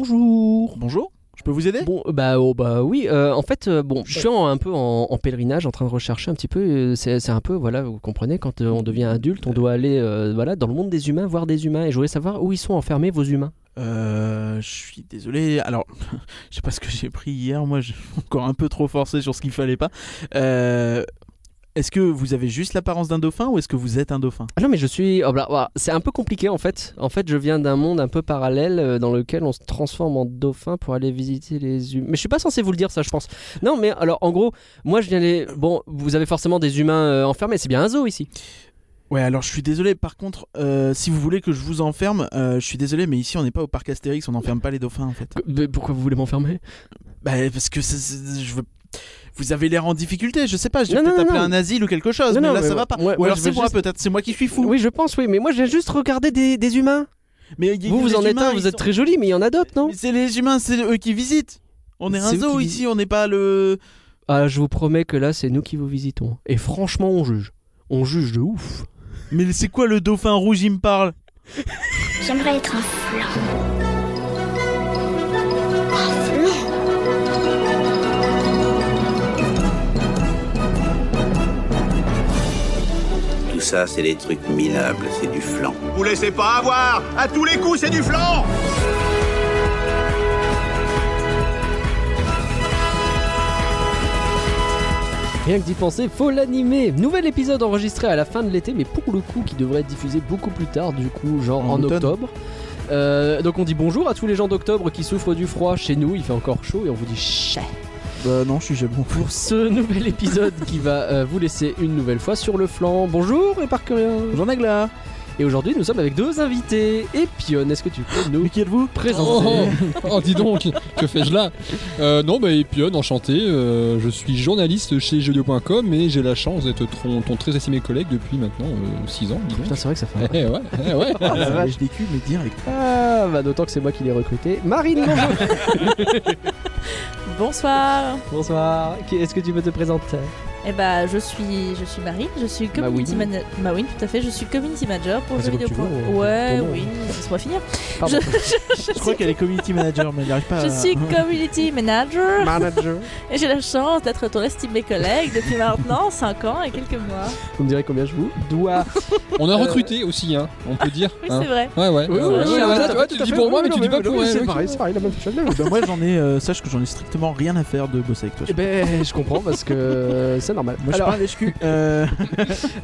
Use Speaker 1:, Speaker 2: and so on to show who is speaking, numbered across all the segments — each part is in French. Speaker 1: Bonjour.
Speaker 2: Bonjour, je peux vous aider
Speaker 1: Bon, euh, bah, oh, bah oui, euh, en fait, euh, bon, je suis en- un peu en, en pèlerinage, en train de rechercher un petit peu. euh, C'est c'est un peu, voilà, vous comprenez, quand euh, on devient adulte, on doit aller euh, voilà, dans le monde des humains, voir des humains. Et je voulais savoir où ils sont enfermés, vos humains.
Speaker 2: Euh, je suis désolé. Alors, je sais pas ce que j'ai pris hier. Moi, j'ai encore un peu trop forcé sur ce qu'il fallait pas. Euh, est-ce que vous avez juste l'apparence d'un dauphin ou est-ce que vous êtes un dauphin
Speaker 1: Ah non, mais je suis. oh, bah, bah, c'est un peu compliqué en fait. En fait, je viens d'un monde un peu parallèle euh, dans lequel on se transforme en dauphin pour aller visiter les humains. Mais je suis pas censé vous le dire, ça, je pense. Non, mais alors, en gros, moi, je viens les. Bon, vous avez forcément des humains euh, enfermés, c'est bien un zoo ici.
Speaker 2: Ouais, alors je suis désolé. Par contre, euh, si vous voulez que je vous enferme, euh, je suis désolé, mais ici on n'est pas au parc Astérix, on n'enferme pas les dauphins en fait.
Speaker 1: Mais pourquoi vous voulez m'enfermer
Speaker 2: Bah, parce que c'est- c'est- je veux. Vous avez l'air en difficulté, je sais pas, je vais
Speaker 1: Non, non,
Speaker 2: peut-être
Speaker 1: non,
Speaker 2: appeler
Speaker 1: non.
Speaker 2: un asile ou quelque chose,
Speaker 1: Non,
Speaker 2: mais
Speaker 1: non,
Speaker 2: là
Speaker 1: mais
Speaker 2: ça
Speaker 1: moi-
Speaker 2: va pas.
Speaker 1: moi-
Speaker 2: ou
Speaker 1: moi,
Speaker 2: alors
Speaker 1: je
Speaker 2: c'est
Speaker 1: veux
Speaker 2: moi
Speaker 1: juste-
Speaker 2: peut-être, c'est moi qui suis fou.
Speaker 1: Oui, je pense, oui, mais moi, je viens juste regarder des, des humains.
Speaker 2: Mais il y a
Speaker 1: Vous,
Speaker 2: des
Speaker 1: vous en êtes
Speaker 2: humains,
Speaker 1: un,
Speaker 2: ils
Speaker 1: vous êtes
Speaker 2: sont-
Speaker 1: très joli, mais il y en a d'autres, non
Speaker 2: Mais c'est les humains, c'est eux qui visitent. On est un
Speaker 1: C'est eux
Speaker 2: zoo
Speaker 1: qui
Speaker 2: ici, on n'est pas le.
Speaker 1: Ah, je vous promets que là, c'est nous qui vous visitons. Et franchement, on juge. On juge de ouf.
Speaker 2: Mais c'est quoi le dauphin rouge Il me parle.
Speaker 3: J'aimerais être un flan. Un flan
Speaker 4: Tout ça, c'est des trucs minables, c'est du flan.
Speaker 5: Vous laissez pas avoir À tous les coups, c'est du flanc
Speaker 1: Rien que d'y penser, faut l'animer. Nouvel épisode enregistré à la fin de l'été, mais pour le coup qui devrait être diffusé beaucoup plus tard, du coup, genre
Speaker 2: En
Speaker 1: en,
Speaker 2: automne.
Speaker 1: octobre. Euh, donc on dit bonjour à tous les gens d'octobre qui souffrent du froid chez nous, il fait encore chaud et on vous dit chais.
Speaker 2: Bah non, je suis jamais bon.
Speaker 1: Pour ce nouvel épisode qui va euh, vous laisser une nouvelle fois sur le flanc. Bonjour et
Speaker 2: Bonjour Nagla.
Speaker 1: Et aujourd'hui nous sommes avec deux invités. Et Pion, est-ce que tu peux nous
Speaker 2: Mais qui êtes-vous
Speaker 1: présenter
Speaker 6: Oh, oh, dis donc, que fais-je là Euh, Non, bah, Epion, enchanté. euh, je suis journaliste chez jeuxvideo.com et j'ai la chance d'être ton, ton très estimé collègue depuis maintenant 6 ans, dis donc.
Speaker 1: Putain, c'est vrai que ça fait. un-
Speaker 6: Eh ouais, eh ouais.
Speaker 2: Ah, la vache des culs, mais direct.
Speaker 1: Ah, bah d'autant que c'est moi qui l'ai recruté. Marine, bonjour.
Speaker 7: Bonsoir.
Speaker 1: Bonsoir. Qui- Est-ce que tu peux te présenter
Speaker 7: Eh ben, je suis, je suis Marie, je suis community
Speaker 1: Mawin.
Speaker 7: manager. Mawin, tout à fait. Je suis community manager pour
Speaker 1: Ah, c'est
Speaker 7: jeux
Speaker 1: comme
Speaker 7: vidéo.
Speaker 1: tu veux,
Speaker 7: Pro.
Speaker 1: euh,
Speaker 7: ouais,
Speaker 1: ton nom,
Speaker 7: oui. Laisse-moi finir.
Speaker 1: Pardon.
Speaker 2: Je crois qu'elle est community manager, mais elle n'arrive pas
Speaker 7: Je
Speaker 2: à.
Speaker 7: suis community manager
Speaker 1: Manager.
Speaker 7: et j'ai la chance d'être ton estimé collègue depuis maintenant 5 ans et quelques mois.
Speaker 1: Vous me direz combien je vous dois.
Speaker 6: On a recruté aussi, hein, on peut dire.
Speaker 7: Oui,
Speaker 6: hein.
Speaker 7: c'est vrai.
Speaker 6: Ouais, ouais. ouais, ouais, ouais, ouais, ouais, tu le dis pour moi, mais tu dis pas pour elle.
Speaker 1: C'est
Speaker 6: ok.
Speaker 1: pareil, c'est pareil, la même chose.
Speaker 2: Bah moi j'en ai. euh, sache que j'en ai strictement rien à faire de bosser avec toi.
Speaker 1: Eh ben, je comprends parce que c'est normal.
Speaker 2: Moi je
Speaker 1: alors,
Speaker 2: parle des culs. Euh,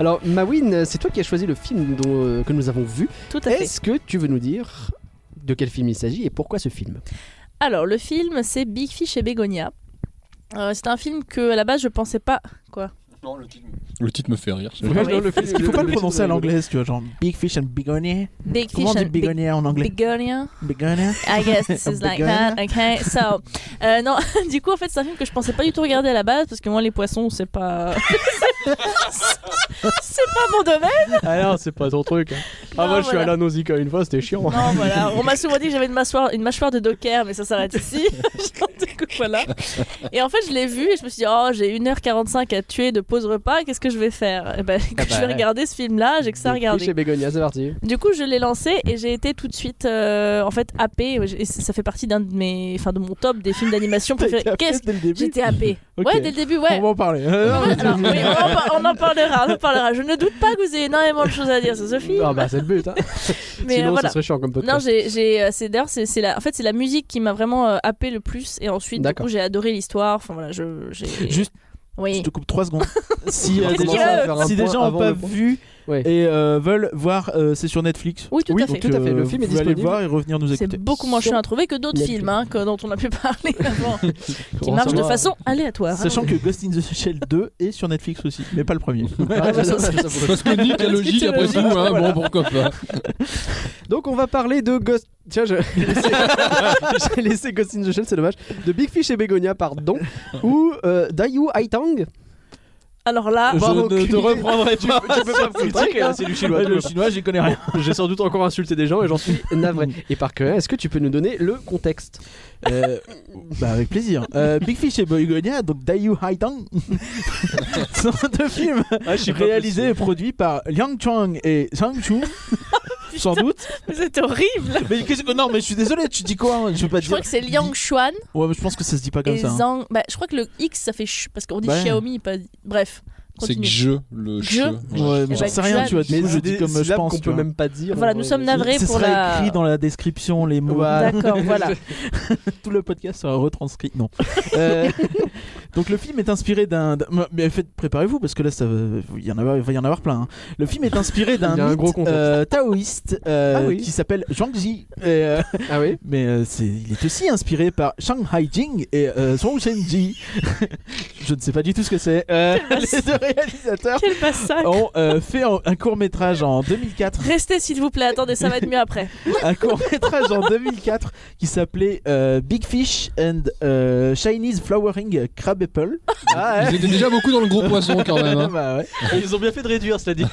Speaker 1: alors, Mawin, c'est toi qui as choisi le film dont, euh, que nous avons vu.
Speaker 7: Tout à fait.
Speaker 1: Est-ce que tu veux nous dire de quel film il s'agit et pourquoi ce film
Speaker 7: Alors, le film, c'est Big Fish et Bégonia. Euh, c'est un film que à la base je pensais pas.
Speaker 6: Le titre me fait rire. je-
Speaker 7: Ouais, non,
Speaker 2: Est-ce qu'il faut pas le prononcer à l'anglaise, tu vois, genre Big Fish and Begonia
Speaker 7: Big
Speaker 2: Comment on
Speaker 7: Fish
Speaker 2: dit
Speaker 7: and Big-
Speaker 2: Begonia en anglais
Speaker 7: Begonia.
Speaker 2: Begonia
Speaker 7: I guess this is like that. Okay, so euh, non, du coup en fait c'est un film que je pensais pas du tout regarder à la base parce que moi les poissons c'est pas c'est pas mon domaine.
Speaker 1: Ah non, c'est pas ton truc.
Speaker 7: Ah, moi, je suis voilà.
Speaker 1: à la Nausicaa une fois, c'était chiant.
Speaker 7: Non voilà, on m'a souvent dit que j'avais une mâchoire une mâchoire de docker mais ça s'arrête ici. du coup voilà. Et en fait je l'ai vu et je me suis dit oh j'ai 1h45 à tuer de pause repas qu'est-ce que je vais faire Eh ben,
Speaker 1: Ah
Speaker 7: je vais
Speaker 1: bah,
Speaker 7: regarder ce film là j'ai que ça à regarder.
Speaker 1: Chez Bégonia, c'est parti.
Speaker 7: Du coup, je l'ai lancé et j'ai été tout de suite euh, en fait happée. Et ça fait partie d'un de mes, enfin de mon top des films d'animation préférés. Qu'est-ce
Speaker 2: dès le début
Speaker 7: J'étais happée.
Speaker 2: Ok.
Speaker 7: Ouais, dès le début,
Speaker 2: On
Speaker 7: ouais.
Speaker 2: va en parler.
Speaker 7: Ouais, alors, oui, on, en par- on en parlera, on en parlera. Je ne doute pas que vous ayez énormément de choses à dire sur ce film.
Speaker 1: Ah bah, c'est le but. Hein.
Speaker 7: mais
Speaker 1: Sinon,
Speaker 7: euh, voilà.
Speaker 1: ça serait chiant comme
Speaker 7: Non,
Speaker 1: podcast.
Speaker 7: j'ai, j'ai, euh, c'est d'ailleurs, c'est, c'est la, en fait, c'est la musique qui m'a vraiment euh, happé le plus. Et ensuite, du
Speaker 1: D'accord.
Speaker 7: coup, j'ai adoré l'histoire. Enfin voilà, je, j'ai.
Speaker 2: Juste, je
Speaker 7: Oui.
Speaker 2: te coupe 3 secondes. Si,
Speaker 1: On va
Speaker 2: euh, des
Speaker 1: commencer
Speaker 2: gens-
Speaker 1: à faire un
Speaker 2: si des
Speaker 1: point
Speaker 2: gens n'ont
Speaker 1: avant
Speaker 2: pas
Speaker 1: le point.
Speaker 2: vu
Speaker 1: Ouais.
Speaker 2: et euh, veulent voir, euh, c'est sur Netflix.
Speaker 7: Oui, tout à
Speaker 2: donc,
Speaker 7: fait.
Speaker 1: tout à fait, le
Speaker 2: euh,
Speaker 1: film est
Speaker 2: vous allez
Speaker 1: disponible.
Speaker 2: le voir et revenir nous
Speaker 7: C'est
Speaker 2: écouter.
Speaker 7: beaucoup moins chiant à trouver que d'autres
Speaker 1: Netflix.
Speaker 7: films hein, que, dont on a pu parler avant, qui
Speaker 1: Bon,
Speaker 7: marchent
Speaker 1: ça
Speaker 7: de
Speaker 1: va.
Speaker 7: façon aléatoire. hein.
Speaker 2: Sachant que Ghost in the Shell 2 est sur Netflix aussi, mais pas le premier.
Speaker 1: Ah, ça, ça, ça, ça, ça.
Speaker 6: Parce que nique la logique après tout, hein, bon pourquoi pas.
Speaker 1: Donc on va parler de Ghost. Tiens, je- j'ai laissé... j'ai laissé Ghost in the Shell, c'est dommage. De Big Fish et Begonia, pardon. Ou euh, Dayu Haitang.
Speaker 7: Alors là,
Speaker 1: Bah,
Speaker 2: je ne
Speaker 1: aucune
Speaker 2: te
Speaker 1: idée.
Speaker 2: reprendrai pas. Tu peux pas me
Speaker 1: critiquer, hein, c'est du chinois, tu
Speaker 2: Le
Speaker 1: peux pas.
Speaker 2: chinois, j'y connais rien.
Speaker 1: J'ai sans doute encore insulté des gens et j'en suis Mm. navré. Et par cœur, est-ce que tu peux nous donner le contexte
Speaker 2: Euh, bah avec plaisir. Euh, Big Fish et Boygonia, donc Dayu Haitang, sont deux films
Speaker 1: ah, Je
Speaker 2: réalisés et produits par Liang Chang et Zhang Chu. sans doute.
Speaker 7: C'est horrible.
Speaker 2: Mais qu'est-ce que- non, mais je suis désolé, tu dis quoi hein Je veux pas
Speaker 7: Je
Speaker 2: dire.
Speaker 7: crois que c'est Liang Xuan
Speaker 2: Ouais, mais je pense que ça se dit pas comme
Speaker 7: et
Speaker 2: ça. hein.
Speaker 7: Zhang. Bah, je crois que le X ça fait ch parce qu'on dit
Speaker 2: Ouais.
Speaker 7: Xiaomi, pas. Bref.
Speaker 6: C'est
Speaker 7: Continue.
Speaker 6: que je, le
Speaker 7: Je
Speaker 6: che.
Speaker 1: Eh
Speaker 2: Ouais,
Speaker 1: ben,
Speaker 2: mais
Speaker 7: bah,
Speaker 2: j'en sais rien,
Speaker 7: Juan.
Speaker 2: tu vois. Du coup, je dis comme je pense.
Speaker 1: qu'on
Speaker 2: tu
Speaker 1: peut
Speaker 2: vois.
Speaker 1: même pas dire. hein,
Speaker 7: Voilà,
Speaker 1: en
Speaker 7: nous
Speaker 1: vrai.
Speaker 7: sommes navrés
Speaker 2: Ce
Speaker 7: pour
Speaker 2: sera
Speaker 7: la.
Speaker 2: écrit dans la description, les mots. euh,
Speaker 7: D'accord, voilà.
Speaker 2: Tout le podcast sera retranscrit. Non. Euh, donc le film est inspiré d'un. d'un- Mais faites, préparez-vous parce que là, ça, va- il y en a, il va y en avoir plein. hein. Le film est inspiré d'un
Speaker 1: Il y a un
Speaker 2: mythe,
Speaker 1: gros contexte.
Speaker 2: euh, taoïste euh,
Speaker 1: Ah oui.
Speaker 2: qui s'appelle Zhuangzi. Et, euh,
Speaker 1: Ah oui
Speaker 2: mais euh, c'est- il est aussi inspiré par Shanghai Jing et euh, Song Shenji. Je ne sais pas du tout ce que c'est. Euh, les deux réalisateurs
Speaker 7: Quel passage.
Speaker 2: ont euh, fait un, court métrage en 2004
Speaker 7: Oh. Restez s'il vous plaît, attendez, ça va être mieux après.
Speaker 2: un court métrage en 2004 qui s'appelait euh, Big Fish and euh, Chinese Flowering Crab Apple. Ah
Speaker 6: Ils étaient déjà beaucoup dans le gros poisson quand même. hein.
Speaker 2: Bah ouais.
Speaker 8: Ah, Ils ont bien fait de réduire, cela dit.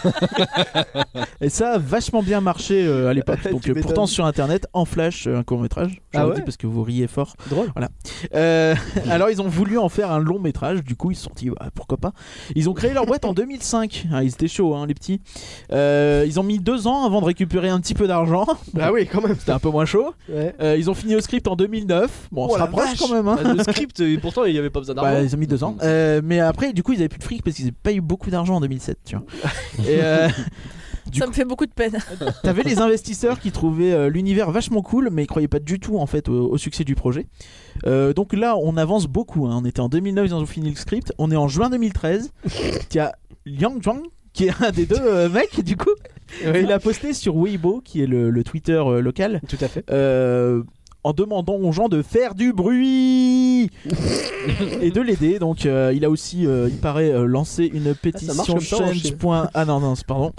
Speaker 2: Et ça a vachement bien marché euh, à l'époque. Donc
Speaker 1: Tu
Speaker 2: euh,
Speaker 1: m'étonnes.
Speaker 2: pourtant sur internet en flash euh, un court métrage. Je
Speaker 1: Ah
Speaker 2: le
Speaker 1: ouais
Speaker 2: dis parce que vous riez fort.
Speaker 1: Drôle.
Speaker 2: Euh, alors ils ont voulu en faire un long métrage. Du coup ils se sont dit bah, pourquoi pas. Ils ont créé leur boîte en 2005. Ah, ils étaient chauds hein, les petits. Euh, ils ont mis deux ans avant de récupérer un petit peu d'argent.
Speaker 1: Ah oui, quand même.
Speaker 2: C'était un peu moins chaud.
Speaker 1: Ouais.
Speaker 2: Euh, ils ont fini au script en 2009. Bon, on
Speaker 8: Oh
Speaker 2: se
Speaker 8: la
Speaker 2: rapproche
Speaker 8: vache.
Speaker 2: quand même. Hein.
Speaker 8: Bah, le script, et pourtant, il n'y avait pas besoin
Speaker 2: Bah,
Speaker 8: d'argent.
Speaker 2: ils ont mis deux ans. Euh, mais après, du coup, ils avaient plus de fric parce qu'ils n'avaient pas eu beaucoup d'argent en 2007. Tu vois. Et euh, Du
Speaker 7: ça me fait beaucoup de peine.
Speaker 2: t'avais les investisseurs qui trouvaient euh, l'univers vachement cool, mais ils croyaient pas du tout en fait au, au succès du projet. Euh, donc là, on avance beaucoup. hein. On était en 2009, ils ont fini le script. On est en juin 2013. Il y a Yang Zhuang qui est un des deux euh, mecs du coup. Il a posté sur Weibo, qui est le, le Twitter euh, local,
Speaker 1: Tout à fait.
Speaker 2: euh, en demandant aux gens de faire du bruit et de l'aider. Donc euh, il a aussi, euh, il paraît, euh, lancé
Speaker 1: Ah,
Speaker 2: une
Speaker 1: marche
Speaker 2: pétition
Speaker 1: comme ça, en Chine.
Speaker 2: change. point- Ah non, non, c'est- pardon.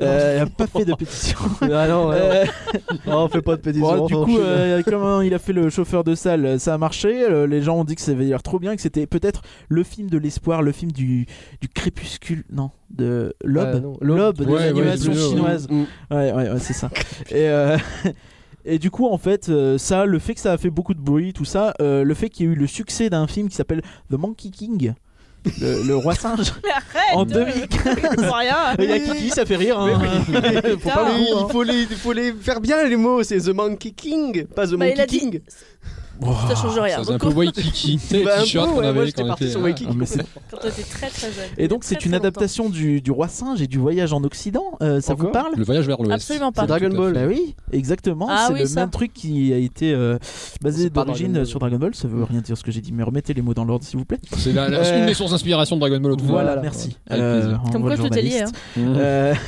Speaker 2: Euh, il a pas fait de pétition.
Speaker 1: Ah non, ouais,
Speaker 2: Euh,
Speaker 1: non, on fait pas de pétition.
Speaker 2: bon, du
Speaker 1: enfin,
Speaker 2: coup,
Speaker 1: je-
Speaker 2: euh, comme hein, il a fait le chauffeur de salle, ça a marché. Euh, les gens ont dit que ça avait l'air trop bien, que c'était peut-être le film de l'espoir, le film du, du crépuscule, non, de
Speaker 1: Euh,
Speaker 2: l'aube.
Speaker 1: non,
Speaker 2: L'aube des
Speaker 6: Ouais, ouais,
Speaker 2: animations
Speaker 6: de l'aube, ouais.
Speaker 2: chinoises.
Speaker 1: Mm, mm.
Speaker 2: Ouais, ouais, ouais, c'est ça. et, euh, et du coup, en fait, euh, ça, le fait que ça a fait beaucoup de bruit, tout ça, euh, le fait qu'il y ait eu le succès d'un film qui s'appelle The Monkey King, le, le roi singe,
Speaker 7: Mais arrête
Speaker 2: en
Speaker 7: euh,
Speaker 2: 2000.
Speaker 7: c'est rien.
Speaker 2: Il y a Kiki, ça fait rire. hein. Faut pas
Speaker 1: Oui,
Speaker 2: le coup, hein.
Speaker 1: il, faut les, il faut les faire bien les mots, c'est The Monkey King, pas The
Speaker 7: Bah, il a
Speaker 1: Monkey
Speaker 7: dit-
Speaker 1: King.
Speaker 2: Oh. Ah,
Speaker 7: Ça change rien.
Speaker 6: Ça faisait un
Speaker 7: Donc,
Speaker 6: peu Waikiki. Tu sais,
Speaker 1: Bah, un
Speaker 6: le t-shirt
Speaker 1: peu,
Speaker 6: qu'on
Speaker 1: ouais, moi,
Speaker 6: avait
Speaker 1: j'étais
Speaker 6: quand on
Speaker 1: parti
Speaker 6: était-
Speaker 1: sur Waikiki.
Speaker 2: Ah, mais c'est-
Speaker 7: quand on était très très jeune.
Speaker 2: Et donc,
Speaker 7: Très,
Speaker 2: c'est une
Speaker 7: très
Speaker 2: adaptation du, du roi singe et du voyage en Occident. euh, ça vous
Speaker 1: Encore
Speaker 2: parle
Speaker 6: Le voyage vers l'ouest.
Speaker 7: Absolument pas.
Speaker 1: C'est Dragon
Speaker 6: Tout à
Speaker 1: Ball.
Speaker 2: Bah oui, exactement.
Speaker 7: Ah
Speaker 2: c'est
Speaker 7: oui,
Speaker 2: le
Speaker 7: ça.
Speaker 2: même truc qui a été euh, basé
Speaker 1: C'est pas Dragon
Speaker 2: d'origine
Speaker 1: Ball.
Speaker 2: sur Dragon Ball. Ça veut rien dire ce que j'ai dit, mais remettez les mots dans l'ordre, s'il vous plaît.
Speaker 6: C'est la- la-
Speaker 2: Euh,
Speaker 6: une des sources d'inspiration de Dragon Ball autrefois.
Speaker 2: Voilà,
Speaker 1: Voilà.
Speaker 2: merci. Euh,
Speaker 6: Avec
Speaker 2: on
Speaker 6: plaisir.
Speaker 7: longtemps. Comme
Speaker 2: voit
Speaker 7: quoi
Speaker 2: le
Speaker 7: tout est lié.
Speaker 2: journaliste.
Speaker 7: hein.
Speaker 6: Mmh.
Speaker 2: Euh,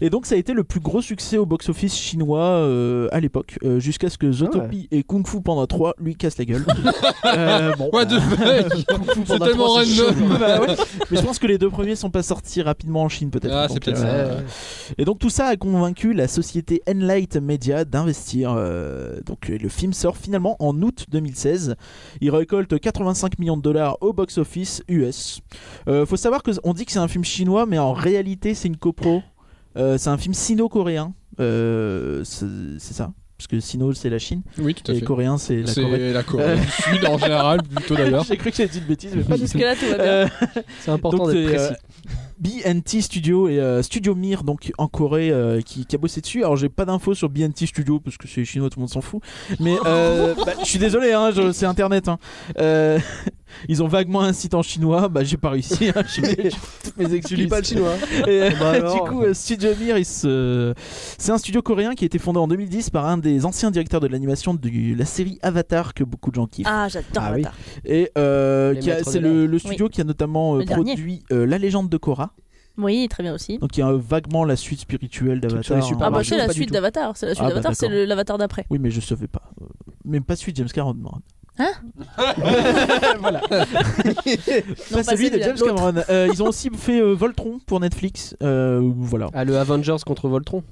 Speaker 2: Et donc ça a été le plus gros succès au box-office chinois euh, à l'époque, euh, jusqu'à ce que
Speaker 6: Ah
Speaker 2: Zootopie et Kung Fu Panda 3 lui cassent la gueule. Euh, bon,
Speaker 6: What the fuck
Speaker 2: Kung Fu
Speaker 6: C'est
Speaker 2: Panda
Speaker 6: tellement
Speaker 2: 3, c'est
Speaker 6: random.
Speaker 2: chaud. Bah ouais. Mais je pense que les deux premiers sont pas sortis rapidement en Chine peut-être.
Speaker 6: Ah, c'est
Speaker 2: Donc,
Speaker 6: peut-être ça.
Speaker 2: euh, Et donc tout ça a convaincu la société Enlight Media d'investir. euh, donc euh, le film sort finalement en août 2016. Il récolte 85 millions de dollars au box-office US. Euh, faut savoir que on dit que c'est un film chinois, mais en réalité c'est une copro. Euh, c'est un film sino-coréen. Euh, c'est c'est ça. Parce que sino c'est la Chine
Speaker 6: Oui, tout à
Speaker 2: et
Speaker 6: fait.
Speaker 2: coréen c'est la Corée.
Speaker 6: C'est la Corée du Sud en général, plutôt d'ailleurs.
Speaker 2: J'ai cru que j'avais dit une bêtise, mais pas du
Speaker 7: Parce
Speaker 2: tout.
Speaker 7: que là tout va bien.
Speaker 2: Euh,
Speaker 1: C'est important
Speaker 2: donc,
Speaker 1: d'être
Speaker 2: c'est,
Speaker 1: précis.
Speaker 2: euh, BNT Studio et euh, Studio Mir donc en Corée euh, qui, qui a bossé dessus. Alors j'ai pas d'infos sur BNT Studio parce que c'est chinois tout le monde s'en fout. Mais euh, bah, je suis désolé hein, je- c'est internet. hein. Euh, ils ont vaguement un site en chinois, bah j'ai pas réussi. hein, je mets- toutes mes
Speaker 1: euh, Tu
Speaker 2: excuses.
Speaker 1: lis pas le chinois.
Speaker 2: Et,
Speaker 1: Bah alors.
Speaker 2: du coup, euh, Studio Mir, il se- c'est un studio coréen qui a été fondé en 2010 par un des anciens directeurs de l'animation de la série Avatar que beaucoup de gens kiffent.
Speaker 7: Ah, j'adore
Speaker 2: Ah oui.
Speaker 7: Avatar.
Speaker 2: Et euh,
Speaker 1: Les
Speaker 2: qui a-
Speaker 1: maîtres de
Speaker 2: c'est le, le studio qui a notamment euh,
Speaker 7: Le dernier.
Speaker 2: produit euh, La légende de Korra,
Speaker 7: Oui, très bien aussi.
Speaker 2: donc qui est euh, vaguement la suite spirituelle
Speaker 1: sur les
Speaker 2: d'Avatar.
Speaker 1: super
Speaker 7: Ah
Speaker 1: Pas
Speaker 7: bah
Speaker 1: mal.
Speaker 7: c'est
Speaker 2: Pas
Speaker 7: la
Speaker 2: du
Speaker 7: suite
Speaker 2: tout.
Speaker 7: d'Avatar, c'est la suite
Speaker 2: Ah bah,
Speaker 7: d'Avatar, c'est
Speaker 2: d'accord.
Speaker 7: le- l'Avatar d'après.
Speaker 2: Oui, mais je savais pas. Euh, Même pas suite James Cameron.
Speaker 7: Hein
Speaker 2: Voilà. pas
Speaker 7: pas
Speaker 2: celui de
Speaker 7: celui-là,
Speaker 2: James Cameron. Euh, ils ont aussi fait euh, Voltron pour Netflix. Euh, voilà.
Speaker 1: Ah, le Avengers contre Voltron.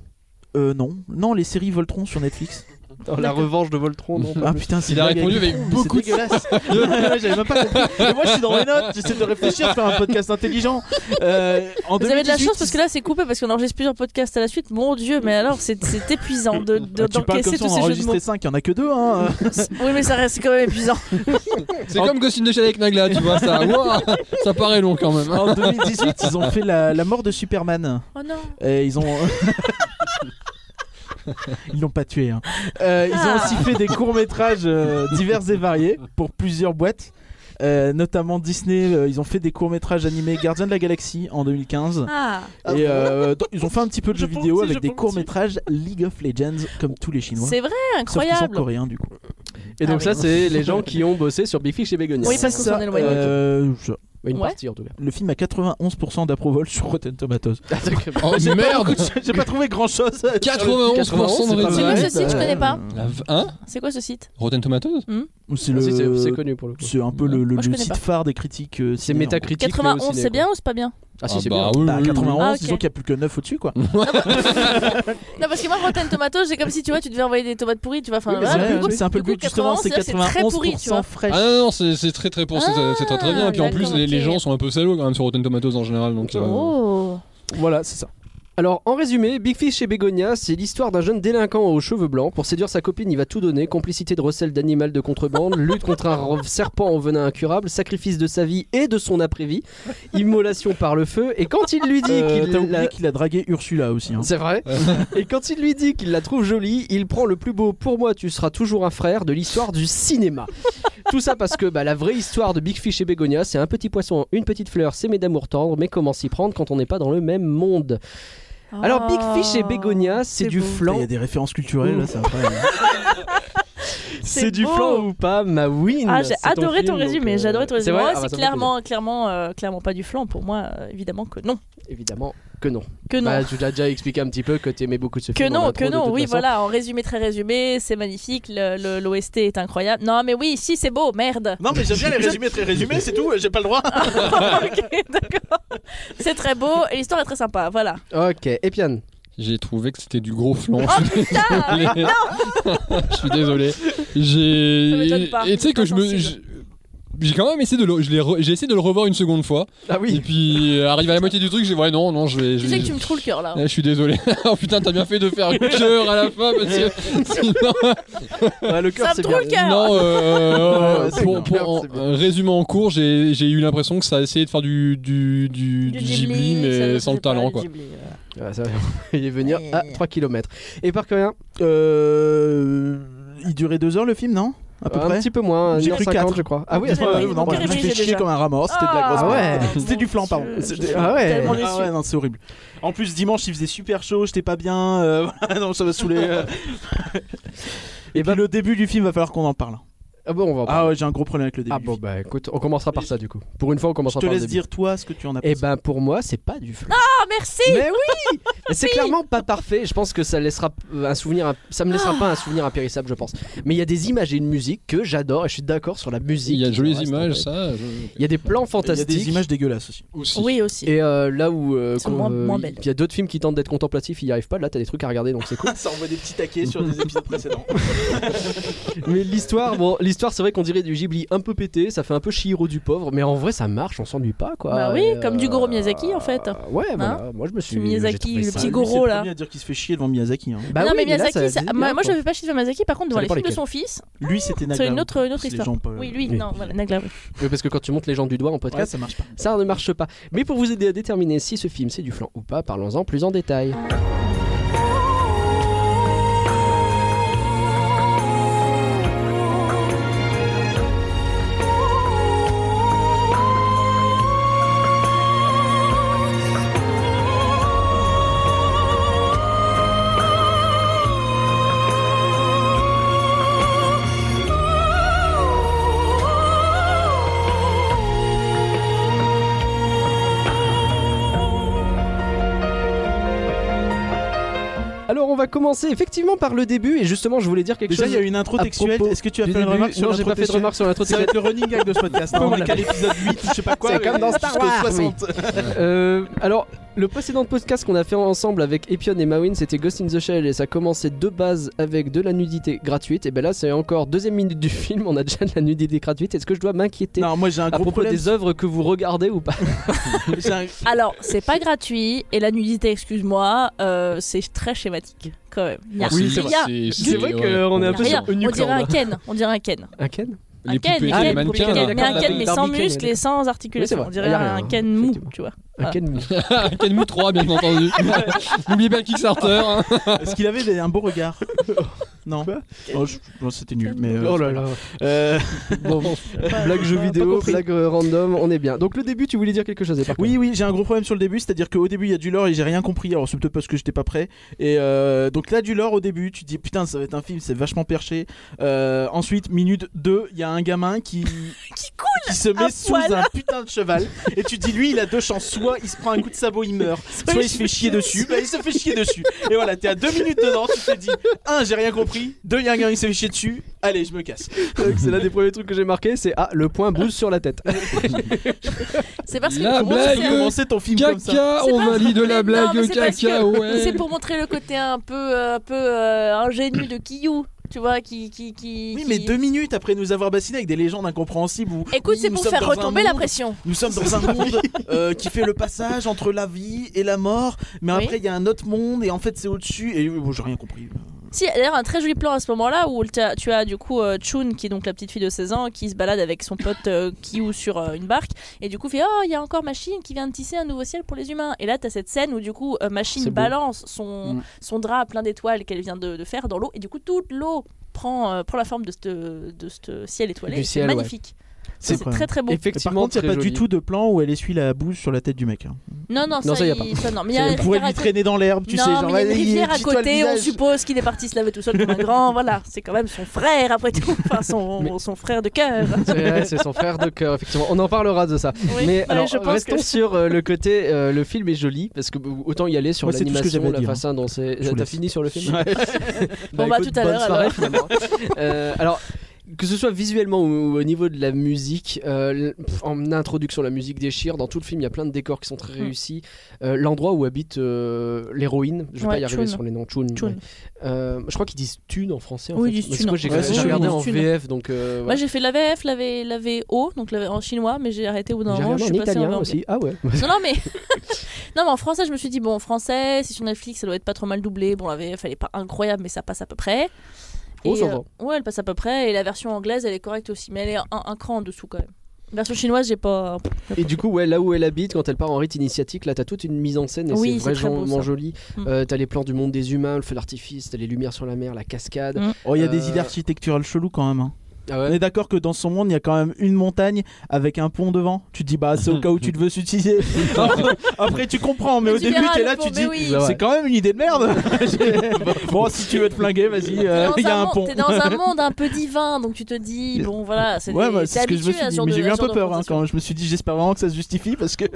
Speaker 2: Euh, non, non, les séries Voltron sur Netflix.
Speaker 1: Oh, la revanche de Voltron, non
Speaker 2: Ah putain, c'est
Speaker 6: Il a
Speaker 2: dingue
Speaker 6: répondu avec
Speaker 2: Voltron, mais
Speaker 6: beaucoup de-
Speaker 2: C'est dégueulasse. Ouais, J'avais même pas compris. Et moi, je suis dans mes notes. J'essaie de réfléchir, de faire un podcast intelligent. Euh, en
Speaker 7: Vous avez de la
Speaker 2: 2018,
Speaker 7: chance parce que là c'est coupé parce qu'on enregistre plusieurs podcasts à la suite. Mon dieu, mais alors c'est c'est épuisant de de-
Speaker 2: Ah, tu parles
Speaker 7: d'encaisser
Speaker 2: comme ça, on a
Speaker 7: tous ces jeux de mots.
Speaker 2: enregistré 5, il n'y en a que 2. Hein.
Speaker 7: Oui, mais ça reste quand même épuisant.
Speaker 6: C'est comme Ghost in the Shell avec Nagla, tu vois, ça, Ouah, ça paraît long quand même. hein.
Speaker 2: en 2018, ils ont fait la, la mort de Superman.
Speaker 7: Oh non.
Speaker 2: Et ils ont. Ils l'ont pas tué. hein. Euh, ils ont aussi fait des courts-métrages euh, divers et variés pour plusieurs boîtes. Euh, notamment Disney, euh, ils ont fait des courts-métrages animés Gardiens de la Galaxie en 2015.
Speaker 7: Ah,
Speaker 2: Et euh, dans- ils ont fait un petit peu de
Speaker 8: Je
Speaker 2: jeux
Speaker 8: pense
Speaker 2: vidéo
Speaker 8: aussi,
Speaker 2: avec
Speaker 8: je
Speaker 2: des
Speaker 8: pense
Speaker 2: courts-métrages League of Legends, comme tous les Chinois.
Speaker 7: c'est vrai,
Speaker 2: Sauf qu'ils sont
Speaker 7: incroyable.
Speaker 2: coréens du coup.
Speaker 8: Et donc,
Speaker 7: Ah
Speaker 8: ça,
Speaker 7: oui.
Speaker 8: c'est les gens qui ont bossé sur Big Fish et Begonia.
Speaker 7: Oui, parce qu'on s'en éloigne.
Speaker 2: euh, je-
Speaker 8: Une
Speaker 7: Ouais.
Speaker 8: partie, en tout cas.
Speaker 2: Le film a 91% d'approval sur Rotten Tomatoes.
Speaker 6: Oh
Speaker 2: J'ai pas
Speaker 6: merde
Speaker 2: beaucoup- J'ai pas trouvé grand chose.
Speaker 6: 91%
Speaker 8: c'est
Speaker 6: de
Speaker 8: pas
Speaker 7: C'est
Speaker 6: résultats.
Speaker 7: quoi
Speaker 8: mal.
Speaker 7: ce site Je connais pas.
Speaker 6: La v- Hein
Speaker 7: C'est quoi ce site
Speaker 6: Rotten Tomatoes
Speaker 2: Euh, C'est
Speaker 8: Ah, si, c'est-
Speaker 2: le-
Speaker 8: C'est connu pour le coup.
Speaker 2: c'est un peu le, le-
Speaker 7: Moi, je
Speaker 2: le
Speaker 7: connais
Speaker 2: site
Speaker 7: pas.
Speaker 2: phare des critiques. euh,
Speaker 8: C'est
Speaker 2: ciné, en
Speaker 8: métacritique. mais au
Speaker 7: 91,
Speaker 8: ciné,
Speaker 7: c'est
Speaker 8: quoi.
Speaker 7: bien ou c'est pas bien
Speaker 8: Ah, si, c'est
Speaker 6: bah,
Speaker 8: bien.
Speaker 6: oui,
Speaker 2: Bah,
Speaker 6: oui, oui.
Speaker 2: 91,
Speaker 7: Ah, ok.
Speaker 2: disons qu'il n'y a plus que 9 au-dessus quoi.
Speaker 7: Non, parce que moi, Rotten Tomatoes, c'est comme si tu vois, tu devais envoyer des tomates pourries, tu vois. Enfin,
Speaker 2: Oui, mais
Speaker 7: voilà,
Speaker 2: c'est
Speaker 7: du
Speaker 2: vrai,
Speaker 7: coup,
Speaker 2: c'est un peu le
Speaker 7: du coup,
Speaker 2: but justement, c'est
Speaker 7: 91, c'est très pourri, tu
Speaker 2: 91%
Speaker 7: vois.
Speaker 2: frais.
Speaker 6: Ah non, non, c'est c'est très très pour, c'est c'est très très bien. Et puis en
Speaker 7: Ah, d'accord,
Speaker 6: plus, les, les
Speaker 7: ok.
Speaker 6: gens sont un peu salauds quand même sur Rotten Tomatoes en général. Donc, euh,
Speaker 7: Oh.
Speaker 2: Voilà, c'est ça.
Speaker 1: Alors, en résumé, Big Fish et Bégonia, c'est l'histoire d'un jeune délinquant aux cheveux blancs. Pour séduire sa copine, il va tout donner complicité de recel d'animal de contrebande, lutte contre un re- serpent au venin incurable, sacrifice de sa vie et de son après-vie, immolation par le feu. Et quand il lui dit
Speaker 2: Euh,
Speaker 1: qu'il
Speaker 2: T'as oublié
Speaker 1: la-
Speaker 2: qu'il a dragué Ursula aussi. hein.
Speaker 1: C'est vrai. Et quand il lui dit qu'il la trouve jolie, il prend le plus beau pour moi, tu seras toujours un frère de l'histoire du cinéma. Tout ça parce que bah, la vraie histoire de Big Fish et Bégonia, c'est un petit poisson, une petite fleur, c'est mes d'amour tendre, mais comment s'y prendre quand on n'est pas dans le même monde Alors Big
Speaker 7: Ah,
Speaker 1: Fish et Bégonia, c'est du
Speaker 2: Putain, Il y
Speaker 1: flan.
Speaker 2: a des références culturelles là, c'est incroyable.
Speaker 1: C'est du
Speaker 7: beau.
Speaker 1: flan ou pas, ma win
Speaker 7: Ah, j'ai
Speaker 1: c'est
Speaker 7: adoré ton
Speaker 1: film,
Speaker 7: résumé,
Speaker 1: donc,
Speaker 7: j'ai
Speaker 1: euh,
Speaker 7: adoré ton
Speaker 1: c'est
Speaker 7: résumé.
Speaker 1: vrai
Speaker 7: Moi,
Speaker 1: Ah, bah, ça me
Speaker 7: c'est
Speaker 1: fait plaisir.
Speaker 7: clairement, clairement, euh, clairement pas du flan pour moi, euh, évidemment que non.
Speaker 1: Évidemment que non.
Speaker 7: Que non.
Speaker 1: Bah, tu l'as déjà expliqué un petit peu que t'aimais beaucoup ce
Speaker 7: que
Speaker 1: film. en
Speaker 7: non,
Speaker 1: intro,
Speaker 7: que
Speaker 1: de
Speaker 7: non,
Speaker 1: toute
Speaker 7: oui,
Speaker 1: façon.
Speaker 7: voilà, en résumé très résumé, c'est magnifique, l'OST le, l'OST est incroyable. Non, mais oui, si, c'est beau, merde.
Speaker 2: non mais j'aime bien les résumés très résumés, c'est tout, j'ai pas le droit.
Speaker 7: ok, d'accord. C'est très beau et l'histoire est très sympa, voilà.
Speaker 1: Ok, et Pian
Speaker 6: J'ai trouvé que c'était du gros flan.
Speaker 7: Oh putain
Speaker 6: Les- je suis désolé. J'ai.
Speaker 7: Ça m'étonne pas,
Speaker 6: Et tu sais que je me.
Speaker 7: sensible.
Speaker 6: je- J'ai quand même essayé de le, je l'ai re- j'ai essayé de le revoir une seconde fois.
Speaker 1: Ah
Speaker 6: Et puis euh, arrivé à la moitié du truc, j'ai ouais non non je vais. je
Speaker 7: Tu sais
Speaker 6: vais-
Speaker 7: que tu me trouves le cœur là.
Speaker 6: Ah, je suis désolé. oh putain, t'as bien fait de faire cœur à la fin parce que sinon, euh,
Speaker 1: Bah,
Speaker 2: le
Speaker 7: Ça
Speaker 2: cœur
Speaker 7: me
Speaker 2: c'est
Speaker 7: trouve
Speaker 2: bien.
Speaker 7: le cœur
Speaker 6: non. euh,
Speaker 2: Ouais, Ah, c'est
Speaker 6: pour,
Speaker 2: bien.
Speaker 6: pour en- euh, résumant en cours, j'ai j'ai eu l'impression que ça a essayé de faire du du du,
Speaker 7: Du
Speaker 6: du Ghibli,
Speaker 7: ça ne
Speaker 6: mais sans le
Speaker 7: faisait pas
Speaker 6: talent
Speaker 7: du
Speaker 6: quoi.
Speaker 7: Ghibli, voilà.
Speaker 1: Ah, ça va. Il est venu à 3 km. Et par rien
Speaker 2: Euh, Il durait deux heures le film, non À peu
Speaker 1: un
Speaker 2: près
Speaker 1: petit peu moins,
Speaker 2: J'ai
Speaker 1: 1h50
Speaker 2: cru
Speaker 1: je crois. Ah oui, à ce
Speaker 7: Ouais,
Speaker 1: moment-là.
Speaker 7: oui,
Speaker 2: non,
Speaker 7: donc
Speaker 2: bah, je
Speaker 7: il
Speaker 2: me fais
Speaker 7: réfléchit
Speaker 2: chier
Speaker 7: déjà.
Speaker 2: comme un ramasse, c'était de la grosse
Speaker 7: Ah
Speaker 2: merde.
Speaker 1: ouais.
Speaker 2: C'était du flan, pardon.
Speaker 7: Je-
Speaker 2: C'était-
Speaker 7: je-
Speaker 1: ah ouais.
Speaker 7: tellement
Speaker 2: Ah ouais,
Speaker 7: déçue.
Speaker 2: non, c'est horrible. En plus, dimanche, il faisait super chaud, j'étais pas bien. euh, voilà, non, ça va saouler. euh. Et,
Speaker 1: Et bah-
Speaker 2: puis, le début du film, va falloir qu'on en parle.
Speaker 1: Ah bon, on va en parler.
Speaker 2: Ah ouais, j'ai un gros problème avec le début.
Speaker 1: Ah
Speaker 2: du
Speaker 1: bon,
Speaker 2: film.
Speaker 1: bah écoute, on commencera par ça du coup. Pour une fois, on
Speaker 2: je
Speaker 1: commencera
Speaker 2: te
Speaker 1: par
Speaker 2: laisse
Speaker 1: le début.
Speaker 2: dire, toi, ce que tu en as
Speaker 1: Et
Speaker 2: pensé.
Speaker 1: ben pour moi, c'est pas du flan.
Speaker 7: Ah merci
Speaker 1: Mais oui Mais C'est clairement pas parfait. Je pense que ça laissera euh, un souvenir, imp- ça me laissera pas un souvenir impérissable, je pense. Mais il y a des images et une musique que j'adore et je suis d'accord sur la musique.
Speaker 6: Il y a de jolies
Speaker 1: Reste, en
Speaker 6: images,
Speaker 1: fait.
Speaker 6: ça. je-
Speaker 1: Il y a des plans
Speaker 2: Il y a
Speaker 1: fantastiques.
Speaker 2: des images dégueulasses aussi.
Speaker 6: aussi.
Speaker 7: Oui aussi.
Speaker 1: Et euh, là où euh,
Speaker 7: Elles sont
Speaker 1: quand,
Speaker 7: moins-
Speaker 1: euh,
Speaker 7: moins
Speaker 1: il-
Speaker 7: belles.
Speaker 1: il y a d'autres films qui tentent d'être contemplatifs, ils y arrivent pas. Là, t'as des trucs à regarder, donc c'est cool.
Speaker 2: Ça envoie des petits taquets sur des épisodes précédents.
Speaker 1: Mais l'histoire, bon, l'histoire, c'est vrai qu'on dirait du Ghibli un peu pété, ça fait un peu Chihiro du pauvre, mais en vrai, ça marche, on s'ennuie pas, quoi.
Speaker 7: Bah oui,
Speaker 1: Et, euh,
Speaker 7: comme du gros Miyazaki, en fait. Hein
Speaker 1: Ouais, voilà, moi je me suis. j'ai
Speaker 7: Miyazaki,
Speaker 1: trouvé
Speaker 7: le
Speaker 1: ça-
Speaker 7: petit
Speaker 2: Petit
Speaker 7: gros
Speaker 2: Goro
Speaker 7: là.
Speaker 2: là. à dire qu'il se fait chier devant Miyazaki. hein.
Speaker 1: Bah
Speaker 7: non
Speaker 1: oui,
Speaker 7: mais
Speaker 1: là,
Speaker 7: Miyazaki,
Speaker 1: ça-
Speaker 7: ça-
Speaker 1: c'est
Speaker 7: moi,
Speaker 1: bien,
Speaker 7: moi, je
Speaker 1: quoi.
Speaker 7: ne fais pas chier de Miyazaki, par contre devant
Speaker 1: Ça
Speaker 7: les
Speaker 1: dépend
Speaker 7: films de
Speaker 1: lesquels.
Speaker 7: son fils,
Speaker 2: Lui, c'était Nagla.
Speaker 7: une autre- une autre
Speaker 2: Les
Speaker 7: histoire.
Speaker 2: gens peuvent-
Speaker 7: oui lui,
Speaker 1: Oui.
Speaker 7: non, voilà, Nagla, oui.
Speaker 1: Oui, parce que quand tu montes les gens du doigt en
Speaker 2: Ouais,
Speaker 1: podcast,
Speaker 2: ça marche pas.
Speaker 1: ça ne marche pas. Mais pour vous aider à déterminer si ce film c'est du flan ou pas, parlons-en plus en détail. Alors, on va commencer effectivement par le début, et justement, je voulais dire quelque
Speaker 2: Déjà, il
Speaker 1: chose.
Speaker 2: y a une intro
Speaker 1: à
Speaker 2: textuelle.
Speaker 1: propos
Speaker 2: Est-ce que tu as
Speaker 1: du
Speaker 2: fait une
Speaker 1: début.
Speaker 2: remarque sur
Speaker 1: Non, j'ai
Speaker 2: l'intro
Speaker 1: pas fait de
Speaker 2: textuelle
Speaker 1: remarque sur l'intro
Speaker 2: Ça va
Speaker 1: textuelle.
Speaker 2: être le running gag de ce podcast. hein. On est qu'à l'épisode 8, je sais pas quoi.
Speaker 1: C'est comme dans
Speaker 2: mais
Speaker 1: Star
Speaker 2: jusqu'au
Speaker 1: Wars,
Speaker 2: 60.
Speaker 1: Euh, alors, le précédent podcast qu'on a fait ensemble avec Epion et Mawin, c'était Ghost in the Shell et ça commençait de base avec de la nudité gratuite. Et ben là, c'est encore deuxième minute du film, on a déjà de la nudité gratuite. Est-ce que je dois m'inquiéter
Speaker 2: Non, moi j'ai un
Speaker 1: à
Speaker 2: gros
Speaker 1: propos
Speaker 2: problème.
Speaker 1: des œuvres que vous regardez ou pas
Speaker 2: J'ai un-
Speaker 7: Alors, c'est pas gratuit, et la nudité, excuse-moi, euh, c'est très schématique, quand même. Il y a-
Speaker 6: Ah Oui,
Speaker 7: il y a-
Speaker 1: c'est vrai qu'on est un
Speaker 7: il y a
Speaker 1: peu
Speaker 7: rien.
Speaker 1: sur
Speaker 7: On
Speaker 1: Unicorn,
Speaker 7: dirait un
Speaker 1: là.
Speaker 7: Ken, on dirait un Ken.
Speaker 1: Un Ken
Speaker 6: Les
Speaker 7: un Ken,
Speaker 6: poupées,
Speaker 7: Ken,
Speaker 6: les
Speaker 1: poupées,
Speaker 6: mannequins.
Speaker 1: Ken,
Speaker 6: là.
Speaker 7: Ken, mais un Ken, mais
Speaker 1: Barbie
Speaker 7: sans
Speaker 1: Ken,
Speaker 7: muscles et
Speaker 1: d'accord.
Speaker 7: sans
Speaker 1: Oui, c'est
Speaker 7: articulation.
Speaker 1: vrai,
Speaker 7: On dirait
Speaker 1: il y a rien,
Speaker 7: un Ken mou,
Speaker 1: effectivement.
Speaker 7: tu vois.
Speaker 1: Un Kenmu.
Speaker 6: Kenmu 3, bien entendu. N'oubliez pas le Kickstarter. hein.
Speaker 2: Est-ce qu'il avait des- un beau regard Non.
Speaker 1: Quoi
Speaker 2: Oh, je- non, c'était nul. Mais euh,
Speaker 1: Oh là là.
Speaker 2: euh,
Speaker 1: Bon, blague jeu
Speaker 2: pas
Speaker 1: vidéo,
Speaker 2: compris.
Speaker 1: blague euh, random, on est bien. Donc le début, tu voulais dire quelque chose, et par
Speaker 2: Oui, oui, j'ai un gros problème sur le début, c'est-à-dire qu'au début il y a du lore et j'ai rien compris. Alors c'est peut-être parce que j'étais pas prêt. Et euh, donc là, du lore au début, tu te dis putain, ça va être un film, c'est vachement perché. Euh, ensuite, minute 2, il y a un gamin qui.
Speaker 7: Qui
Speaker 2: qui se met
Speaker 7: à
Speaker 2: sous
Speaker 7: poil.
Speaker 2: un putain de cheval. Et tu te dis lui, il a deux chances. Soit il se prend un coup de sabot, il meurt. Soit, il se fait chier dessus. Bah, il se fait chier dessus. Et voilà, t'es à deux minutes dedans, tu te dis un, j'ai rien compris. Deux, il y a un gamin qui s'est fait chier dessus. Allez, je me casse.
Speaker 1: contre. C'est l'un des premiers trucs euh, que j'ai marqué, c'est ah, le point bouge sur la tête.
Speaker 7: C'est parce que
Speaker 6: La
Speaker 7: pour
Speaker 2: Comment tu peux
Speaker 6: blague.
Speaker 2: commencer ton film comme ça
Speaker 6: Caca,
Speaker 7: C'est
Speaker 6: Ah, on
Speaker 7: pas-
Speaker 6: valide la
Speaker 7: Non,
Speaker 6: blague
Speaker 7: mais c'est parce
Speaker 6: caca,
Speaker 7: que-
Speaker 6: ouais.
Speaker 7: C'est pour montrer le côté un peu, euh, un peu euh, ingénu de Kiyou, tu vois, qui, qui, qui.
Speaker 2: Oui,
Speaker 7: qui-
Speaker 2: mais deux minutes après nous avoir bassiné avec des légendes incompréhensibles où.
Speaker 7: Écoute,
Speaker 2: oui,
Speaker 7: c'est
Speaker 2: nous
Speaker 7: pour
Speaker 2: sommes
Speaker 7: faire
Speaker 2: dans un
Speaker 7: retomber la
Speaker 2: monde-
Speaker 7: pression.
Speaker 2: Nous sommes dans un monde euh, qui fait le passage entre la vie et la mort, mais
Speaker 7: Oui.
Speaker 2: après il y a un autre monde et en fait c'est au-dessus. Et bon, j'ai rien compris.
Speaker 7: Si, d'ailleurs, un très joli plan à ce moment-là où tu as, tu as, du coup euh, Chun, qui est donc la petite fille de 16 ans, qui se balade avec son pote euh, Kiyu sur euh, une barque, et du coup fait Oh, il y a encore Machine qui vient de tisser un nouveau ciel pour les humains. Et là, tu as cette scène où du coup euh, Machine
Speaker 1: C'est beau.
Speaker 7: balance son, son drap plein d'étoiles qu'elle vient de, de faire dans l'eau, et du coup, toute l'eau prend, euh, prend la forme de ce de c'te ciel étoilé.
Speaker 1: Du
Speaker 7: Et C'est
Speaker 1: ciel, ouais.
Speaker 7: magnifique. Ça, C'est très très beau.
Speaker 2: Par
Speaker 1: Effectivement,
Speaker 2: contre, il n'y a
Speaker 1: très
Speaker 2: pas
Speaker 1: joli.
Speaker 2: du tout de plan où elle essuie la bouse sur la tête du mec. hein.
Speaker 7: Non, non,
Speaker 1: Non,
Speaker 7: ça,
Speaker 1: ça, y a
Speaker 7: il- ça, non, mais il y a
Speaker 2: On
Speaker 7: une
Speaker 2: pourrait
Speaker 7: rivière à
Speaker 2: lui
Speaker 7: côté.
Speaker 2: traîner dans l'herbe, tu
Speaker 7: non,
Speaker 2: sais. Genre,
Speaker 7: mais il y a une
Speaker 2: vas-y,
Speaker 7: rivière à
Speaker 2: essuie-toi le
Speaker 7: côté, on
Speaker 2: visage.
Speaker 7: suppose qu'il est parti se laver tout seul comme un grand, voilà, c'est quand même son frère après tout, enfin son,
Speaker 1: Mais-
Speaker 7: son frère de cœur.
Speaker 1: C'est vrai, c'est son frère de cœur, effectivement. On en parlera de ça. mais alors, restons sur euh, le côté. euh, le film est joli, parce que euh, autant y aller sur
Speaker 2: Moi, c'est tout ce que
Speaker 1: l'animation,
Speaker 2: j'avais à
Speaker 1: la
Speaker 2: dire.
Speaker 1: façon dont c'est.
Speaker 2: Je vous
Speaker 1: T'as
Speaker 2: laisse.
Speaker 1: fini sur le film
Speaker 2: Ouais.
Speaker 1: Bah,
Speaker 7: Bon, bah,
Speaker 1: écoute,
Speaker 7: tout à
Speaker 1: bonne
Speaker 7: l'heure,
Speaker 1: soirée,
Speaker 7: alors.
Speaker 1: finalement. Euh, alors, que ce soit visuellement ou, ou au niveau de la musique, euh, l- pff, en introduction, la musique déchire. Dans tout le film, il y a plein de décors qui sont très
Speaker 7: Mm.
Speaker 1: réussis. Euh, L'endroit où habite euh, l'héroïne, je vais
Speaker 7: Ouais,
Speaker 1: pas y arriver
Speaker 7: Chun.
Speaker 1: sur les noms, Chun.
Speaker 7: Chun.
Speaker 1: ouais. Euh, je crois qu'ils disent Thune en français. En
Speaker 7: Oui,
Speaker 1: fait.
Speaker 7: ils disent
Speaker 1: Parce que
Speaker 7: Thune
Speaker 1: moi,
Speaker 7: en
Speaker 1: j'ai
Speaker 2: français.
Speaker 1: j'ai
Speaker 2: Ouais,
Speaker 1: regardé
Speaker 7: Thune.
Speaker 1: en
Speaker 7: Thune.
Speaker 1: VF, donc. euh,
Speaker 7: Moi
Speaker 1: voilà.
Speaker 7: j'ai fait la VF, la, v, la VO, donc la- en chinois, mais j'ai arrêté au bout d'un
Speaker 1: J'ai
Speaker 7: moment, je
Speaker 1: regardé
Speaker 7: suis
Speaker 1: en
Speaker 7: passée en
Speaker 1: italien
Speaker 7: anglais.
Speaker 1: aussi. Ah ouais.
Speaker 7: Non, non, mais... non, mais en français, je me suis dit, bon, en français, c'est sur Netflix, ça doit être pas trop mal doublé. Bon, la VF, elle est pas incroyable, mais ça passe à peu près.
Speaker 1: Oh,
Speaker 7: Et,
Speaker 1: ça va.
Speaker 7: euh, ouais, elle passe à peu près. Et la version anglaise, elle est correcte aussi, mais elle est un, un cran en dessous quand même. La version chinoise, j'ai pas.
Speaker 1: Et du coup, ouais, là où elle habite, quand elle part en rite initiatique, là, t'as toute une mise en scène et
Speaker 7: Oui,
Speaker 1: c'est
Speaker 7: c'est très beau,
Speaker 1: vraiment
Speaker 7: ça.
Speaker 1: joli.
Speaker 7: Mm.
Speaker 1: Euh, t'as les plans du monde des humains, le feu d'artifice, t'as les lumières sur la mer, la cascade.
Speaker 7: Mm.
Speaker 2: Oh, il y a des
Speaker 1: Euh,
Speaker 2: idées architecturales cheloues quand même. hein.
Speaker 1: Ah
Speaker 2: On est d'accord que dans son monde, il y a quand même une montagne avec un pont devant. Tu te dis, bah, c'est au cas où tu te veux suicider. Après- Après, tu comprends, mais, au
Speaker 7: tu
Speaker 2: début,
Speaker 7: verras
Speaker 2: t'es
Speaker 7: le
Speaker 2: là,
Speaker 7: pont,
Speaker 2: tu te
Speaker 7: mais
Speaker 2: dis,
Speaker 7: oui.
Speaker 1: Ouais.
Speaker 2: c'est quand même une idée de merde. bon, si tu veux te flinguer, vas-y,
Speaker 7: T'es
Speaker 2: euh,
Speaker 7: dans
Speaker 2: il y a un
Speaker 7: monde-
Speaker 2: pont.
Speaker 7: T'es dans un monde un peu divin, donc tu te dis, bon voilà, c'est
Speaker 2: Ouais,
Speaker 7: des-
Speaker 2: bah,
Speaker 7: t'es
Speaker 2: c'est ce que je me
Speaker 7: habitué
Speaker 2: suis
Speaker 7: à ce
Speaker 2: dit.
Speaker 7: genre
Speaker 2: Mais
Speaker 7: de-
Speaker 2: j'ai eu
Speaker 7: à
Speaker 2: un
Speaker 7: ce genre
Speaker 2: peu
Speaker 7: de
Speaker 2: peur hein,
Speaker 7: représentation.
Speaker 2: quand je me suis dit, j'espère vraiment que ça se justifie parce que.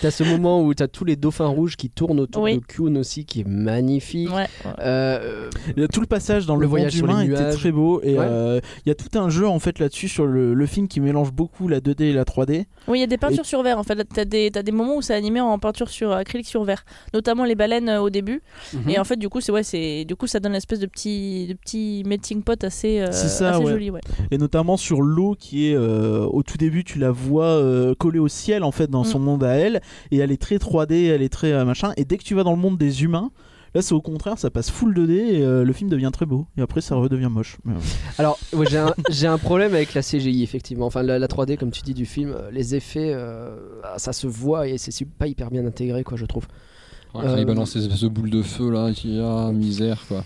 Speaker 1: T'as ce moment où t'as tous les dauphins rouges qui tournent autour
Speaker 7: Oui.
Speaker 1: de Kuhn aussi, qui est magnifique.
Speaker 7: Ouais.
Speaker 1: Euh,
Speaker 2: Il y a tout le passage dans
Speaker 1: Le
Speaker 2: le, monde
Speaker 1: voyage sur
Speaker 2: humain
Speaker 1: les
Speaker 2: était
Speaker 1: nuages.
Speaker 2: très beau et
Speaker 1: Ouais.
Speaker 2: euh, il y a tout un jeu en fait là-dessus sur le, le film qui mélange beaucoup la 2D et la 3D.
Speaker 7: Oui, il y a des peintures sur verre en fait. Là, T'as des, t'as des moments où c'est animé en peinture sur acrylique sur verre, notamment les baleines euh, au début.
Speaker 1: Mhm.
Speaker 7: Et en fait, du coup, c'est ouais, c'est du coup ça donne l'espèce de petit, de petit melting pot assez, euh,
Speaker 2: C'est ça,
Speaker 7: assez
Speaker 2: ouais.
Speaker 7: joli, ouais.
Speaker 2: et notamment sur l'eau qui est euh, au tout début tu la vois euh, collée au ciel en fait
Speaker 1: Mm.
Speaker 2: dans son monde à elle et elle est très 3D elle est très euh, machin et dès que tu vas dans le monde des humains là c'est au contraire ça passe full 2D et euh, le film devient très beau et après ça redevient moche Mais, euh,
Speaker 1: Alors, ouais, j'ai un, j'ai un problème avec la CGI, effectivement. Enfin, la, la 3D, comme tu dis, du film, euh, les effets, euh, ah, ça se voit et c'est su- pas hyper bien intégré, quoi, je trouve.
Speaker 6: Ouais, quand
Speaker 1: Euh,
Speaker 6: il balance ces espèces de boules de feu là, qui ah, misère quoi.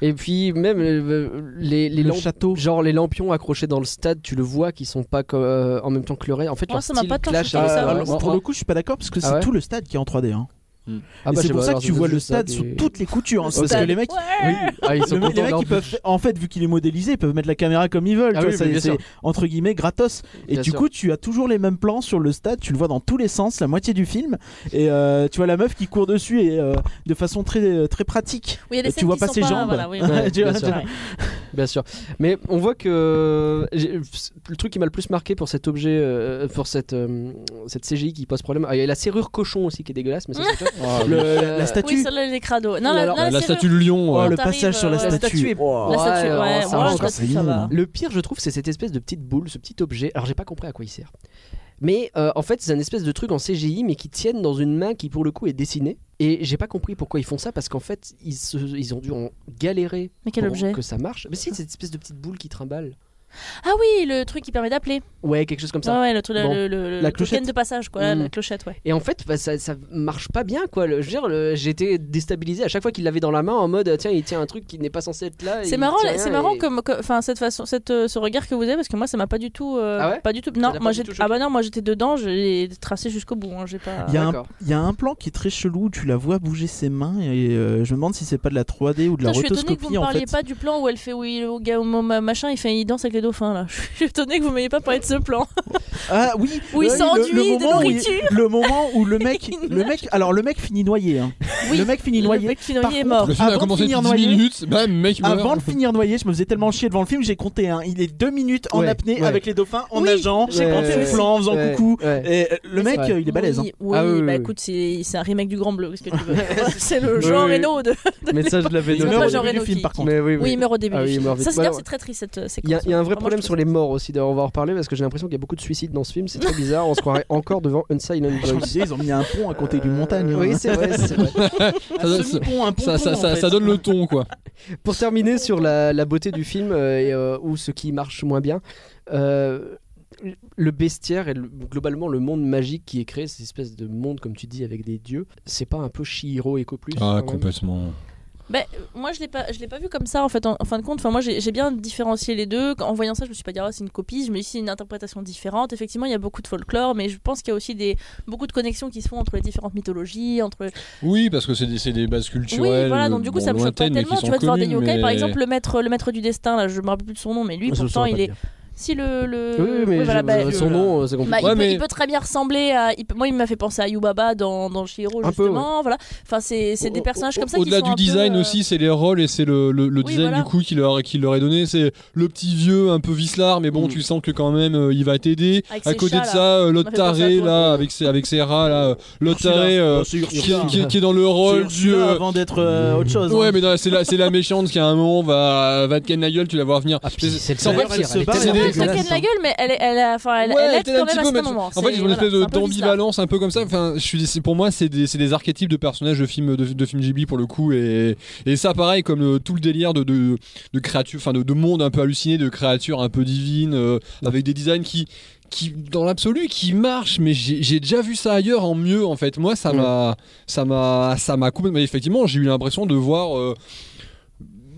Speaker 1: Et puis, même euh, les, les
Speaker 2: le
Speaker 1: lampes-
Speaker 2: château
Speaker 1: Genre les lampions accrochés dans le stade, tu le vois qui sont pas co- euh, en même temps que le raid. En fait,
Speaker 7: Moi,
Speaker 1: leur
Speaker 7: ça m'a
Speaker 1: style
Speaker 7: pas tant
Speaker 1: clash
Speaker 7: choqué
Speaker 1: avec
Speaker 7: que ça.
Speaker 1: le
Speaker 2: Ah,
Speaker 1: reste.
Speaker 2: alors, pour le coup je suis pas d'accord parce que c'est
Speaker 1: Ah ouais
Speaker 2: tout le stade qui est en 3D hein.
Speaker 1: Ah,
Speaker 2: Et
Speaker 1: bah, je
Speaker 2: c'est pour
Speaker 1: vois,
Speaker 2: ça que
Speaker 1: alors,
Speaker 2: tu
Speaker 1: c'est
Speaker 2: vois le
Speaker 1: juste
Speaker 2: stade
Speaker 1: ça,
Speaker 2: sous
Speaker 1: des-
Speaker 2: toutes les coutures hein,
Speaker 1: Le
Speaker 2: parce que
Speaker 1: stade.
Speaker 2: les mecs
Speaker 1: Oui, ah, ils
Speaker 2: Le-
Speaker 1: sont contents
Speaker 2: les
Speaker 1: de
Speaker 2: mecs
Speaker 1: leur
Speaker 2: ils peuvent en fait vu qu'il est modélisé ils peuvent mettre la caméra comme ils veulent
Speaker 1: Ah
Speaker 2: tu
Speaker 1: oui,
Speaker 2: vois, ça-
Speaker 1: mais bien
Speaker 2: c'est
Speaker 1: sûr.
Speaker 2: entre guillemets gratos et
Speaker 1: Bien
Speaker 2: du
Speaker 1: sûr.
Speaker 2: coup tu as toujours les mêmes plans sur le stade tu le vois dans tous les sens la moitié du film et euh, tu vois la meuf qui court dessus et euh, de façon très très pratique
Speaker 7: Oui, il y a des
Speaker 2: Et tu vois pas ses jambes
Speaker 1: Ouais,
Speaker 2: Tu vois,
Speaker 1: bien
Speaker 2: tu
Speaker 1: sûr.
Speaker 2: vois.
Speaker 1: Bien sûr. Mais on voit que euh, j'ai- le truc qui m'a le plus marqué pour cet objet, euh, pour cette, euh, cette CGI qui pose problème, ah, il y a la serrure cochon aussi qui est dégueulasse, Oh, mais ça, c'est toi.
Speaker 6: Le-
Speaker 1: Le-
Speaker 2: la
Speaker 7: Oui,
Speaker 2: statue
Speaker 7: celle-là, les crados. Non,
Speaker 1: Ou
Speaker 7: la,
Speaker 1: alors,
Speaker 7: non,
Speaker 6: la
Speaker 7: la
Speaker 6: statue
Speaker 7: serrure-
Speaker 6: de lion.
Speaker 2: Oh,
Speaker 6: ouais.
Speaker 2: le
Speaker 7: t'arrives,
Speaker 2: passage sur la
Speaker 7: euh, la
Speaker 1: statue
Speaker 2: statue
Speaker 1: est-
Speaker 2: Oh.
Speaker 7: La statue,
Speaker 1: Ouais,
Speaker 7: ouais,
Speaker 1: alors,
Speaker 7: ouais,
Speaker 1: ça,
Speaker 7: la
Speaker 1: je
Speaker 2: crois
Speaker 7: statue,
Speaker 2: que c'est
Speaker 7: ça va.
Speaker 2: immonde.
Speaker 1: Le pire, je trouve, c'est cette espèce de petite boule, ce petit objet. Alors, j'ai pas compris à quoi il sert. Mais euh, en fait, c'est un espèce de truc en CGI, mais qui tiennent dans une main qui, pour le coup, est dessinée. Et j'ai pas compris pourquoi ils font ça, parce qu'en fait, ils, se- ils ont dû en galérer
Speaker 7: Mais quel
Speaker 1: pour
Speaker 7: objet
Speaker 1: que ça marche. Mais si, cette espèce de petite boule qui trimballe.
Speaker 7: Ah oui, le truc qui permet d'appeler.
Speaker 1: Ouais, quelque chose comme ça.
Speaker 7: Ouais, ouais, le truc,
Speaker 1: Bon.
Speaker 7: le, le- le-
Speaker 1: La
Speaker 7: le token
Speaker 1: clochette.
Speaker 7: de passage, quoi,
Speaker 1: Mm.
Speaker 7: la clochette, ouais.
Speaker 1: Et en fait, bah, ça, ça marche pas bien, quoi. Le, je veux dire, le- j'étais déstabilisé à chaque fois qu'il l'avait dans la main en mode euh, tiens, il tient un truc qui n'est pas censé être là.
Speaker 7: C'est
Speaker 1: il
Speaker 7: marrant,
Speaker 1: tient rien
Speaker 7: c'est marrant
Speaker 1: et-
Speaker 7: comme, que- enfin cette façon, cette, euh, ce regard que vous avez parce que moi ça m'a pas du tout, euh,
Speaker 1: Ah ouais
Speaker 7: pas du tout.
Speaker 1: t'a
Speaker 7: Non,
Speaker 1: pas
Speaker 7: moi
Speaker 1: du
Speaker 7: j'ai,
Speaker 1: tout choqué
Speaker 7: ah bah non, moi j'étais dedans, j'ai tracé jusqu'au bout, hein, j'ai pas.
Speaker 2: Il y, a un,
Speaker 1: D'accord.
Speaker 2: il y a un plan qui est très chelou, où tu la vois bouger ses mains et euh, je me demande si c'est pas de la 3D ou de la
Speaker 7: Putain, je suis étonnée que vous
Speaker 2: rotoscopie
Speaker 7: me
Speaker 2: en
Speaker 7: parliez
Speaker 2: fait.
Speaker 7: pas du plan où elle fait où il, au gars- au ma- machin, il fait il danse avec les dauphins là. Je suis étonnée que vous m'ayez pas parlé de ce plan
Speaker 2: Ah oui,
Speaker 7: où
Speaker 2: oui,
Speaker 7: il s'enduit
Speaker 2: le, le
Speaker 7: de
Speaker 2: moment où il-
Speaker 7: nourriture.
Speaker 2: le moment où le mec, le mec, alors le mec finit noyé. hein.
Speaker 7: Oui,
Speaker 2: Le mec finit
Speaker 7: le
Speaker 2: noyé.
Speaker 7: mec
Speaker 2: Par
Speaker 7: finalement est
Speaker 2: contre,
Speaker 7: mort.
Speaker 6: Le film
Speaker 2: Avant
Speaker 6: a
Speaker 2: de
Speaker 6: commencé
Speaker 2: finir
Speaker 6: 10
Speaker 2: noyé-
Speaker 6: minutes, bam, mec meurt.
Speaker 2: Avant de finir noyé, je me faisais tellement chier devant le film, j'ai compté un. Il est deux minutes en
Speaker 1: Ouais,
Speaker 2: apnée
Speaker 1: ouais.
Speaker 2: avec les dauphins, en
Speaker 7: Oui,
Speaker 2: nageant,
Speaker 1: j'ai
Speaker 2: en
Speaker 1: compté
Speaker 2: soufflant, en faisant
Speaker 1: Ouais,
Speaker 2: coucou.
Speaker 1: ouais.
Speaker 2: Et euh, le mec,
Speaker 1: vrai.
Speaker 2: euh, il est balèze. hein.
Speaker 7: Oui, oui,
Speaker 1: Ah oui,
Speaker 7: bah
Speaker 1: oui.
Speaker 7: écoute, c'est c'est un remake du Grand Bleu, qu'est-ce que tu veux. c'est le genre
Speaker 1: Oui, oui.
Speaker 7: Reno de. de
Speaker 1: Mais ça, je l'avais
Speaker 7: C'est
Speaker 2: Il
Speaker 7: pas
Speaker 1: noté.
Speaker 2: meurt au
Speaker 7: Jean
Speaker 2: début
Speaker 7: Reno
Speaker 2: du film
Speaker 7: qui-
Speaker 2: par contre.
Speaker 1: Mais oui,
Speaker 7: Oui, il meurt au début.
Speaker 1: Ah
Speaker 7: du
Speaker 1: oui, il
Speaker 7: film.
Speaker 1: meurt vite.
Speaker 7: Ça, c'est
Speaker 1: Ouais,
Speaker 7: d'ailleurs,
Speaker 1: ouais.
Speaker 7: c'est très triste cette séquence.
Speaker 1: Il y, a- il y a un vrai
Speaker 7: Vraiment,
Speaker 1: problème
Speaker 7: je
Speaker 1: sur les morts aussi, d'ailleurs on va en reparler parce que j'ai l'impression qu'il y a beaucoup de suicides dans ce film, c'est très bizarre, on se croirait encore devant Unsilent
Speaker 2: Je me
Speaker 1: Voice.
Speaker 2: disais, ils ont mis un pont à côté d'une montagne.
Speaker 1: Euh, oui,
Speaker 2: hein.
Speaker 1: c'est vrai, c'est vrai.
Speaker 2: un semi-pont, un pont.
Speaker 6: Ça, ça, ça, ça donne le ton, quoi.
Speaker 1: Pour terminer sur la, la beauté du film euh, et, euh, ou ce qui marche moins bien, euh, le bestiaire et le- globalement le monde magique qui est créé, cette espèce de monde comme tu dis avec des dieux, c'est pas un peu Shihiro Eco Plus quand
Speaker 6: Ah,
Speaker 1: même
Speaker 6: complètement.
Speaker 7: Ben, moi, je l'ai pas, je l'ai pas vu comme ça en fait. En, en fin de compte, enfin, moi, j'ai j'ai bien différencié les deux. En voyant ça, je me suis pas dit ah, c'est une copie. Je me suis dit c'est une interprétation différente. Effectivement, il y a beaucoup de folklore, mais je pense qu'il y a aussi des beaucoup de connexions qui se font entre les différentes mythologies, entre.
Speaker 6: Oui, parce que c'est des, c'est des bases culturelles.
Speaker 7: oui, voilà. Donc du coup,
Speaker 6: bon,
Speaker 7: ça me choque pas
Speaker 6: lointaines, mais qui
Speaker 7: tellement. Tu
Speaker 6: sont
Speaker 7: vois, de voir des
Speaker 6: communes,
Speaker 7: yokai, par
Speaker 6: mais- Ah,
Speaker 7: exemple, le maître, le maître du destin. Là, je me rappelle plus de son nom, mais lui,
Speaker 1: Je
Speaker 7: pourtant,
Speaker 1: saurais
Speaker 7: il
Speaker 1: pas
Speaker 7: est.
Speaker 1: dire.
Speaker 7: Si le, le...
Speaker 1: Oui, oui, mais
Speaker 7: oui, voilà,
Speaker 1: je-
Speaker 7: ben,
Speaker 1: son nom, euh, c'est
Speaker 7: Bah,
Speaker 1: compliqué.
Speaker 7: il,
Speaker 6: Ouais,
Speaker 7: peut,
Speaker 6: mais-
Speaker 7: il peut très bien ressembler à. il peut- moi, il m'a fait penser à Yubaba dans, dans Shiro,
Speaker 1: Un
Speaker 7: justement.
Speaker 1: peu,
Speaker 7: Voilà. Enfin, c'est c'est des
Speaker 6: Au-
Speaker 7: personnages
Speaker 6: au-
Speaker 7: comme ça qui
Speaker 6: Au-delà
Speaker 7: sont
Speaker 6: du
Speaker 7: un peu,
Speaker 6: design
Speaker 7: euh,
Speaker 6: aussi, c'est les rôles et c'est le, le- le
Speaker 7: Oui,
Speaker 6: design
Speaker 7: voilà.
Speaker 6: du coup qui leur, qui leur est donné. C'est le petit vieux un peu vicelard, mais bon,
Speaker 1: Mm.
Speaker 6: tu sens que quand même euh, il va t'aider.
Speaker 7: Avec
Speaker 6: À
Speaker 7: ses
Speaker 6: côté
Speaker 7: chats,
Speaker 6: de
Speaker 7: là.
Speaker 6: ça, euh, l'autre
Speaker 7: Ça fait penser à
Speaker 6: taré
Speaker 7: toi.
Speaker 6: là, avec ses, avec ses rats là, euh, l'autre taré euh,
Speaker 2: C'est
Speaker 6: qui,
Speaker 2: Ursula.
Speaker 6: qui- qui est dans le
Speaker 2: C'est
Speaker 6: rôle du.
Speaker 2: Ursula
Speaker 6: euh,
Speaker 2: avant d'être euh, autre chose. hein.
Speaker 6: Ouais, mais non, c'est la, c'est la méchante qui à un moment va, va te ken la gueule, tu la vois venir.
Speaker 1: Ah, puis
Speaker 6: C'est-
Speaker 1: c'est le
Speaker 6: c'est- en fait,
Speaker 1: pire,
Speaker 2: elle se
Speaker 1: est
Speaker 2: bat,
Speaker 7: Elle
Speaker 1: tellement
Speaker 2: elle dégueulasse,
Speaker 7: s'appelle
Speaker 1: dégueulasse.
Speaker 7: Saken la gueule, mais elle est, elle, a- enfin, elle,
Speaker 6: Ouais,
Speaker 7: elle aide
Speaker 6: t'es là
Speaker 7: quand
Speaker 6: un petit
Speaker 7: même à
Speaker 6: peu, mais
Speaker 7: ce
Speaker 6: tu-
Speaker 7: moment.
Speaker 6: En fait, ils ont une espèce de d'ambivalence un peu comme ça. Enfin, je suis, c'est- pour moi, c'est des, c'est des archétypes de personnages de films de, de films Ghibli pour le coup, et, et ça, pareil, comme le- tout le délire de, de, de créatures, enfin, de, de monde un peu halluciné, de créatures un peu divines, euh, avec des designs qui, qui dans l'absolu, qui marchent. Mais j'ai j'ai déjà vu ça ailleurs en mieux, en fait. Moi, ça
Speaker 1: Ouais.
Speaker 6: m'a, ça m'a, ça m'a complètement. Effectivement, j'ai eu l'impression de voir. euh,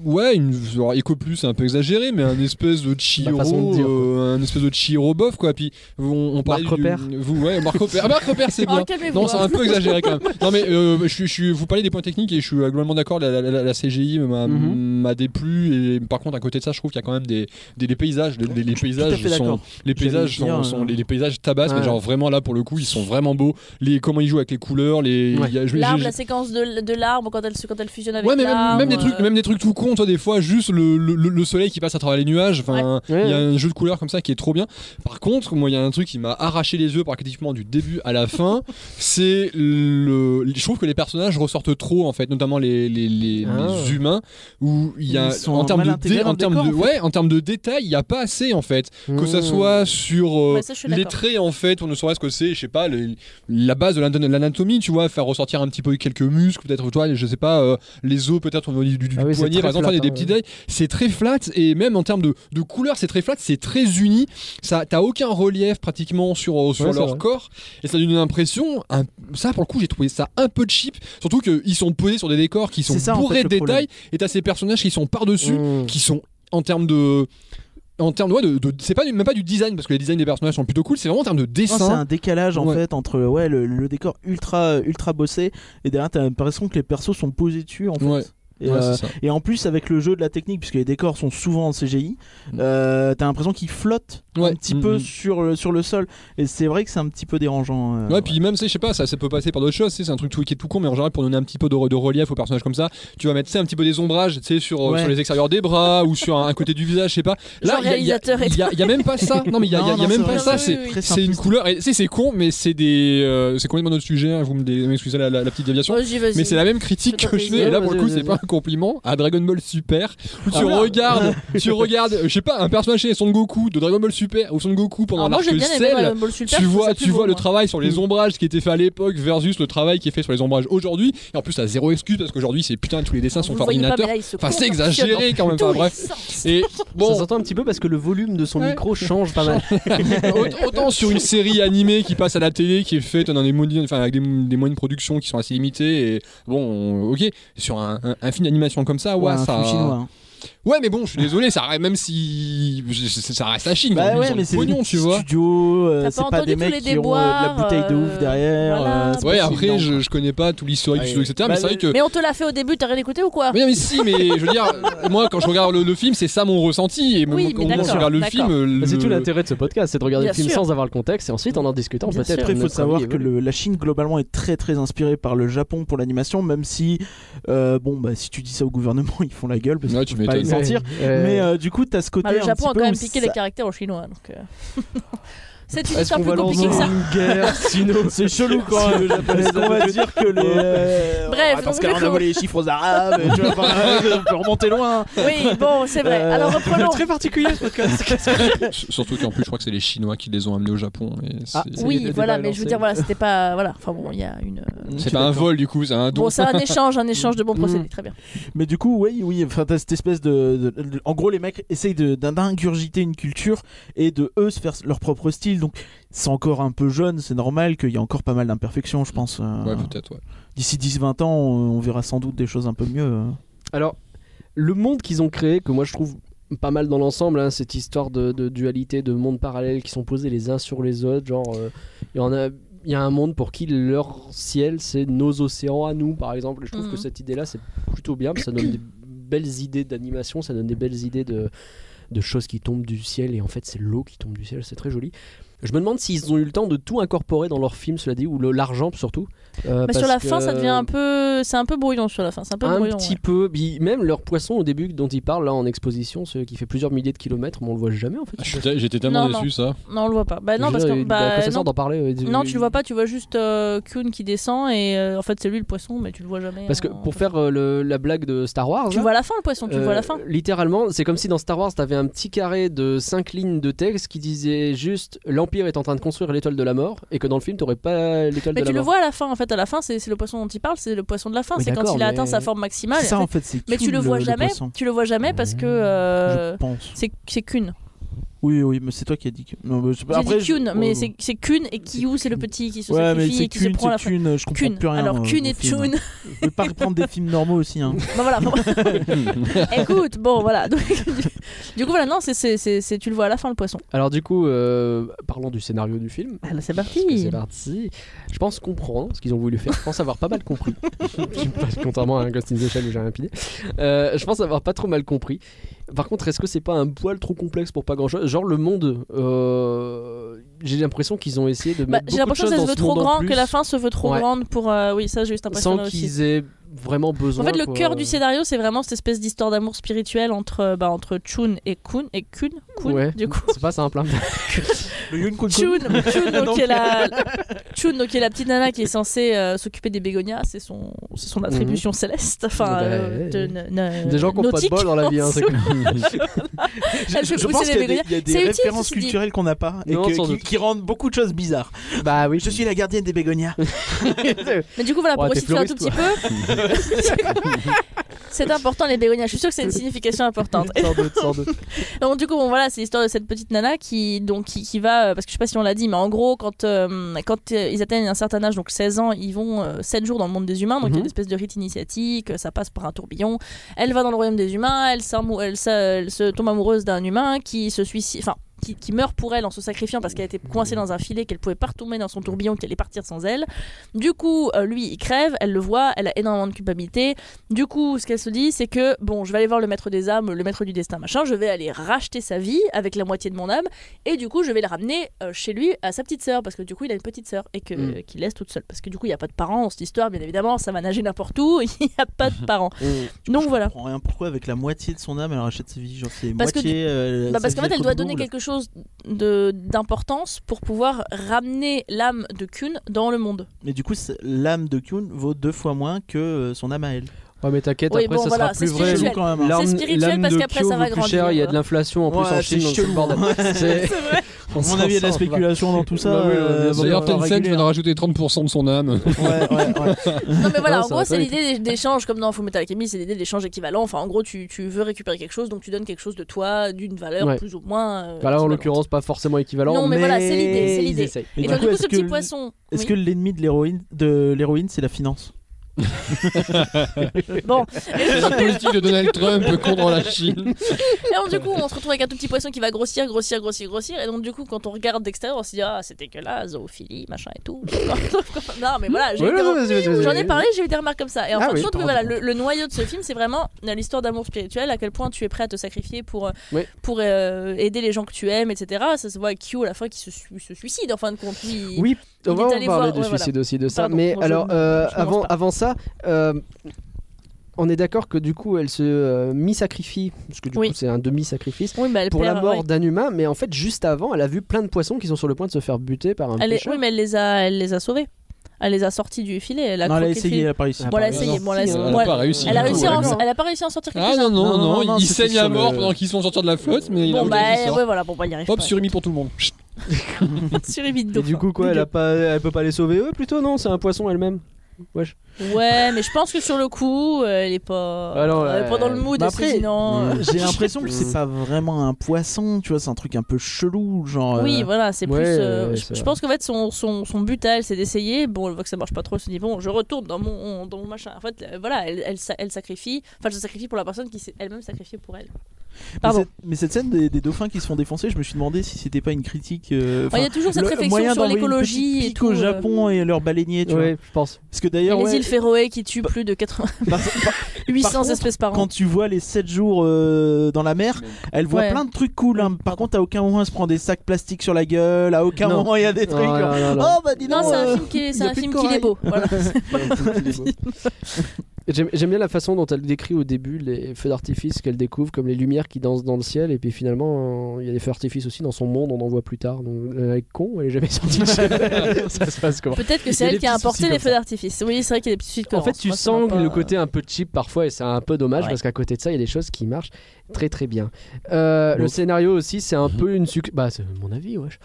Speaker 6: Ouais, une, alors, Eco Plus, c'est un peu exagéré, mais un espèce de Chiro, euh,
Speaker 1: façon de dire, quoi.
Speaker 6: un espèce de Chiro bof, quoi. Puis on, on parlait
Speaker 1: Repère.
Speaker 6: du- vous, ouais, Marc Repère. Ah, Marc Repère, c'est bien. Non, c'est un peu exagéré quand même. Non, mais euh, je, suis- je suis- vous parlez des points techniques et je suis globalement d'accord. La, la- la- la CGI m'a
Speaker 1: Mhm.
Speaker 6: m'a déplu. Et par contre, à côté de ça, je trouve qu'il y a quand même des, des, des paysages. Les, les- les paysages
Speaker 2: fait
Speaker 6: sont,
Speaker 2: d'accord.
Speaker 6: les paysages
Speaker 2: J'allais
Speaker 6: sont,
Speaker 2: dire,
Speaker 6: sont-
Speaker 2: euh,
Speaker 6: les, les paysages tabassent, mais
Speaker 1: ouais.
Speaker 6: genre vraiment là pour le coup, ils sont vraiment beaux. Les comment ils jouent avec les couleurs, les.
Speaker 1: Ouais.
Speaker 6: il y a- je-
Speaker 7: L'arbre,
Speaker 6: j'ai-
Speaker 7: la séquence de, de l'arbre quand elle, se- quand elle fusionne avec
Speaker 6: Ouais, mais même,
Speaker 7: l'arbre,
Speaker 6: même des trucs,
Speaker 7: euh,
Speaker 6: même des trucs tout con, toi, des fois, juste le, le- le- le soleil qui passe à travers les nuages. Enfin, il
Speaker 1: Ouais.
Speaker 6: y a un jeu de couleurs comme ça qui est trop bien. Par contre, moi, il y a un truc qui m'a arraché les yeux pratiquement du début à la fin. c'est le. Je trouve que les personnages ressortent trop, en fait, notamment les, les, les- les
Speaker 1: Ah.
Speaker 6: humains, où il y a
Speaker 2: Ils sont
Speaker 6: en termes
Speaker 2: mal
Speaker 6: de,
Speaker 2: intégrés dans
Speaker 6: en
Speaker 2: le
Speaker 6: termes
Speaker 2: décor,
Speaker 6: de,
Speaker 2: en
Speaker 6: ouais, en termes de détails, il n'y a pas assez, en fait. Que ça
Speaker 1: Mmh.
Speaker 6: soit sur euh,
Speaker 7: Ouais, ça, je suis
Speaker 6: les
Speaker 7: d'accord.
Speaker 6: traits en fait, on ne saurait ce que c'est, je sais pas, les- la base de l'ana- l'anatomie, tu vois, faire ressortir un petit peu quelques muscles, peut-être, tu vois, je sais pas, euh, les os peut-être au niveau du, du
Speaker 1: Ah oui, c'est
Speaker 6: poignet,
Speaker 1: très
Speaker 6: par exemple,
Speaker 1: flat,
Speaker 6: enfin, des,
Speaker 1: hein,
Speaker 6: petits détails, c'est très flat et même en termes de, de couleur, c'est très flat, c'est très uni, ça, t'as aucun relief pratiquement sur, euh, sur
Speaker 1: Ouais, c'est
Speaker 6: leur
Speaker 1: vrai.
Speaker 6: corps et ça donne une impression, un- ça pour le coup, j'ai trouvé ça un peu cheap, surtout qu'ils sont posés sur des décors qui sont
Speaker 2: C'est ça, en
Speaker 6: bourrés
Speaker 2: fait,
Speaker 6: de
Speaker 2: le
Speaker 6: détails et t'as ces personnages qui sont par-dessus
Speaker 1: Mmh.
Speaker 6: qui sont en termes de en termes ouais, de, de- c'est pas du- même pas du design parce que les designs des personnages sont plutôt cool c'est vraiment en termes de
Speaker 2: Non, Ah, c'est
Speaker 6: dessin
Speaker 2: un décalage en
Speaker 6: Ouais.
Speaker 2: fait entre euh, ouais, le, le décor ultra euh, ultra bossé et derrière t'as l'impression que les persos sont posés dessus en fait.
Speaker 6: Ouais.
Speaker 2: Et,
Speaker 6: Ouais,
Speaker 2: euh,
Speaker 6: c'est ça.
Speaker 2: et en plus avec le jeu de la technique puisque les décors sont souvent en CGI, euh, t'as l'impression qu'ils flottent
Speaker 6: Mm. Ouais.
Speaker 2: un petit
Speaker 6: Mhm.
Speaker 2: peu sur le, sur le sol et c'est vrai que c'est un petit peu dérangeant. euh,
Speaker 6: Ouais, puis même, c'est- je sais pas, ça, ça peut passer par d'autres choses. tu sais, C'est un truc tout, qui est tout con, mais en général, pour donner un petit peu de, re- de relief aux personnages comme ça, tu vas mettre tu sais, un petit peu des ombrages tu sais, sur, euh,
Speaker 2: Ouais.
Speaker 6: sur les extérieurs des bras ou sur un, un côté du visage, je sais pas. Là,
Speaker 7: Genre
Speaker 6: il y a- il y, a-
Speaker 7: réalisateur et
Speaker 6: il y a- il y a même pas ça. Non, mais il y a, il y a- il y a
Speaker 2: Non, non,
Speaker 6: même
Speaker 2: c'est
Speaker 6: pas
Speaker 2: vrai,
Speaker 6: ça.
Speaker 7: oui,
Speaker 6: C'est
Speaker 7: oui,
Speaker 2: oui.
Speaker 6: c'est une
Speaker 2: Très
Speaker 6: couleur. et, tu sais, C'est con, mais c'est des. euh, c'est complètement notre sujet. hein, vous me dé- m'excusez la, la- la petite déviation.
Speaker 7: Vas-y, vas-y.
Speaker 6: Mais c'est la même critique
Speaker 7: Fais-toi
Speaker 6: que je fais,
Speaker 1: plaisir.
Speaker 6: et là pour le coup
Speaker 1: Vas-y,
Speaker 6: c'est
Speaker 1: vas-y.
Speaker 6: pas un compliment à Dragon Ball Super où tu
Speaker 1: Ah.
Speaker 6: regardes, tu regardes, je sais pas, un personnage chez Son Goku de Dragon Ball Super ou Son Goku pendant
Speaker 7: Alors Ah, moi
Speaker 6: l'arc
Speaker 7: j'ai bien aimé
Speaker 6: Cell.
Speaker 7: Dragon Ball Super.
Speaker 6: Tu
Speaker 7: je trouve
Speaker 6: vois,
Speaker 7: ça plus
Speaker 6: tu
Speaker 7: beau,
Speaker 6: vois le
Speaker 7: moi.
Speaker 6: travail sur
Speaker 1: Mm.
Speaker 6: les ombrages qui était fait à l'époque versus le travail qui est fait sur les ombrages aujourd'hui. Et en plus, t'as zéro excuse parce qu'aujourd'hui, c'est putain, tous les dessins
Speaker 7: Vous
Speaker 6: sont
Speaker 7: le
Speaker 6: faits
Speaker 7: voyez pas,
Speaker 6: ordinateur.
Speaker 7: mais là, il se
Speaker 6: Enfin, c'est
Speaker 7: contorsionne
Speaker 6: exagéré quand même.
Speaker 7: dans
Speaker 6: Enfin,
Speaker 7: tous
Speaker 6: bref.
Speaker 7: les sens.
Speaker 6: Et
Speaker 1: Ça
Speaker 6: bon,
Speaker 1: s'entend un petit peu parce que le volume de son
Speaker 6: Ouais.
Speaker 1: micro change pas mal.
Speaker 6: Aut- Autant sur une série animée qui passe à la télé, qui est faite dans des moyens, enfin, avec des, des moyens de production qui sont assez limités, et bon, on- ok, sur un, un- un film d'animation comme ça, ah ouais,
Speaker 2: un
Speaker 6: ça.
Speaker 2: film chinois. hein.
Speaker 6: Ouais, mais bon, je suis désolé, ça reste- même si je- je- ça reste la Chine, ils ont-
Speaker 2: Bah
Speaker 6: ils
Speaker 2: ouais,
Speaker 6: ont
Speaker 2: mais
Speaker 6: du
Speaker 2: c'est
Speaker 6: pognon,
Speaker 2: des
Speaker 6: tu vois.
Speaker 2: studios, euh,
Speaker 7: T'as
Speaker 2: c'est
Speaker 7: pas
Speaker 2: pas
Speaker 7: entendu
Speaker 2: des
Speaker 7: tous les
Speaker 2: mecs qui ont euh, de la
Speaker 7: déboires,
Speaker 2: bouteille de ouf
Speaker 7: euh,
Speaker 2: derrière.
Speaker 7: voilà.
Speaker 2: euh, c'est
Speaker 6: Ouais,
Speaker 2: possible, non.
Speaker 6: après, je, je connais pas tout l'historique,
Speaker 2: Ouais.
Speaker 6: tout, etc., mais
Speaker 2: Bah,
Speaker 6: c'est vrai que.
Speaker 7: Mais on te l'a fait au début, t'as rien écouté ou quoi
Speaker 6: Mais non, mais si, mais je veux dire, moi quand je regarde le, le film, c'est ça mon ressenti. Et
Speaker 7: Oui,
Speaker 6: moi,
Speaker 7: mais
Speaker 6: quand moi, je
Speaker 7: d'accord,
Speaker 6: regarde le film,
Speaker 7: d'accord.
Speaker 6: euh,
Speaker 1: Bah,
Speaker 2: Bah,
Speaker 1: C'est
Speaker 6: le-
Speaker 1: tout l'intérêt de ce podcast, c'est de regarder
Speaker 7: Bien
Speaker 1: le film
Speaker 7: sûr.
Speaker 1: sans avoir le contexte et ensuite en en discutant
Speaker 7: Bien
Speaker 1: peut-être.
Speaker 7: sûr.
Speaker 2: Après, il faut
Speaker 1: notre
Speaker 2: savoir
Speaker 1: avis
Speaker 2: que
Speaker 1: évolue.
Speaker 2: le- la Chine globalement est très très inspirée par le Japon pour l'animation, même si euh, bon bah si tu dis ça au gouvernement ils font la gueule parce
Speaker 6: Ouais,
Speaker 2: qu'ils
Speaker 6: tu
Speaker 2: peuvent pas
Speaker 6: m'étonnes.
Speaker 2: les sentir.
Speaker 1: Ouais.
Speaker 2: Mais euh, du coup t'as ce côté.
Speaker 7: Bah, Le
Speaker 2: un
Speaker 7: Japon
Speaker 2: petit
Speaker 7: a
Speaker 2: peu
Speaker 7: quand même
Speaker 2: où
Speaker 7: piqué
Speaker 2: ça-
Speaker 7: les caractères aux Chinois, donc. euh, C'est une
Speaker 1: Est-ce
Speaker 7: histoire
Speaker 1: qu'on
Speaker 7: plus
Speaker 1: va
Speaker 7: compliquée que ça.
Speaker 2: une guerre sino C'est chelou quand même le japonais.
Speaker 1: Est-ce qu'on
Speaker 2: On
Speaker 1: va
Speaker 2: va dire que les. euh,
Speaker 7: Bref,
Speaker 2: dans ce
Speaker 7: on
Speaker 2: cas on
Speaker 7: veut-
Speaker 2: a volé les chiffres aux Arabes, tu vois, enfin, on peut remonter loin.
Speaker 7: Oui, bon, c'est vrai.
Speaker 2: Euh,
Speaker 7: Alors reprenons.
Speaker 2: Très particulier ce podcast.
Speaker 6: Surtout qu'en plus, je crois que c'est les Chinois qui les ont amenés au Japon. et c'est-
Speaker 1: Ah,
Speaker 6: c'est-
Speaker 1: Ça y est,
Speaker 7: Oui,
Speaker 1: le
Speaker 7: voilà,
Speaker 1: débat est
Speaker 7: mais je veux
Speaker 1: lancé.
Speaker 7: dire, voilà, c'était pas. Voilà, enfin bon, il y a une.
Speaker 6: c'est pas un vol du coup, c'est un don.
Speaker 7: Bon, c'est un échange, un échange de bons
Speaker 1: Mm.
Speaker 7: procédés, très bien.
Speaker 2: Mais du coup, oui, oui, enfin, t'as cette espèce de, de- de- En gros, les mecs essayent de- d'in- d'ingurgiter une culture et de eux se faire leur propre style. Donc, c'est encore un peu jeune, c'est normal qu'il y a encore pas mal d'imperfections, je pense. euh,
Speaker 6: Ouais, peut-être, ouais.
Speaker 2: D'ici 10-20 ans, on, on verra sans doute des choses un peu mieux. euh.
Speaker 1: Alors, le monde qu'ils ont créé, que moi je trouve pas mal dans l'ensemble, hein, cette histoire de, de dualité, de mondes parallèles qui sont posés les uns sur les autres, genre, euh, il y en a... Il y a un monde pour qui leur ciel, c'est nos océans à nous, par exemple. Et je trouve
Speaker 7: Mhm.
Speaker 1: que cette idée-là, c'est plutôt bien, parce que ça donne des belles idées d'animation, ça donne des belles idées de, de choses qui tombent du ciel, et en fait, c'est l'eau qui tombe du ciel, c'est très joli. Je me demande s'ils ont eu le temps de tout incorporer dans leur film, cela dit, ou le- l'argent surtout. euh,
Speaker 7: Mais Bah, sur
Speaker 1: parce
Speaker 7: la fin, ça
Speaker 1: que-
Speaker 7: devient un peu. C'est un peu brouillon sur la fin, c'est un peu
Speaker 1: un
Speaker 7: brouillon.
Speaker 1: petit
Speaker 7: ouais.
Speaker 1: peu. Puis Même leur poisson au début dont il parle là en exposition, ce qui fait plusieurs milliers de kilomètres, mais on le voit jamais en fait.
Speaker 6: Ah, je suis ta- J'étais tellement
Speaker 7: Non, non.
Speaker 6: déçu, ça.
Speaker 7: Non, on le voit pas. Bah non,
Speaker 1: Je
Speaker 7: parce
Speaker 1: veux dire,
Speaker 7: que.
Speaker 1: il- à quoi
Speaker 7: Bah,
Speaker 1: ça sert
Speaker 7: non,
Speaker 1: d'en parler euh, de-
Speaker 7: non, tu le vois pas, tu vois juste euh, Kyun qui descend et euh, en fait, c'est lui le poisson, mais tu le vois jamais.
Speaker 1: Parce que
Speaker 7: en-
Speaker 1: pour faire euh, le- la blague de Star Wars,
Speaker 7: Tu
Speaker 1: là,
Speaker 7: vois la fin, le poisson, tu le vois
Speaker 1: euh,
Speaker 7: la fin.
Speaker 1: littéralement, c'est comme si dans Star Wars, t'avais un petit carré de 5 lignes de texte qui disait juste l'Empire est en train de construire l'étoile de la mort et que dans le film, t'aurais pas l'étoile de
Speaker 7: Mais
Speaker 1: la
Speaker 7: tu le
Speaker 1: mort.
Speaker 7: vois à la fin, en fait, à la fin, c'est c'est le poisson dont il parle, c'est le poisson de la fin,
Speaker 1: Oui,
Speaker 7: c'est quand
Speaker 1: d'accord,
Speaker 7: il a
Speaker 1: mais-
Speaker 7: atteint sa forme maximale.
Speaker 2: ça,
Speaker 7: en
Speaker 2: en
Speaker 7: fait,
Speaker 2: fait, c'est.
Speaker 7: mais tu
Speaker 2: cool,
Speaker 7: le vois jamais,
Speaker 2: poisson,
Speaker 7: tu le vois jamais parce que euh,
Speaker 2: Je pense.
Speaker 7: c'est c'est Kyun.
Speaker 2: Oui, oui, mais c'est toi qui as dit que. Non, mais je-
Speaker 1: Bah,
Speaker 7: J'ai
Speaker 2: après,
Speaker 7: dit
Speaker 2: je-
Speaker 7: Kyun,
Speaker 2: ouais,
Speaker 7: mais
Speaker 1: oh.
Speaker 2: ouais.
Speaker 7: c'est c'est Kyun et Kyu, c'est le petit qui se
Speaker 2: Ouais, mais
Speaker 7: sacrifie
Speaker 2: c'est
Speaker 7: et qui se
Speaker 2: Kyun,
Speaker 7: prend la
Speaker 2: c'est
Speaker 7: fin.
Speaker 2: Kyun, je comprends
Speaker 7: Kyun.
Speaker 2: plus rien.
Speaker 7: Alors
Speaker 2: euh,
Speaker 7: Kyun
Speaker 2: au
Speaker 7: et
Speaker 2: film.
Speaker 7: Chun.
Speaker 2: Je peux pas reprendre des films normaux aussi. Hein.
Speaker 7: Bah voilà. bon. Écoute, bon voilà. Donc, du coup voilà, non, c'est c'est- c'est- c'est- tu le vois à la fin le poisson.
Speaker 1: Alors du coup, euh, parlons du scénario du film.
Speaker 7: Alors Ah, bah, c'est
Speaker 1: Parce que c'est parti. Je pense comprendre ce qu'ils ont voulu faire. Je pense avoir pas mal compris. Contrairement à un Ghost in the Shell où j'ai rien pidé. Euh, je pense avoir pas trop mal compris. Par contre, est-ce que c'est pas un poil trop complexe pour pas grand chose Genre le monde, euh, j'ai l'impression qu'ils ont essayé de
Speaker 7: Bah,
Speaker 1: mettre beaucoup
Speaker 7: J'ai
Speaker 1: de
Speaker 7: l'impression que
Speaker 1: choses
Speaker 7: ça se
Speaker 1: dans
Speaker 7: veut
Speaker 1: ce
Speaker 7: trop
Speaker 1: monde en
Speaker 7: grand,
Speaker 1: plus,
Speaker 7: que la fin se veut trop
Speaker 1: Ouais.
Speaker 7: grande pour. euh, oui, ça, j'ai juste l'impression
Speaker 1: sans
Speaker 7: aussi.
Speaker 1: qu'ils aient vraiment besoin.
Speaker 7: En fait, le
Speaker 1: pour,
Speaker 7: cœur
Speaker 1: euh,
Speaker 7: du scénario, c'est vraiment cette espèce d'histoire d'amour spirituel entre, euh, bah, entre Chun et Kun. Et Kun, Kun
Speaker 1: Ouais.
Speaker 7: du coup.
Speaker 1: C'est pas simple. hein.
Speaker 2: Le Yun Kun Kun.
Speaker 7: Chun, Chun, donc, est
Speaker 1: euh,
Speaker 7: la, Chun, donc, qui est la petite nana qui est censée euh, s'occuper des bégonias, c'est son, c'est son attribution céleste. Enfin,
Speaker 1: Bah,
Speaker 7: euh, de- ne- ne-
Speaker 1: Mhm. Des gens qui ont pas de
Speaker 7: nautique,
Speaker 1: bol dans la vie. hein, c'est clair.
Speaker 7: Elle
Speaker 2: je,
Speaker 7: fait
Speaker 2: je
Speaker 7: pousser
Speaker 2: pense
Speaker 7: les
Speaker 2: qu'il y a des,
Speaker 7: bégonias.
Speaker 2: il y a des
Speaker 7: C'est utile,
Speaker 2: références
Speaker 7: ceci dit.
Speaker 2: culturelles qu'on n'a pas et
Speaker 1: Non,
Speaker 2: que-
Speaker 1: sans
Speaker 2: qui,
Speaker 1: doute.
Speaker 2: qui rendent beaucoup de choses bizarres.
Speaker 1: bah oui.
Speaker 2: Je suis la gardienne des bégonias.
Speaker 7: Mais du coup, voilà, pour
Speaker 1: Ouais, t'es
Speaker 7: essayer de faire un
Speaker 1: fleuriste,
Speaker 7: tout petit peu. c'est important, les bégonias. Je suis sûre que c'est une signification importante.
Speaker 1: Sans doute, sans doute.
Speaker 7: Donc du coup, bon, voilà, c'est l'histoire de cette petite nana qui donc qui, qui va euh, parce que je sais pas si on l'a dit, mais en gros quand euh, quand euh, ils atteignent un certain âge, donc 16 ans, ils vont 7 jours dans le monde des humains, donc il y a
Speaker 1: Mhm.
Speaker 7: une espèce de rite initiatique, euh, ça passe par un tourbillon. Elle va dans le royaume des humains, elle, s'amou- elle, se- elle se tombe amoureuse d'un humain qui se suicide, enfin qui, qui meurt pour elle en se sacrifiant parce qu'elle était coincée dans un filet, qu'elle pouvait pas retomber dans son tourbillon, qu'elle allait partir sans elle. Du coup, euh, lui, il crève, elle le voit, elle a énormément de culpabilité. Du coup, ce qu'elle se dit, c'est que bon, je vais aller voir le maître des âmes, le maître du destin, machin, je vais aller racheter sa vie avec la moitié de mon âme, et du coup, je vais le ramener euh, chez lui à sa petite sœur, parce que du coup, il a une petite sœur, et que- euh,
Speaker 1: Mm.
Speaker 7: qu'il laisse toute seule. Parce que du coup, il n'y a pas de parents dans cette histoire, bien évidemment, ça va nager n'importe où, il n'y a pas de parents.
Speaker 1: Mm.
Speaker 7: Donc
Speaker 2: Je
Speaker 7: voilà.
Speaker 2: comprends rien. Pourquoi avec la moitié de son âme elle rachète sa vie Genre c'est
Speaker 7: Parce que
Speaker 2: moitié. euh,
Speaker 7: Bah,
Speaker 2: sa
Speaker 7: parce qu'en
Speaker 2: vie
Speaker 7: fait,
Speaker 2: à
Speaker 7: elle doit
Speaker 2: Kodomo,
Speaker 7: donner
Speaker 2: là.
Speaker 7: quelque chose de- d'importance pour pouvoir ramener l'âme de Kuhn dans le monde.
Speaker 2: Mais du coup c'est- l'âme de Kyun vaut deux fois moins que euh, son âme à elle.
Speaker 1: Ouais, mais t'inquiète,
Speaker 7: Oui,
Speaker 1: après
Speaker 7: bon,
Speaker 1: ça sera
Speaker 7: voilà,
Speaker 1: plus
Speaker 7: c'est
Speaker 1: vrai.
Speaker 7: spirituel.
Speaker 2: quand même. hein.
Speaker 1: L'arme-
Speaker 7: spirituel
Speaker 1: l'arme
Speaker 7: parce
Speaker 1: de
Speaker 7: qu'après,
Speaker 1: Kyo
Speaker 7: ça va
Speaker 1: vaut plus
Speaker 7: grandir,
Speaker 1: cher, il y a de
Speaker 7: ouais.
Speaker 1: l'inflation en plus
Speaker 2: Ouais,
Speaker 1: en
Speaker 2: c'est
Speaker 1: Chine, donc c'est hein. le
Speaker 2: chelou.
Speaker 1: bordel. C'est-
Speaker 7: C'est vrai.
Speaker 1: on
Speaker 2: À
Speaker 1: s'en
Speaker 2: mon avis, il y a de la
Speaker 1: sort pas.
Speaker 2: spéculation dans tout ça.
Speaker 1: Bah oui,
Speaker 2: euh,
Speaker 1: bien sûr.
Speaker 6: D'ailleurs,
Speaker 2: bon, on va
Speaker 6: Tencent
Speaker 2: réguler,
Speaker 6: vient de
Speaker 2: hein.
Speaker 6: rajouter 30% de son âme.
Speaker 2: Ouais, ouais, ouais.
Speaker 7: Non mais voilà,
Speaker 1: Non,
Speaker 7: en
Speaker 1: ça
Speaker 7: gros
Speaker 1: va
Speaker 7: c'est
Speaker 1: pas
Speaker 7: l'idée d'é- d'échange comme dans Fullmetal Alchemist, c'est l'idée d'échange équivalent. Enfin en gros tu, tu veux récupérer quelque chose donc tu donnes quelque chose de toi, d'une valeur
Speaker 1: Ouais.
Speaker 7: plus ou moins. euh,
Speaker 1: Bah là, en
Speaker 7: équivalente.
Speaker 1: l'occurrence, pas forcément équivalent.
Speaker 7: Non, mais voilà, c'est l'idée, c'est
Speaker 1: ils
Speaker 7: l'idée.
Speaker 1: essayent.
Speaker 7: Et
Speaker 2: Mais
Speaker 7: donc
Speaker 2: du coup,
Speaker 7: du coup
Speaker 2: est-ce
Speaker 7: ce petit
Speaker 2: que-
Speaker 7: poisson.
Speaker 2: Est-ce
Speaker 7: oui.
Speaker 2: que l'ennemi de l'héroïne, de l'héroïne, c'est la finance
Speaker 7: Bon,
Speaker 6: La politique de Donald Trump contre la Chine.
Speaker 7: Et alors du coup, on se retrouve avec un tout petit poisson qui va grossir, grossir, grossir, grossir. Et donc du coup, quand on regarde d'extérieur, on se dit ah c'est dégueulasse, zoophilie, machin et tout. non mais voilà, j'ai
Speaker 1: Ouais,
Speaker 7: eu des
Speaker 1: ouais,
Speaker 7: remarques-
Speaker 1: vas-y, vas-y, vas-y.
Speaker 7: j'en ai parlé, j'ai eu des remarques comme ça. Et en
Speaker 1: Ah
Speaker 7: fin de
Speaker 1: oui,
Speaker 7: compte, oui,
Speaker 1: pardon.
Speaker 7: voilà, le, le noyau de ce film, c'est vraiment euh, l'histoire d'amour spirituel, à quel point tu es prêt à te sacrifier pour euh,
Speaker 1: Oui.
Speaker 7: pour euh, aider les gens que tu aimes, etc. Ça se voit avec Q à la fin qui se, su- se suicide en fin de compte. Il-
Speaker 1: Oui,
Speaker 7: Il
Speaker 1: on
Speaker 7: est
Speaker 1: va en parler
Speaker 7: allé voir-
Speaker 1: du
Speaker 7: ouais, voilà.
Speaker 1: suicide aussi de ça.
Speaker 7: Pardon,
Speaker 1: mais
Speaker 7: moi, je-
Speaker 1: alors, euh,
Speaker 7: je m'avance
Speaker 1: avant,
Speaker 7: pas.
Speaker 1: avant ça, euh, on est d'accord que du coup, elle se euh, mi-sacrifie, parce que du
Speaker 7: Oui.
Speaker 1: coup, c'est un demi-sacrifice.
Speaker 7: Oui, mais elle
Speaker 1: Pour la
Speaker 7: perd,
Speaker 1: mort
Speaker 7: ouais.
Speaker 1: d'un humain, mais en fait, juste avant, elle a vu plein de poissons qui sont sur le point de se faire buter par un
Speaker 7: Elle est-
Speaker 1: pêcheur.
Speaker 7: oui, mais elle les a, elle les a sauvés. Elle les a sortis du filet. Elle a
Speaker 2: Non, elle a
Speaker 7: croqué le
Speaker 2: essayé, euh,
Speaker 7: filet.
Speaker 2: elle a pas réussi.
Speaker 7: Bon, elle a essayé.
Speaker 6: non,
Speaker 7: bon, elle a
Speaker 1: si,
Speaker 7: essayé.
Speaker 1: elle a
Speaker 7: Ouais,
Speaker 6: pas réussi
Speaker 7: Elle a
Speaker 6: du
Speaker 7: réussi
Speaker 6: tout,
Speaker 7: à en-
Speaker 6: ouais.
Speaker 7: elle a pas réussi à en sortir
Speaker 6: Ah
Speaker 7: quelques-uns.
Speaker 6: non, non,
Speaker 2: Non,
Speaker 6: non,
Speaker 2: non,
Speaker 6: il-
Speaker 2: non,
Speaker 6: il
Speaker 2: c'était
Speaker 6: saigne
Speaker 2: sur
Speaker 6: à mort
Speaker 2: le-
Speaker 6: pendant qu'ils sont sortis de la flotte, mais il a
Speaker 7: Bon, bah,
Speaker 6: réussi à
Speaker 7: ouais,
Speaker 6: sortir.
Speaker 7: voilà, bon, bah, il arrive
Speaker 6: Hop,
Speaker 7: pas.
Speaker 6: surimi pour tout le monde.
Speaker 7: Surimi de
Speaker 1: Et du
Speaker 7: dauphin.
Speaker 1: coup, quoi, elle, a pas, elle peut pas les sauver eux plutôt Non, c'est un poisson elle-même. Wesh.
Speaker 7: Ouais, mais je pense que sur le coup, euh, elle est pas.
Speaker 1: Ah non,
Speaker 7: elle est
Speaker 1: euh,
Speaker 7: pas dans le mood,
Speaker 2: bah
Speaker 7: elle se
Speaker 2: après-
Speaker 7: dit non. euh,
Speaker 2: J'ai l'impression que
Speaker 1: Mm.
Speaker 2: c'est pas vraiment un poisson, tu vois, c'est un truc un peu chelou, genre.
Speaker 7: Oui,
Speaker 2: euh,
Speaker 7: voilà, c'est
Speaker 1: ouais,
Speaker 7: plus. euh,
Speaker 1: ouais,
Speaker 7: je,
Speaker 1: c'est
Speaker 7: je
Speaker 1: vrai.
Speaker 7: pense qu'en fait, son, son, son but à elle, c'est d'essayer. Bon, elle voit que ça marche pas trop, elle se dit bon, je retourne dans mon, dans mon machin. En fait, euh, voilà, elle, elle, sa- elle sacrifie. Enfin, je sacrifie pour la personne qui s'est elle-même sacrifiée pour elle.
Speaker 2: mais,
Speaker 7: Pardon.
Speaker 2: cette, mais cette scène des, des dauphins qui se font défoncer, je me suis demandé si c'était pas une critique. euh,
Speaker 7: Ouais, Il y
Speaker 2: enfin,
Speaker 7: a toujours cette
Speaker 2: le
Speaker 7: réflexion
Speaker 2: moyen
Speaker 7: sur
Speaker 2: d'envoyer une
Speaker 7: l'écologie
Speaker 2: petite
Speaker 7: et
Speaker 2: pique
Speaker 7: tout.
Speaker 2: au
Speaker 7: euh,
Speaker 2: Japon et leurs baleiniers, tu vois.
Speaker 1: Ouais, je pense.
Speaker 2: Parce que
Speaker 7: et
Speaker 2: d'ailleurs,
Speaker 7: les
Speaker 2: ouais,
Speaker 7: îles Féroé qui tuent plus de 80...
Speaker 2: par-
Speaker 7: 800
Speaker 2: contre,
Speaker 7: espèces par an.
Speaker 2: quand tu vois les 7 jours euh, dans la mer, elle voit
Speaker 7: Ouais.
Speaker 2: plein de trucs cool. hein. Par contre, à aucun moment, elle se prend des sacs plastiques sur la gueule. À aucun
Speaker 1: Non.
Speaker 2: moment, il y a des trucs.
Speaker 1: Ah,
Speaker 2: genre,
Speaker 1: non, non, non.
Speaker 2: Oh bah dis
Speaker 7: Non,
Speaker 2: donc,
Speaker 7: c'est un
Speaker 2: euh,
Speaker 7: film qui est,
Speaker 2: il
Speaker 7: c'est
Speaker 2: y a
Speaker 7: un
Speaker 2: plus de
Speaker 7: film qu'il
Speaker 2: corail.
Speaker 7: est beau. Voilà.
Speaker 1: J'aime j'aime bien la façon dont elle décrit au début les feux d'artifice qu'elle découvre, comme les lumières qui dansent dans le ciel, et puis finalement euh, il y a des feux d'artifice aussi dans son monde, on en voit plus tard. Donc elle est con, elle est jamais sortie. de chez elle. ça se passe comment
Speaker 7: Peut-être que
Speaker 1: Il y
Speaker 7: c'est
Speaker 1: a
Speaker 7: elle
Speaker 1: des
Speaker 7: qui a
Speaker 1: petits
Speaker 7: importé
Speaker 1: soucis
Speaker 7: les
Speaker 1: comme
Speaker 7: feux
Speaker 1: ça.
Speaker 7: d'artifice. Oui, c'est vrai qu'il y a des petits suites
Speaker 1: En fait, tu sens le côté un peu cheap parfois, et c'est un peu dommage parce qu'à côté de ça, il y a des choses qui marchent très très bien. Euh, le
Speaker 2: Donc-
Speaker 1: scénario aussi, c'est un peu une suc. Bah, c'est mon avis, wesh.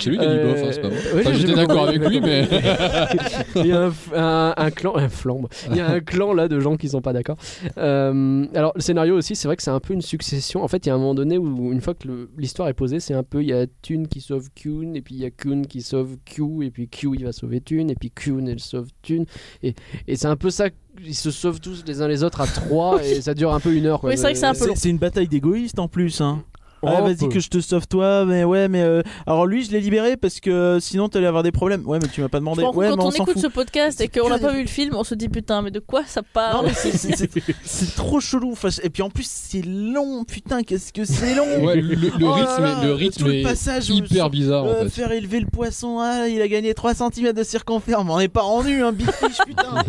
Speaker 6: C'est lui qui a dit bof, hein, c'est pas moi.
Speaker 1: Euh, ouais,
Speaker 6: Enfin,
Speaker 1: j'ai
Speaker 6: j'étais
Speaker 1: pas
Speaker 6: d'accord
Speaker 1: compris.
Speaker 6: avec lui, mais.
Speaker 1: Il y a un, f- un- un clan, un flambe. Il y a un clan là de gens qui sont pas d'accord. Euh, alors le scénario aussi, c'est vrai que c'est un peu une succession. En fait, il y a un moment donné où une fois que le- l'histoire est posée, c'est un peu il y a Thune qui sauve Kuhn et puis il y a Kuhn qui sauve Q et puis Q il va sauver Thune et puis Kuhn elle sauve Thune et, et c'est un peu ça. Ils se sauvent tous les uns les autres à trois et ça dure un peu une heure. quoi.
Speaker 7: Oui, c'est vrai que c'est un peu long.
Speaker 2: C'est c'est une bataille d'égoïste en plus. Hein. Ah,
Speaker 1: Oh,
Speaker 2: vas-y
Speaker 1: peu.
Speaker 2: que je te sauve toi, mais ouais, mais euh, alors lui je l'ai libéré parce que euh, sinon t'allais avoir des problèmes. Ouais, mais tu m'as pas demandé. Ouais, mais
Speaker 7: quand on
Speaker 2: on s'en
Speaker 7: écoute
Speaker 2: fout.
Speaker 7: ce podcast et
Speaker 2: C'est
Speaker 7: qu'on n'a
Speaker 2: que
Speaker 7: pas
Speaker 2: des-
Speaker 7: vu le film, on se dit putain, mais de quoi ça
Speaker 2: Non,
Speaker 7: parle
Speaker 2: mais c'est- c'est- c'est- c'est trop chelou. Enfin, et puis en plus c'est long. Putain, qu'est-ce que c'est long.
Speaker 6: Ouais, le, le
Speaker 2: Oh là
Speaker 6: rythme,
Speaker 2: là,
Speaker 6: est- le rythme
Speaker 2: tout le
Speaker 6: est
Speaker 2: passage où-
Speaker 6: hyper bizarre
Speaker 2: Euh,
Speaker 6: en fait.
Speaker 2: Faire élever le poisson, ah, il a gagné 3 cm de circonférence, mais on n'est pas rendu, hein, Big Fish, putain!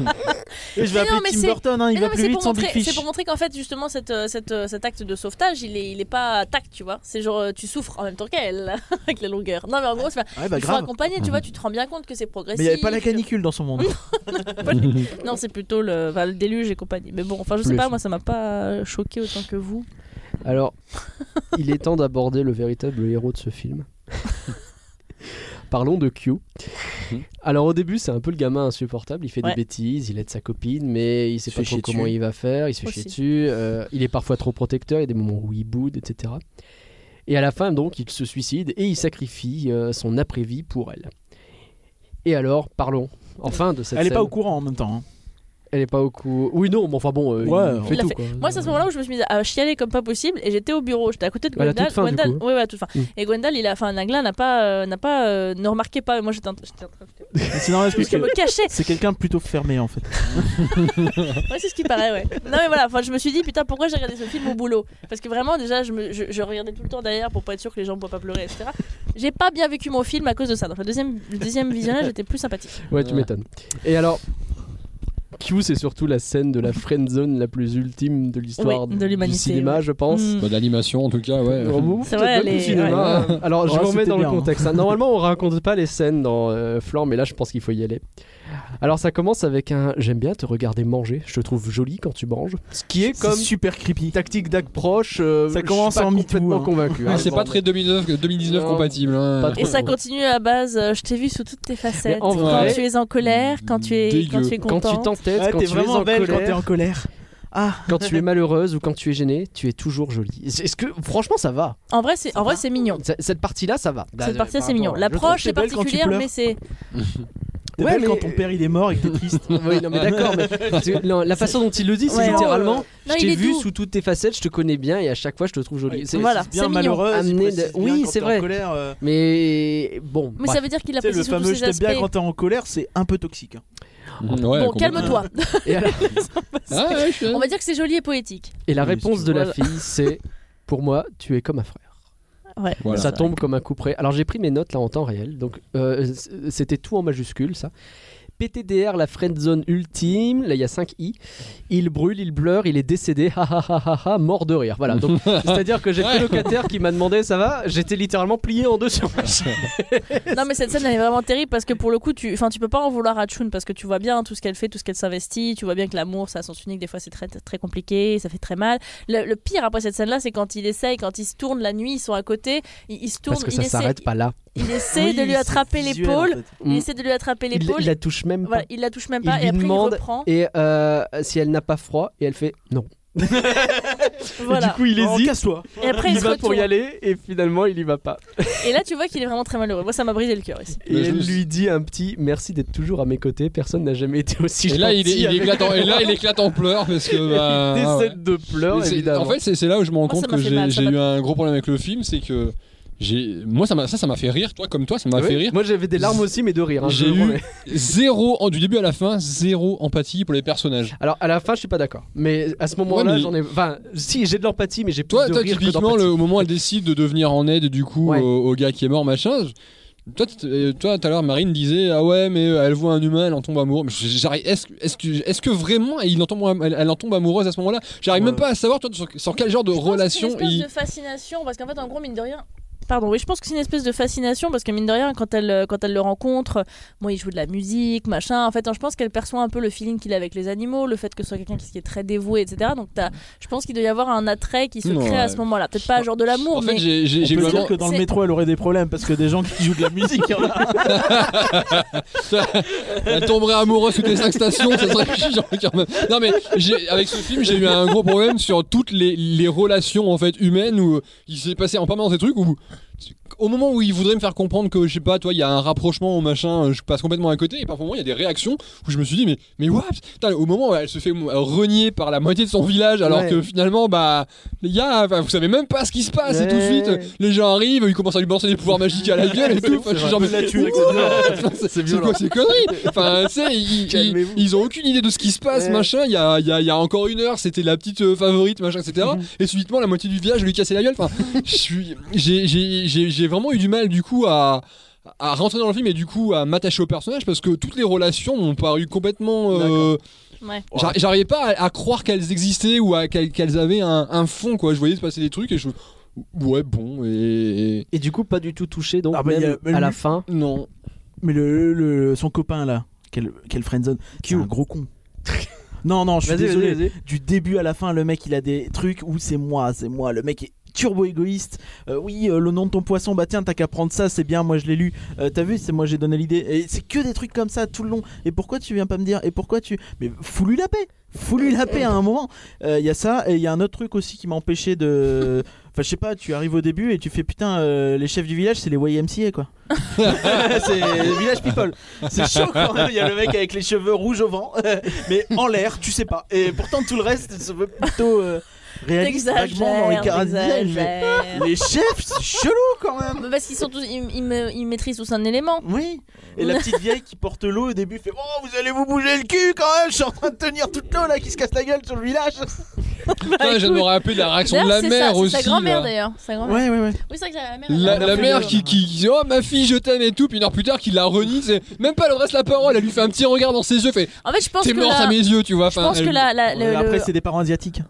Speaker 2: Et je vais
Speaker 7: Mais non,
Speaker 2: appeler
Speaker 7: mais
Speaker 2: Tim
Speaker 7: c'est-
Speaker 2: Burton, hein, il
Speaker 7: Mais
Speaker 2: va
Speaker 7: non, mais
Speaker 2: plus
Speaker 7: c'est
Speaker 2: vite
Speaker 7: pour
Speaker 2: sans Big
Speaker 7: montrer,
Speaker 2: Fish.
Speaker 7: c'est pour montrer qu'en fait justement cette, euh, cette, euh, cet acte de sauvetage, il est, il est pas tac, tu vois. C'est genre euh, tu souffres en même temps qu'elle avec la longueur. Non mais en gros, c'est pas.
Speaker 2: Ouais, bah
Speaker 7: il faut
Speaker 2: grave.
Speaker 7: accompagner, tu vois. Tu te rends bien compte que c'est progressif.
Speaker 2: Mais il n'y avait pas la
Speaker 7: que-
Speaker 2: canicule dans son monde.
Speaker 7: Non, c'est plutôt le, enfin, le déluge et compagnie. Mais bon, enfin, je sais
Speaker 1: Plus.
Speaker 7: pas, moi, ça m'a pas choqué autant que vous.
Speaker 1: Alors, il est temps d'aborder le véritable héros de ce film. Parlons de Q.
Speaker 2: Mhm.
Speaker 1: Alors au début c'est un peu le gamin insupportable, il fait
Speaker 7: Ouais.
Speaker 1: des bêtises, il aide sa copine mais il sait
Speaker 2: se
Speaker 1: pas
Speaker 2: fait
Speaker 1: trop
Speaker 2: chier
Speaker 1: comment
Speaker 2: dessus.
Speaker 1: il va faire, il se fait chier
Speaker 7: Aussi.
Speaker 1: dessus, euh, il est parfois trop protecteur, il y a des moments où il boude, etc. Et à la fin donc il se suicide et il sacrifie euh, son après-vie pour elle. Et alors parlons enfin de cette
Speaker 2: Elle n'est
Speaker 1: scène.
Speaker 2: pas au courant en même temps. hein.
Speaker 1: Elle est pas au coup. Oui non mais enfin bon, euh,
Speaker 2: Ouais,
Speaker 1: il
Speaker 2: on
Speaker 1: fait
Speaker 7: l'a
Speaker 1: tout
Speaker 7: fait.
Speaker 1: quoi.
Speaker 7: Moi, c'est à ce moment-là où je me suis mise à chialer comme pas possible et j'étais au bureau. J'étais à côté de
Speaker 1: À la
Speaker 7: Gwendal.
Speaker 1: toute fin, du
Speaker 7: Gwendal-
Speaker 1: coup,
Speaker 7: ouais, ouais, à la toute fin.
Speaker 1: Mm.
Speaker 7: Et Gwendal, il a, enfin, Nagla n'a pas, euh, n'a pas, euh, ne remarquait pas. Et moi, j'étais en train j'étais en train- j'étais-
Speaker 2: Mais C'est normal parce
Speaker 7: je
Speaker 2: que
Speaker 7: me cachais.
Speaker 2: c'est quelqu'un de plutôt fermé en fait.
Speaker 7: Ouais, c'est ce qui paraît, ouais. Non, mais voilà, enfin, je me suis dit, putain, pourquoi j'ai regardé ce film au boulot Parce que vraiment, déjà, je, me, je, je regardais tout le temps derrière pour pas être sûr que les gens ne pourraient pas pleurer, etc. J'ai pas bien vécu mon film à cause de ça. Donc, le deuxième, le deuxième visionnage était plus sympathique.
Speaker 1: Ouais, tu
Speaker 6: Ouais.
Speaker 1: m'étonnes. Et alors, Q, c'est surtout la scène de la friend zone la plus ultime de l'histoire
Speaker 7: Oui, de
Speaker 1: du
Speaker 7: l'humanité,
Speaker 1: cinéma,
Speaker 7: ouais.
Speaker 1: je pense.
Speaker 7: Mm.
Speaker 6: Bah, de l'animation en tout cas, ouais.
Speaker 1: Oh, bon,
Speaker 7: C'est
Speaker 1: peut-être
Speaker 7: vrai,
Speaker 1: pas
Speaker 7: elle
Speaker 1: tout
Speaker 7: est-
Speaker 1: le cinéma, hein. Alors, je
Speaker 2: Ouais,
Speaker 1: vous remets
Speaker 2: c'était
Speaker 1: dans le
Speaker 2: bien, hein.
Speaker 1: contexte. hein. Normalement, on raconte pas les scènes dans euh, Flan, mais là, je pense qu'il faut y aller. Alors ça commence avec un j'aime bien te regarder manger, je te trouve jolie quand tu manges. Ce qui est
Speaker 2: C'est
Speaker 1: comme
Speaker 2: super creepy.
Speaker 1: tactique d'acte proche. euh,
Speaker 2: Ça
Speaker 1: je
Speaker 2: commence
Speaker 1: suis pas
Speaker 2: en Me Too,
Speaker 1: complètement
Speaker 2: hein.
Speaker 1: convaincu.
Speaker 6: Ah,
Speaker 1: hein,
Speaker 6: c'est
Speaker 1: bon,
Speaker 6: pas très
Speaker 1: mais-
Speaker 6: 2009, 2019
Speaker 1: Non,
Speaker 6: compatible. hein.
Speaker 1: pas trop.
Speaker 7: Et ça continue à base, euh, je t'ai vu sous toutes tes facettes.
Speaker 1: en
Speaker 7: quand
Speaker 1: vrai,
Speaker 7: tu es en colère, quand tu es,
Speaker 6: dégueu.
Speaker 7: quand tu es
Speaker 1: Quand
Speaker 7: content.
Speaker 1: tu t'entêtes,
Speaker 2: Ouais,
Speaker 1: quand
Speaker 2: t'es
Speaker 1: tu es
Speaker 2: vraiment
Speaker 1: en
Speaker 2: belle quand
Speaker 1: colère,
Speaker 2: t'es en colère. Ah,
Speaker 1: quand tu es malheureuse ou quand tu es gênée, tu es toujours jolie. Est-ce que franchement ça va
Speaker 7: En vrai, c'est, en vrai, c'est mignon.
Speaker 1: C- Cette partie-là, ça va.
Speaker 7: Cette partie,
Speaker 1: Bah, Par
Speaker 7: c'est mignon.
Speaker 1: rapport à-
Speaker 7: L'approche
Speaker 2: je
Speaker 7: est
Speaker 2: trouve que c'est belle quand tu
Speaker 7: particulière,
Speaker 2: pleures.
Speaker 7: mais c'est.
Speaker 2: t'es
Speaker 1: Ouais,
Speaker 2: belle
Speaker 1: mais-
Speaker 2: quand ton père il est mort et que t'es triste.
Speaker 1: Oui, non, mais d'accord, mais tu- non, la façon dont il le dit, c'est
Speaker 7: Ouais,
Speaker 1: littéralement
Speaker 7: non, euh, non,
Speaker 1: Je
Speaker 7: il
Speaker 1: t'ai
Speaker 7: est
Speaker 1: vu
Speaker 7: doux.
Speaker 1: sous toutes tes facettes, je te connais bien et à chaque fois je te trouve jolie.
Speaker 2: Il
Speaker 1: C'est-
Speaker 7: Voilà,
Speaker 2: précise bien
Speaker 7: c'est mignon.
Speaker 2: malheureuse. il
Speaker 1: Amener
Speaker 2: précise
Speaker 1: de-
Speaker 2: bien
Speaker 1: oui,
Speaker 2: quand
Speaker 1: c'est
Speaker 2: t'es
Speaker 1: vrai.
Speaker 2: En colère, euh,
Speaker 1: Mais bon,
Speaker 7: Mais
Speaker 1: bref.
Speaker 7: ça veut dire qu'il
Speaker 2: tu sais,
Speaker 7: apprécie
Speaker 2: le
Speaker 7: sous tous
Speaker 2: fameux
Speaker 7: ses
Speaker 2: je t'aime bien
Speaker 7: aspects.
Speaker 2: quand t'es en colère, c'est un peu toxique. hein.
Speaker 6: Mmh, ouais,
Speaker 7: Bon,
Speaker 6: complètement.
Speaker 7: calme-toi.
Speaker 1: et, alors-
Speaker 6: Ah ouais, je suis-
Speaker 7: On va dire que c'est joli et poétique.
Speaker 1: et la
Speaker 6: Oui, si
Speaker 1: réponse
Speaker 6: tu
Speaker 1: de
Speaker 6: vois,
Speaker 1: la fille, c'est pour moi, tu es comme un frère.
Speaker 7: Ouais.
Speaker 6: Voilà.
Speaker 1: Ça tombe comme un coup près. Alors j'ai pris mes notes là en temps réel, donc euh, c- c'était tout en majuscule ça. PTDR, la friendzone ultime, là il y a 5 i. Il brûle, il pleure, il est décédé, ha ha ha ha ha, mort de rire. Voilà, donc c'est-à-dire que j'ai le
Speaker 6: Ouais.
Speaker 1: locataire qui m'a demandé ça va, j'étais littéralement plié en deux sur ma chaise.
Speaker 7: Non mais cette scène elle est vraiment terrible parce que pour le coup tu, enfin tu peux pas en vouloir à Chun parce que tu vois bien tout ce qu'elle fait, tout ce qu'elle s'investit, tu vois bien que l'amour ça sens unique des fois c'est très très compliqué, ça fait très mal. Le, le pire après cette scène là c'est quand il essaye, quand ils se tournent la nuit, ils sont à côté, ils, ils se tournent,
Speaker 1: Parce que
Speaker 7: il
Speaker 1: ça
Speaker 7: essaie-
Speaker 1: s'arrête pas là.
Speaker 7: il essaie
Speaker 2: Oui,
Speaker 7: de lui
Speaker 2: c'est
Speaker 7: attraper
Speaker 2: visuel,
Speaker 7: l'épaule,
Speaker 2: en fait.
Speaker 7: il essaie de lui attraper
Speaker 1: Il,
Speaker 7: l'épaule,
Speaker 1: il la touche même pas.
Speaker 7: voilà, il la touche même
Speaker 1: Il
Speaker 7: pas
Speaker 1: lui
Speaker 7: et après
Speaker 1: demande-
Speaker 7: il reprend.
Speaker 1: Et euh, si elle n'a pas froid, et elle fait non. Et
Speaker 7: voilà.
Speaker 1: du coup, il
Speaker 2: Oh,
Speaker 1: hésite.
Speaker 2: casse-toi.
Speaker 7: Et après il,
Speaker 1: il
Speaker 7: se
Speaker 1: va pour
Speaker 7: retourne.
Speaker 1: y aller, et finalement, il y va pas.
Speaker 7: Et là tu vois qu'il est vraiment très malheureux. Moi ça m'a brisé le cœur ici.
Speaker 1: Et
Speaker 6: Mais je
Speaker 1: elle
Speaker 6: me suis-
Speaker 1: lui dit un petit merci d'être toujours à mes côtés. Personne n'a jamais été aussi
Speaker 6: Et
Speaker 1: gentil.
Speaker 6: là, il, est- il
Speaker 1: avec
Speaker 6: éclate en,
Speaker 1: moi.
Speaker 6: et là, il éclate en pleurs parce que. Bah,
Speaker 1: Il
Speaker 6: ah ouais.
Speaker 1: décède de
Speaker 6: Mais
Speaker 1: pleurs,
Speaker 6: c'est-
Speaker 1: évidemment.
Speaker 6: En fait, c'est c'est là où je me rends
Speaker 7: Moi,
Speaker 6: compte
Speaker 7: ça m'a
Speaker 6: que
Speaker 7: fait
Speaker 6: j'ai
Speaker 7: mal, ça
Speaker 6: j'ai
Speaker 7: m'a-
Speaker 6: eu un gros problème avec le film, c'est que j'ai moi ça m'a ça ça m'a fait rire, toi comme toi ça m'a
Speaker 1: Oui.
Speaker 6: fait rire.
Speaker 1: Ah Moi j'avais des larmes aussi, mais de rire. hein, je
Speaker 6: J'ai
Speaker 1: le
Speaker 6: eu-
Speaker 1: promets.
Speaker 6: Zéro en- du début à la fin, zéro empathie pour les personnages.
Speaker 1: Alors à la fin, je suis pas d'accord. Mais à ce moment-là,
Speaker 6: Ouais, mais-
Speaker 1: j'en ai. Enfin, si j'ai de l'empathie, mais j'ai plus
Speaker 6: Toi,
Speaker 1: de
Speaker 6: toi
Speaker 1: rire que
Speaker 6: typiquement
Speaker 1: d'empathie.
Speaker 6: le, au moment où elle décide de devenir en aide du coup
Speaker 1: Ouais.
Speaker 6: au, au gars qui est mort machin. je- Toi, t- euh, toi, tout à l'heure, Marine disait Ah ouais, mais euh, elle voit un humain, elle en tombe amoureuse. Mais j- j'arrive- Est-ce est que, est que vraiment il en tombe, elle, elle en tombe amoureuse à ce moment-là J'arrive
Speaker 2: Ouais.
Speaker 6: même pas à savoir toi, sur, sur quel genre de
Speaker 7: Je pense que
Speaker 6: relation
Speaker 7: c'est une espèce
Speaker 6: il.
Speaker 7: de fascination parce qu'en fait en gros mine de rien Pardon, oui, je pense que c'est une espèce de fascination parce que mine de rien, quand elle, euh, quand elle le rencontre, euh, bon, il joue de la musique, machin. En fait, hein, je pense qu'elle perçoit un peu le feeling qu'il a avec les animaux, le fait que ce soit quelqu'un qui qui est très dévoué, etc. Donc, t'as- je pense qu'il doit y avoir un attrait qui se
Speaker 6: Non,
Speaker 7: crée à
Speaker 6: ouais.
Speaker 7: ce moment-là. Peut-être pas genre de l'amour,
Speaker 6: En fait,
Speaker 7: mais
Speaker 6: j'ai- j'ai
Speaker 2: On
Speaker 6: j'ai
Speaker 2: peut
Speaker 6: vraiment.
Speaker 2: dire que dans le
Speaker 7: C'est-
Speaker 2: métro, elle aurait des problèmes parce que des gens qui jouent de la musique, il y en a.
Speaker 6: Elle tomberait amoureuse sous tes cinq stations, ça serait chiant quand même. Non mais j'ai- avec ce film, j'ai eu un gros problème sur toutes les, les relations en fait humaines où euh, il s'est passé en permanence des trucs où au moment où il voudrait me faire comprendre que je sais pas, toi, il y a un rapprochement ou machin, euh, je passe complètement à côté et par moment il y a des réactions où je me suis dit mais mais what Putain, au moment où elle se fait euh, renier par la moitié de son village alors
Speaker 1: Ouais.
Speaker 6: que finalement bah les gars, enfin, vous savez même pas ce qui se passe et tout de
Speaker 1: Ouais.
Speaker 6: suite les gens arrivent, ils commencent à lui lancer des pouvoirs magiques à la gueule et tout. Enfin, je suis genre, mais-
Speaker 2: la tuer,
Speaker 6: Ouh, c'est
Speaker 1: violent.
Speaker 6: quoi ces conneries Enfin, tu sais, ils, ils,
Speaker 1: Calmez-vous.
Speaker 6: ils ont aucune idée de ce qui se passe,
Speaker 1: Ouais.
Speaker 6: machin. Il y a, il y a- il y a encore une heure, c'était la petite euh, favorite, machin, etc.
Speaker 7: Mhm.
Speaker 6: Et subitement, la moitié du village lui cassait la gueule. Enfin, je suis- j'ai- j'ai j'ai- j'ai vraiment eu du mal, du coup, à à rentrer dans le film et du coup à m'attacher au personnage parce que toutes les relations m'ont paru complètement euh,
Speaker 7: ouais.
Speaker 6: j'ar- j'arrivais pas à, à croire qu'elles existaient ou à qu'elles qu'elles avaient un, un fond quoi je voyais se passer des trucs et je ouais bon et
Speaker 1: Et du coup, pas du tout touché, donc
Speaker 2: Ah, bah, il y
Speaker 1: même
Speaker 2: a- mais
Speaker 1: à la
Speaker 2: lui-
Speaker 1: fin.
Speaker 6: non
Speaker 2: Mais le, le- son copain là, quel, quel friendzone, c'est un gros con. non, non, je suis
Speaker 1: Vas-y,
Speaker 2: désolé.
Speaker 1: vas-y, vas-y.
Speaker 2: Du début à la fin, le mec il a des trucs où c'est moi, c'est moi. Le mec est turbo égoïste. Euh, oui, euh, le nom de ton poisson, bah tiens, t'as qu'à prendre ça, c'est bien, moi je l'ai lu. Euh, T'as vu, c'est moi j'ai donné l'idée. Et c'est que des trucs comme ça tout le long. Et pourquoi tu viens pas me dire Et pourquoi tu. Mais fous-lui la paix Fous-lui la paix à un moment. Euh, Il y a ça, et il y a un autre truc aussi qui m'a empêché de. Enfin, je sais pas, tu arrives au début et tu fais putain, euh, les chefs du village, c'est les YMCA quoi. c'est Village People. C'est chaud quand même. Il y a le mec avec les cheveux rouges au vent, mais en l'air, tu sais pas. Et pourtant, tout le reste se veut plutôt euh, réaliste, vaguement dans les
Speaker 7: T'exagères,
Speaker 2: caractéristiques. mais
Speaker 7: t'exagères.
Speaker 2: Les chefs, c'est chelou quand même.
Speaker 7: Mais Parce qu'ils sont tous, ils, ils me- ils maîtrisent tous un élément.
Speaker 2: Oui. Et la petite vieille qui porte l'eau au début fait Oh, vous allez vous bouger le cul quand même. Je suis en train de tenir toute l'eau là qui se casse la gueule sur le village.
Speaker 6: Putain, je me
Speaker 7: Bah, écoute.
Speaker 6: rappelle de la réaction de la
Speaker 7: D'ailleurs, c'est
Speaker 6: mère
Speaker 7: sa,
Speaker 6: aussi.
Speaker 7: C'est sa grand-mère
Speaker 6: là.
Speaker 7: d'ailleurs. Sa grand-mère.
Speaker 2: Ouais, ouais, ouais.
Speaker 7: Oui, c'est vrai que la mère.
Speaker 6: La,
Speaker 7: elle
Speaker 6: la
Speaker 7: a-
Speaker 6: mère qui, qui dit Oh ma fille, je t'aime et tout, puis une heure plus tard, qui la renie, c'est même pas elle adresse la parole, elle lui fait un petit regard dans ses yeux, fait
Speaker 7: En fait, je pense que.
Speaker 6: T'es morte
Speaker 7: la-
Speaker 6: à mes yeux, tu vois.
Speaker 7: Je pense que la. la- le-
Speaker 2: Après,
Speaker 7: le-
Speaker 2: c'est des parents asiatiques.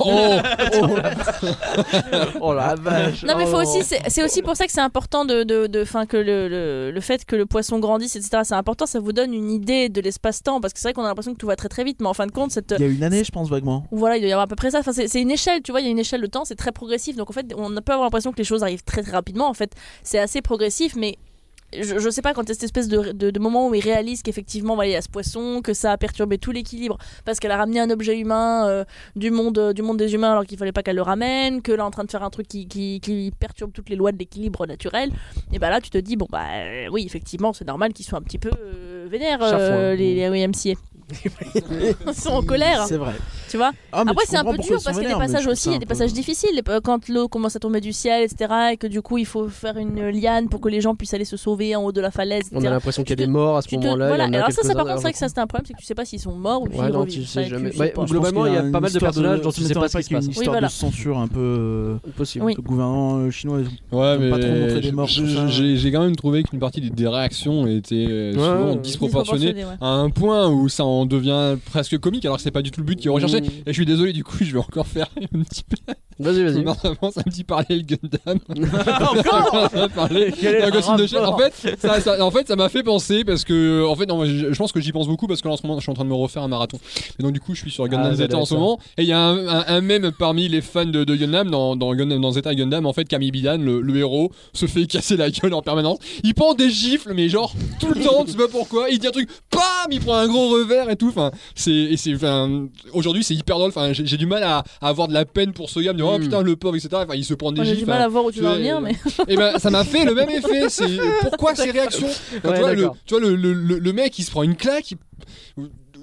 Speaker 6: Oh,
Speaker 2: Oh la vache.
Speaker 7: Non mais faut aussi c'est c'est aussi pour ça que c'est important de de, de- 'fin, que le, le, le fait que le poisson grandisse etc c'est important ça vous donne une idée de l'espace-temps parce que c'est vrai qu'on a l'impression que tout va très très vite mais en fin de compte cette
Speaker 2: Il y a une année, je pense, vaguement.
Speaker 7: voilà il doit y avoir à peu près ça enfin, c'est c'est une échelle tu vois il y a une échelle de temps c'est très progressif donc en fait on peut avoir l'impression que les choses arrivent très très rapidement en fait c'est assez progressif mais je, je sais pas quand il y a cette espèce de, de, de moment où il réalise qu'effectivement voilà, il y a ce poisson que ça a perturbé tout l'équilibre parce qu'elle a ramené un objet humain euh, du monde euh, du monde des humains alors qu'il fallait pas qu'elle le ramène que là en train de faire un truc qui, qui, qui perturbe toutes les lois de l'équilibre naturel et bah là tu te dis bon bah euh, oui effectivement c'est normal qu'ils soient un petit peu euh, vénères euh, les, les OMCA ils sont en colère
Speaker 2: C'est vrai.
Speaker 7: tu vois
Speaker 2: Ah, mais
Speaker 7: après,
Speaker 2: tu
Speaker 7: c'est un
Speaker 2: comprends
Speaker 7: peu
Speaker 2: pourquoi
Speaker 7: dur
Speaker 2: ils sont
Speaker 7: parce qu'il y a des
Speaker 2: vénères, mais
Speaker 7: passages
Speaker 2: je trouve
Speaker 7: aussi,
Speaker 2: ça
Speaker 7: il y
Speaker 2: un
Speaker 7: a des
Speaker 2: peu-
Speaker 7: passages difficiles. euh, Quand l'eau commence à tomber du ciel, etc., et que du coup, il faut faire une liane pour que les gens puissent aller se sauver en haut de la falaise,
Speaker 1: On a
Speaker 7: etc.
Speaker 1: l'impression qu'il y a
Speaker 7: Tu te-
Speaker 1: des morts à ce
Speaker 7: Tu te-
Speaker 1: moment-là.
Speaker 7: voilà.
Speaker 1: il y en a
Speaker 7: Alors ça, ça par
Speaker 1: quelques-uns,
Speaker 7: contre, c'est vrai que ça, c'est un problème, c'est que tu sais pas s'ils sont morts ou s'ils
Speaker 1: Ouais, non,
Speaker 7: revivent.
Speaker 1: tu
Speaker 7: Ça,
Speaker 1: sais jamais.
Speaker 7: sais
Speaker 1: Ouais,
Speaker 7: pas.
Speaker 2: Je
Speaker 1: Globalement,
Speaker 2: pense qu'il
Speaker 1: il y a
Speaker 2: une
Speaker 1: pas mal de
Speaker 2: histoire
Speaker 1: personnages dont tu
Speaker 2: je
Speaker 1: sais
Speaker 2: m'étonnerais
Speaker 1: pas ce qui se
Speaker 2: qu'il y ait
Speaker 1: passe.
Speaker 2: Une
Speaker 1: Oui,
Speaker 2: histoire
Speaker 7: voilà.
Speaker 2: de censure un peu. euh,
Speaker 1: possible.
Speaker 7: Oui.
Speaker 2: Le gouvernement euh, chinois.
Speaker 6: Ouais,
Speaker 2: Ils ont pas trop montré
Speaker 6: mais
Speaker 2: des morts,
Speaker 6: je-
Speaker 2: tout ça.
Speaker 6: j'ai j'ai quand même trouvé qu'une partie des, des réactions étaient euh, souvent
Speaker 1: ouais.
Speaker 6: disproportionnées.
Speaker 7: Disproportionné, ouais.
Speaker 6: À un point où ça en devient presque comique, alors que c'est pas du tout le but qui est recherché.
Speaker 2: Mmh.
Speaker 6: Et je suis désolé, du coup, je vais encore faire un petit peu.
Speaker 1: Vas-y, vas-y.
Speaker 6: Normalement, c'est un petit parallèle Gundam.
Speaker 1: Ah,
Speaker 2: Encore
Speaker 6: On va parler
Speaker 2: Quel est
Speaker 6: d'un
Speaker 2: le
Speaker 6: costume de chef. En
Speaker 2: rapport
Speaker 6: fait, ça, ça- en fait, ça m'a fait penser parce que, en fait, non, moi, je, je pense que j'y pense beaucoup parce que là, en ce moment, je suis en train de me refaire un marathon. Et donc, du coup, je suis sur Gundam
Speaker 1: Ah,
Speaker 6: Zeta en
Speaker 1: d'accord,
Speaker 6: ce
Speaker 1: ça.
Speaker 6: moment. Et il y a un, un, un mème parmi les fans de, de Gundam dans, dans Gundam dans Zeta Gundam. En fait, Camille Bidan, le, le héros, se fait casser la gueule en permanence. Il prend des gifles, mais genre tout le temps, tu sais pas pourquoi. Il dit un truc, bam, il prend un gros revers et tout. Enfin, c'est, et c'est, enfin, aujourd'hui, c'est hyper drôle. Enfin, j'ai j'ai du mal à, à avoir de la peine pour ce gars, me dire, oh
Speaker 1: Mm.
Speaker 6: putain, le pauvre, etc. Enfin, il se prend des
Speaker 7: Moi, J'ai
Speaker 6: gifles.
Speaker 7: du mal à voir où tu
Speaker 6: tu
Speaker 7: vas
Speaker 6: vois,
Speaker 7: revenir,
Speaker 6: euh,
Speaker 7: mais
Speaker 6: Et ben ça m'a fait le même effet. C'est pourquoi ces réactions Quand
Speaker 1: Ouais,
Speaker 6: tu, vois, le,
Speaker 1: d'accord.
Speaker 6: tu vois, le- le- le- le mec il se prend une claque. il-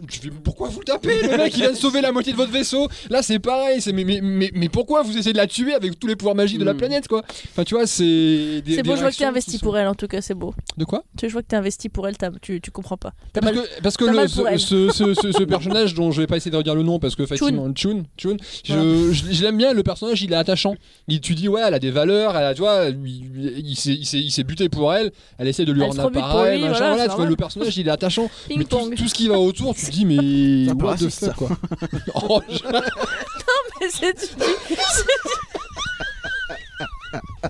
Speaker 6: Tu fais, pourquoi vous le tapez Le mec il vient de sauver la moitié de votre vaisseau. Là c'est pareil. C'est mais, mais, mais, mais pourquoi vous essayez de la tuer avec tous les pouvoirs magiques de la
Speaker 1: Hmm.
Speaker 6: planète quoi Enfin tu vois c'est. des-
Speaker 7: c'est
Speaker 6: des
Speaker 7: beau. Je vois que t'es
Speaker 6: réactions
Speaker 7: investi
Speaker 6: qui sont-
Speaker 7: pour elle. En tout cas, c'est beau.
Speaker 6: De quoi
Speaker 7: Tu vois, je vois que t'es investi pour elle. t'as- Tu tu comprends pas. T'as
Speaker 6: parce
Speaker 7: mal-
Speaker 6: que, parce que
Speaker 7: t'as
Speaker 6: le-
Speaker 7: mal pour
Speaker 6: ce,
Speaker 7: elle.
Speaker 6: ce- ce- ce- ce personnage dont je vais pas essayer de redire le nom parce que facilement Chun, Chun, je, je- je l'aime bien le personnage il est attachant il, tu dis ouais elle a des valeurs elle a, tu vois il, il s'est- il s'est- il s'est buté pour elle elle essaie de lui
Speaker 7: Elle
Speaker 6: rendre
Speaker 7: se rebute pour
Speaker 6: appareil
Speaker 7: lui,
Speaker 6: machin,
Speaker 7: voilà,
Speaker 6: voilà,
Speaker 7: c'est
Speaker 6: tu vois
Speaker 7: normal.
Speaker 6: le personnage il est attachant mais
Speaker 7: Ping
Speaker 6: tout,
Speaker 7: pong.
Speaker 6: tout ce qui va autour tu te dis mais
Speaker 2: Ça peut
Speaker 6: what the
Speaker 2: raciste,
Speaker 6: fuck quoi Oh, je-
Speaker 7: C'est du. c'est du- Non, mais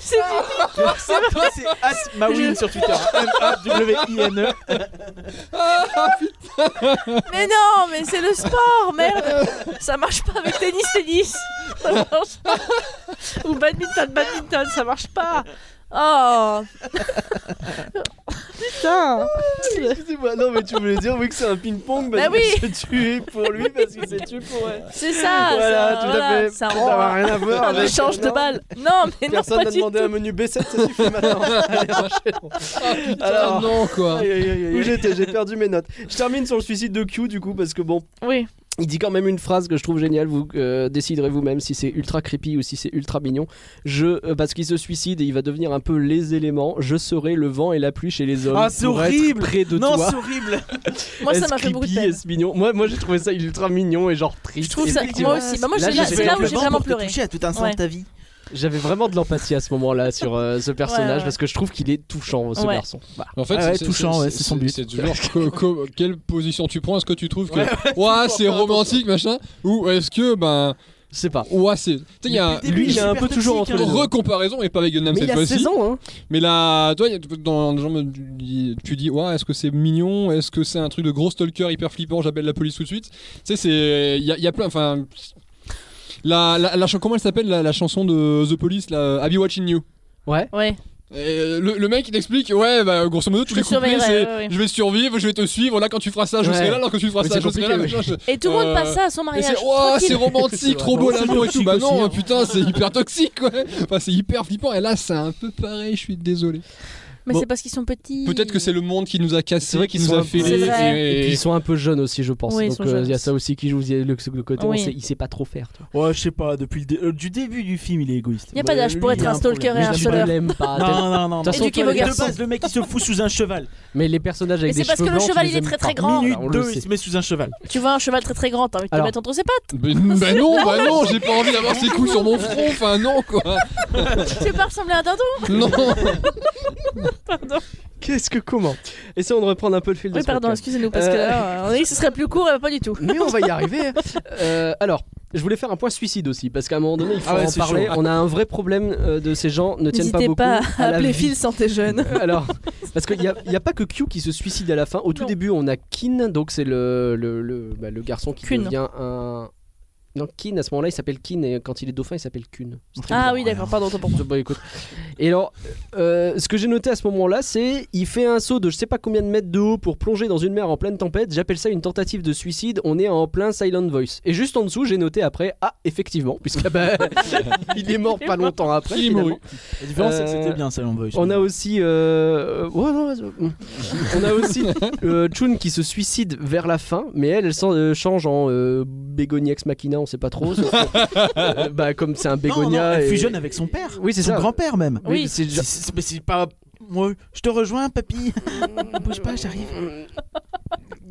Speaker 7: c'est du-
Speaker 2: C'est At Mawin sur Twitter. M-A-W-I-N-E.
Speaker 7: Mais non, mais c'est le sport, merde Ça marche pas avec tennis, tennis Ça marche pas Ou badminton, badminton, ça marche pas Oh Putain
Speaker 8: Excusez-moi, non, mais tu voulais dire, oui, que c'est un ping-pong, parce
Speaker 7: Bah oui.
Speaker 8: que c'est tué pour lui, parce que c'est tué pour elle.
Speaker 7: C'est ça
Speaker 8: Voilà,
Speaker 7: ça,
Speaker 8: tout
Speaker 7: voilà, Oh,
Speaker 8: à fait.
Speaker 7: Ça
Speaker 8: Ça
Speaker 7: rend
Speaker 8: n'a rien à voir
Speaker 6: Ah,
Speaker 7: un
Speaker 8: avec-
Speaker 7: échange de
Speaker 8: Non,
Speaker 7: balles Non, mais
Speaker 8: Personne
Speaker 7: non,
Speaker 8: n'a
Speaker 7: pas du tout
Speaker 8: demandé un menu B7, ça suffit maintenant. Allez, enchaînons.
Speaker 6: ah,
Speaker 8: Alors,
Speaker 6: non quoi
Speaker 8: aïe, aïe, aïe, aïe, Où j'étais J'ai perdu mes notes. Je termine sur le suicide de Q, du coup, parce que bon,
Speaker 7: Oui,
Speaker 1: Il dit quand même une phrase que je trouve géniale, vous euh, déciderez vous-même si c'est ultra creepy ou si c'est ultra mignon. Je, euh, parce qu'il se suicide et il va devenir un peu les éléments, je serai le vent et la pluie chez les hommes.
Speaker 2: Ah, c'est
Speaker 1: pour être
Speaker 2: horrible.
Speaker 1: près de
Speaker 2: Non,
Speaker 1: toi.
Speaker 2: c'est horrible.
Speaker 7: moi ça
Speaker 1: Est-ce
Speaker 7: m'a fait beaucoup de
Speaker 1: creepy,
Speaker 7: peine
Speaker 1: est-ce mignon Moi, moi j'ai trouvé ça ultra mignon et genre triste.
Speaker 7: Je trouve ça,
Speaker 1: Effectivement.
Speaker 7: moi aussi Bah, moi,
Speaker 1: Là,
Speaker 7: j'ai-
Speaker 1: j'ai
Speaker 7: c'est
Speaker 1: fait
Speaker 7: là où j'ai
Speaker 1: complètement
Speaker 7: vraiment
Speaker 2: pour te
Speaker 7: pleuré
Speaker 2: toucher à tout instant
Speaker 7: Ouais.
Speaker 2: de ta vie.
Speaker 1: J'avais vraiment de l'empathie à ce moment-là sur euh, ce personnage
Speaker 7: Ouais, ouais.
Speaker 1: parce que je trouve qu'il est touchant ce
Speaker 7: Ouais.
Speaker 1: garçon. Bah,
Speaker 6: En fait,
Speaker 2: Ah ouais,
Speaker 6: c'est- c'est-
Speaker 2: touchant,
Speaker 6: c'est-
Speaker 2: ouais, c'est son but.
Speaker 6: C'est toujours co- co- quelle position tu prends. Est-ce que tu trouves que ouah c'est romantique machin ou est-ce que ben
Speaker 1: je sais pas.
Speaker 6: ouah c'est. Tu sais, Ah, il y a
Speaker 2: Depuis le
Speaker 1: lui, il est
Speaker 2: début,
Speaker 1: un
Speaker 2: super
Speaker 1: peu toujours
Speaker 2: toxique,
Speaker 1: entre les
Speaker 2: hein.
Speaker 6: recomparaison et pas avec Gundam
Speaker 1: Mais il
Speaker 6: cette
Speaker 1: a
Speaker 6: fois-ci.
Speaker 1: 16 ans, hein
Speaker 6: Mais là, toi, il y a- dans, genre, tu dis- tu dis, ouais, est-ce que c'est mignon Est-ce que c'est un truc de gros stalker hyper flippant J'appelle la police tout de suite. Tu sais, c'est. Il y, a- il y a plein. Enfin. La, la, la chan- comment elle s'appelle la, la chanson de The Police là, I Be Watching You
Speaker 1: Ouais.
Speaker 7: Ouais,
Speaker 6: Et euh, le, le mec il explique ouais bah grosso modo tous
Speaker 7: Je
Speaker 6: les
Speaker 7: te
Speaker 6: couplets
Speaker 7: surveillerai,
Speaker 6: c'est
Speaker 7: ouais, ouais.
Speaker 6: je vais survivre je vais te suivre là quand tu feras ça je
Speaker 1: Ouais.
Speaker 6: serai là là quand tu feras
Speaker 1: Mais
Speaker 6: ça
Speaker 1: c'est
Speaker 6: je serai là
Speaker 1: compliqué,
Speaker 6: machin,
Speaker 7: et tout le monde
Speaker 6: Euh,
Speaker 7: passe ça à son
Speaker 6: et
Speaker 7: mariage
Speaker 6: c'est Ouah, c'est
Speaker 7: tranquille.
Speaker 6: romantique, trop beau
Speaker 2: vraiment
Speaker 6: l'amour et tout.
Speaker 2: toxique
Speaker 6: Bah
Speaker 2: aussi,
Speaker 6: non,
Speaker 2: hein.
Speaker 6: putain, c'est hyper toxique quoi. Enfin, c'est hyper flippant. Et là, c'est un peu pareil, je suis désolé.
Speaker 7: Mais
Speaker 6: Bon.
Speaker 7: c'est parce qu'ils sont petits.
Speaker 6: Peut-être que c'est le monde qui nous a
Speaker 1: C'est
Speaker 6: cassé,
Speaker 1: vrai
Speaker 6: qui
Speaker 1: qu'ils
Speaker 6: nous
Speaker 1: sont
Speaker 6: a
Speaker 1: un
Speaker 6: fait
Speaker 7: peu- C'est vrai.
Speaker 1: Et puis ils sont un peu jeunes aussi, je pense.
Speaker 7: Oui, ils
Speaker 1: Donc euh,
Speaker 7: sont
Speaker 1: il y a
Speaker 7: jeunes.
Speaker 1: ça aussi qui joue. Il y a le, le côté, on
Speaker 7: Oui.
Speaker 1: sait- il sait pas trop faire. tu vois.
Speaker 2: Ouais, je sais pas, depuis le dé- euh, du début du film, il est égoïste. Bah,
Speaker 7: Il n'y a pas d'âge pour
Speaker 2: lui,
Speaker 7: être
Speaker 2: il a
Speaker 7: un stalker
Speaker 2: problème.
Speaker 7: et un
Speaker 1: Mais je
Speaker 7: harceleur.
Speaker 1: l'aime pas.
Speaker 2: Non,
Speaker 1: De
Speaker 2: non, non.
Speaker 1: toute
Speaker 2: non.
Speaker 1: façon,
Speaker 7: Éduquez vos
Speaker 1: toi, les-
Speaker 2: Et de
Speaker 7: garçons.
Speaker 2: base, le mec il se fout sous un cheval.
Speaker 1: Mais les personnages avec
Speaker 7: Mais
Speaker 1: des
Speaker 7: c'est parce
Speaker 1: cheveux
Speaker 7: que le
Speaker 1: blancs, tu
Speaker 7: cheval,
Speaker 1: les
Speaker 7: il est
Speaker 1: aimes
Speaker 7: très,
Speaker 1: pas.
Speaker 7: très grand.
Speaker 1: Minute
Speaker 2: Minute
Speaker 1: Alors, on le
Speaker 2: 2,
Speaker 1: sait.
Speaker 2: il se met sous un cheval.
Speaker 7: Tu vois un cheval très très grand, t'as envie de te
Speaker 1: Alors.
Speaker 7: mettre entre ses pattes.
Speaker 6: Ben, ben non, bah non, j'ai pas envie d'avoir ces coups sur mon front, enfin non quoi.
Speaker 7: Tu veux pas ressembler à un dindon
Speaker 6: Non.
Speaker 7: Pardon.
Speaker 8: Qu'est-ce que comment Essayons de reprendre un peu le fil de
Speaker 7: Oui,
Speaker 8: ce
Speaker 7: pardon,
Speaker 8: podcast.
Speaker 7: excusez-nous, parce que
Speaker 8: Euh.
Speaker 7: là, on a dit que ce serait plus court, et pas du tout.
Speaker 8: Mais on va y arriver.
Speaker 1: Euh, alors, je voulais faire un point suicide aussi, parce qu'à un moment donné, il faut
Speaker 2: Ah ouais,
Speaker 1: en
Speaker 2: c'est
Speaker 1: parler.
Speaker 2: chaud.
Speaker 1: On a un vrai problème euh, de ces gens ne tiennent pas
Speaker 7: N'hésitez
Speaker 1: beaucoup
Speaker 7: pas à
Speaker 1: à la
Speaker 7: appeler
Speaker 1: vie.
Speaker 7: Phil santé jeune.
Speaker 1: Euh, Alors, parce qu'il n'y a, y a pas que Q qui se suicide à la fin. Au tout
Speaker 7: Non.
Speaker 1: début, on a Kin, donc c'est le, le, le, bah, le garçon qui
Speaker 7: Kun.
Speaker 1: devient un. Non, Kin, à ce moment-là, il s'appelle Kin, et quand il est dauphin, il s'appelle Kun. C'est très
Speaker 7: Ah
Speaker 1: bizarre.
Speaker 7: oui, d'accord, pardon, autant pour moi.
Speaker 1: Je- bah, écoute. Et alors, euh, ce que j'ai noté à ce moment-là, c'est il fait un saut de je sais pas combien de mètres de haut pour plonger dans une mer en pleine tempête. J'appelle ça une tentative de suicide. On est en plein Silent Voice. Et juste en dessous, j'ai noté après ah effectivement, puisque bah, il est mort pas longtemps après.
Speaker 6: Il est
Speaker 1: finalement.
Speaker 6: mouru.
Speaker 2: La différence, c'est que
Speaker 1: Euh,
Speaker 2: c'était bien, Silent Voice.
Speaker 1: On a aussi, euh, euh, ouais, non, vas-y, mm. on a aussi euh, Chun qui se suicide vers la fin, mais elle, elle s'en- euh, change en euh, Bégonia ex machina, on sait pas trop. sauf que, euh, bah comme c'est un
Speaker 2: Non, non,
Speaker 1: Bégonia,
Speaker 2: elle
Speaker 1: et-
Speaker 2: fusionne avec son père.
Speaker 1: Oui, c'est
Speaker 2: Son
Speaker 1: ça.
Speaker 2: grand-père même.
Speaker 1: Oui,
Speaker 7: Oui.
Speaker 1: c'est-
Speaker 2: C'est- c'est- Mais c'est pas. Moi, je te rejoins, papy. Bouge pas, j'arrive.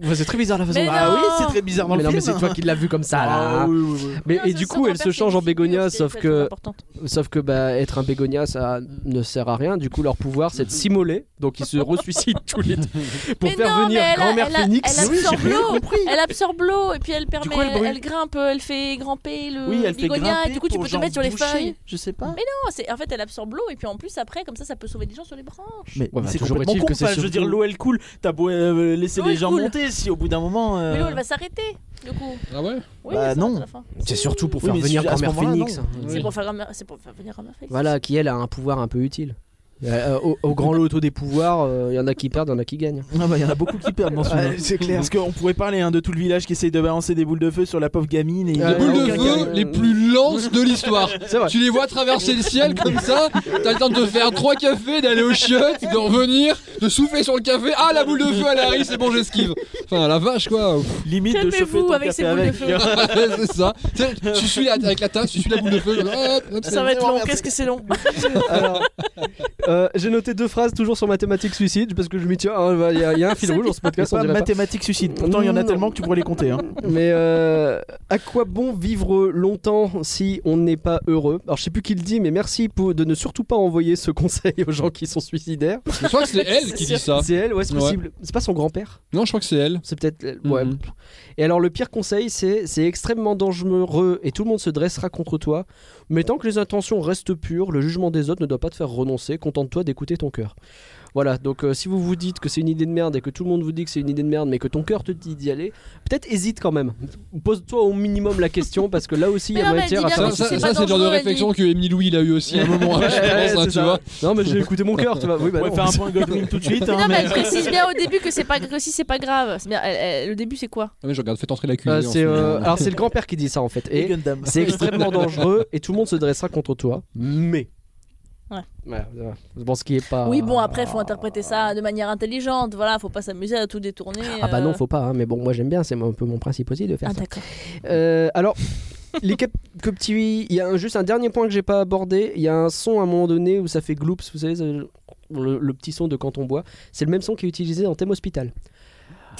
Speaker 1: Ouais, c'est très bizarre la façon.
Speaker 7: Mais
Speaker 1: dont-
Speaker 2: Bah
Speaker 7: non.
Speaker 2: oui, c'est très bizarre dans
Speaker 1: mais
Speaker 2: le
Speaker 1: non, mais
Speaker 2: film. hein.
Speaker 1: c'est toi qui l'as vu comme ça là.
Speaker 2: Ah oui, oui, oui.
Speaker 1: Mais
Speaker 7: Non,
Speaker 1: et
Speaker 7: ce
Speaker 1: du
Speaker 7: son
Speaker 1: coup, elle
Speaker 7: grand-père,
Speaker 1: se
Speaker 7: c'est
Speaker 1: change en
Speaker 7: une figure
Speaker 1: bégonia,
Speaker 7: spirituelle
Speaker 1: sauf
Speaker 7: très
Speaker 1: que,
Speaker 7: importante.
Speaker 1: sauf que bah, être un bégonia, ça ne sert à rien. Du coup, leur pouvoir,
Speaker 2: Mhm.
Speaker 1: c'est de s'immoler. Donc, ils se ressuscitent tous les deux pour
Speaker 7: Mais
Speaker 1: faire
Speaker 7: non,
Speaker 1: venir
Speaker 7: mais elle a-
Speaker 1: grand-mère
Speaker 7: elle a-
Speaker 1: Phénix.
Speaker 7: elle absorbe
Speaker 2: j'ai rien
Speaker 7: l'eau.
Speaker 2: compris.
Speaker 7: Elle absorbe l'eau et puis elle permet,
Speaker 2: coup, elle brûle.
Speaker 7: elle grimpe, elle fait grimper le
Speaker 2: Oui, elle fait
Speaker 7: bigonia
Speaker 2: grimper
Speaker 7: et du coup tu
Speaker 2: pour
Speaker 7: peux te
Speaker 2: genre
Speaker 7: mettre sur les
Speaker 2: boucher,
Speaker 7: feuilles.
Speaker 2: Je sais pas.
Speaker 7: Mais Non, c'est en fait elle absorbe l'eau et puis en plus après comme ça ça peut sauver des gens sur les branches.
Speaker 2: Mais
Speaker 1: Ouais, bah,
Speaker 2: c'est
Speaker 1: toujours
Speaker 2: complètement
Speaker 1: est-il
Speaker 2: con,
Speaker 1: que c'est
Speaker 2: ça. Je veux
Speaker 1: surtout-
Speaker 2: dire, l'eau elle coule. T'as beau euh, laisser
Speaker 7: L'eau,
Speaker 2: les
Speaker 7: elle
Speaker 2: gens
Speaker 7: coule.
Speaker 2: monter, si au bout d'un moment. euh,
Speaker 7: Mais l'eau elle va s'arrêter du coup.
Speaker 6: Ah ouais.
Speaker 2: Bah,
Speaker 7: Oui, elle s'arrête
Speaker 2: non.
Speaker 7: à la fin.
Speaker 1: C'est surtout pour
Speaker 2: Oui,
Speaker 1: faire
Speaker 2: mais
Speaker 1: venir
Speaker 2: si- à ce
Speaker 1: grand-mère
Speaker 2: moment-là,
Speaker 1: Phoenix.
Speaker 2: non.
Speaker 7: C'est
Speaker 6: Oui.
Speaker 7: pour faire grammaire- c'est pour faire venir grand-mère Félix.
Speaker 1: Voilà, qui elle a un pouvoir un peu utile. Euh, au, au grand loto des pouvoirs, il
Speaker 8: euh,
Speaker 1: y en a qui perdent, il y en a qui gagnent.
Speaker 2: Ah bah, il y en a beaucoup qui perdent dans ce film. hein.
Speaker 8: Ouais, c'est clair.
Speaker 2: Parce qu'on pourrait parler hein, de tout le village qui essaye de balancer des boules de feu sur la pauvre gamine. Et...
Speaker 1: Des
Speaker 6: Les
Speaker 1: Euh,
Speaker 6: boules de
Speaker 1: aucun
Speaker 6: feu
Speaker 1: gars.
Speaker 6: les plus lentes de l'histoire.
Speaker 1: C'est vrai.
Speaker 6: Tu les vois traverser le ciel comme ça, t'as le temps de te faire trois cafés, d'aller au chiottes, de revenir, de souffler sur le café. Ah la boule de feu elle arrive, c'est bon j'esquive. Enfin la vache quoi. Ouf,
Speaker 2: Limite de chauffer
Speaker 7: Calmez-vous
Speaker 2: ton
Speaker 7: avec
Speaker 2: café
Speaker 7: ces boules de
Speaker 2: avec.
Speaker 7: feu.
Speaker 6: c'est ça. Tu sais, Tu suis la- avec la tasse, tu suis la boule de feu. hop, hop, c'est-
Speaker 7: Ça va être long, qu'est-ce que c'est long
Speaker 8: Alors, euh, j'ai noté deux phrases toujours sur ma thématique suicide parce que je m'y tiens. hein, Il y, a- il y a un fil rouge dans ce
Speaker 2: C'est
Speaker 8: podcast. On
Speaker 2: pas
Speaker 8: dirait pas.
Speaker 2: mathématiques suicide. Pourtant, il y en a
Speaker 8: Non.
Speaker 2: tellement que tu pourrais les compter. Hein.
Speaker 8: Mais euh, à quoi bon vivre longtemps si on n'est pas heureux Alors je sais plus qui le dit, mais merci pour- de ne surtout pas envoyer ce conseil aux gens qui sont suicidaires.
Speaker 6: Je crois que c'est elle
Speaker 7: C'est
Speaker 6: qui
Speaker 7: sûr.
Speaker 6: dit ça.
Speaker 8: C'est elle, ouais, c'est
Speaker 6: Ouais.
Speaker 8: possible. C'est pas son grand-père
Speaker 6: Non je crois que c'est elle.
Speaker 8: C'est peut-être. Ouais.
Speaker 1: Mhm.
Speaker 8: Et alors, le pire conseil, c'est c'est extrêmement dangereux et tout le monde se dressera contre toi. Mais tant que les intentions restent pures, le jugement des autres ne doit pas te faire renoncer. Contente-toi d'écouter ton cœur. Voilà, donc euh, si vous vous dites que c'est une idée de merde et que tout le monde vous dit que c'est une idée de merde, mais que ton cœur te dit d'y aller, peut-être hésite quand même. Pose-toi au minimum la question parce que là aussi il y
Speaker 7: Mais
Speaker 8: a
Speaker 7: non, mais
Speaker 8: matière
Speaker 7: dis
Speaker 8: à
Speaker 7: bien
Speaker 8: faire.
Speaker 6: Ça,
Speaker 7: que
Speaker 8: un
Speaker 7: si
Speaker 6: ça-
Speaker 8: suicide.
Speaker 6: ça,
Speaker 7: c'est pas
Speaker 6: c'est le genre de
Speaker 7: dangereux,
Speaker 6: réflexion que Emily Louis il a eu aussi à un moment, hein, je
Speaker 8: Ouais,
Speaker 6: pense, hein,
Speaker 8: c'est
Speaker 6: tu
Speaker 8: ça.
Speaker 6: vois.
Speaker 8: Non, mais j'ai écouté mon cœur, tu vois. Oui, bah
Speaker 2: On
Speaker 8: non.
Speaker 2: pourrait faire un point Goldwing tout de suite.
Speaker 7: Mais
Speaker 2: hein,
Speaker 7: non, mais elle
Speaker 2: mais-
Speaker 7: précise bien au début que c'est pas que si c'est pas grave. C'est bien, elle- elle- le début c'est quoi
Speaker 6: Ah, mais je regarde, faites entrer la
Speaker 1: Bah,
Speaker 6: cuisine.
Speaker 8: Euh, c'est, euh,
Speaker 6: hein.
Speaker 8: alors c'est le grand-père qui dit ça en fait. Et
Speaker 2: Et Gundam.
Speaker 8: C'est extrêmement dangereux et tout le monde se dressera contre toi. Mais.
Speaker 7: Ouais.
Speaker 8: Voilà, voilà. Je pense qu'il est
Speaker 1: Ah.
Speaker 8: pas.
Speaker 7: Oui, bon, après, faut interpréter ça de manière intelligente. Voilà, faut pas s'amuser à tout détourner.
Speaker 1: Ah bah non,
Speaker 7: euh.
Speaker 1: faut pas, hein, mais bon, moi j'aime bien, c'est un peu mon principe aussi de faire
Speaker 7: Ah,
Speaker 1: ça.
Speaker 7: d'accord.
Speaker 8: Euh, alors. Les cap- que petit- il y a un- juste un dernier point que j'ai pas abordé. Il y a un son à un moment donné où ça fait gloops, vous savez, ça- le, le petit son de quand on boit. C'est le même son qui est utilisé dans Thème Hospital.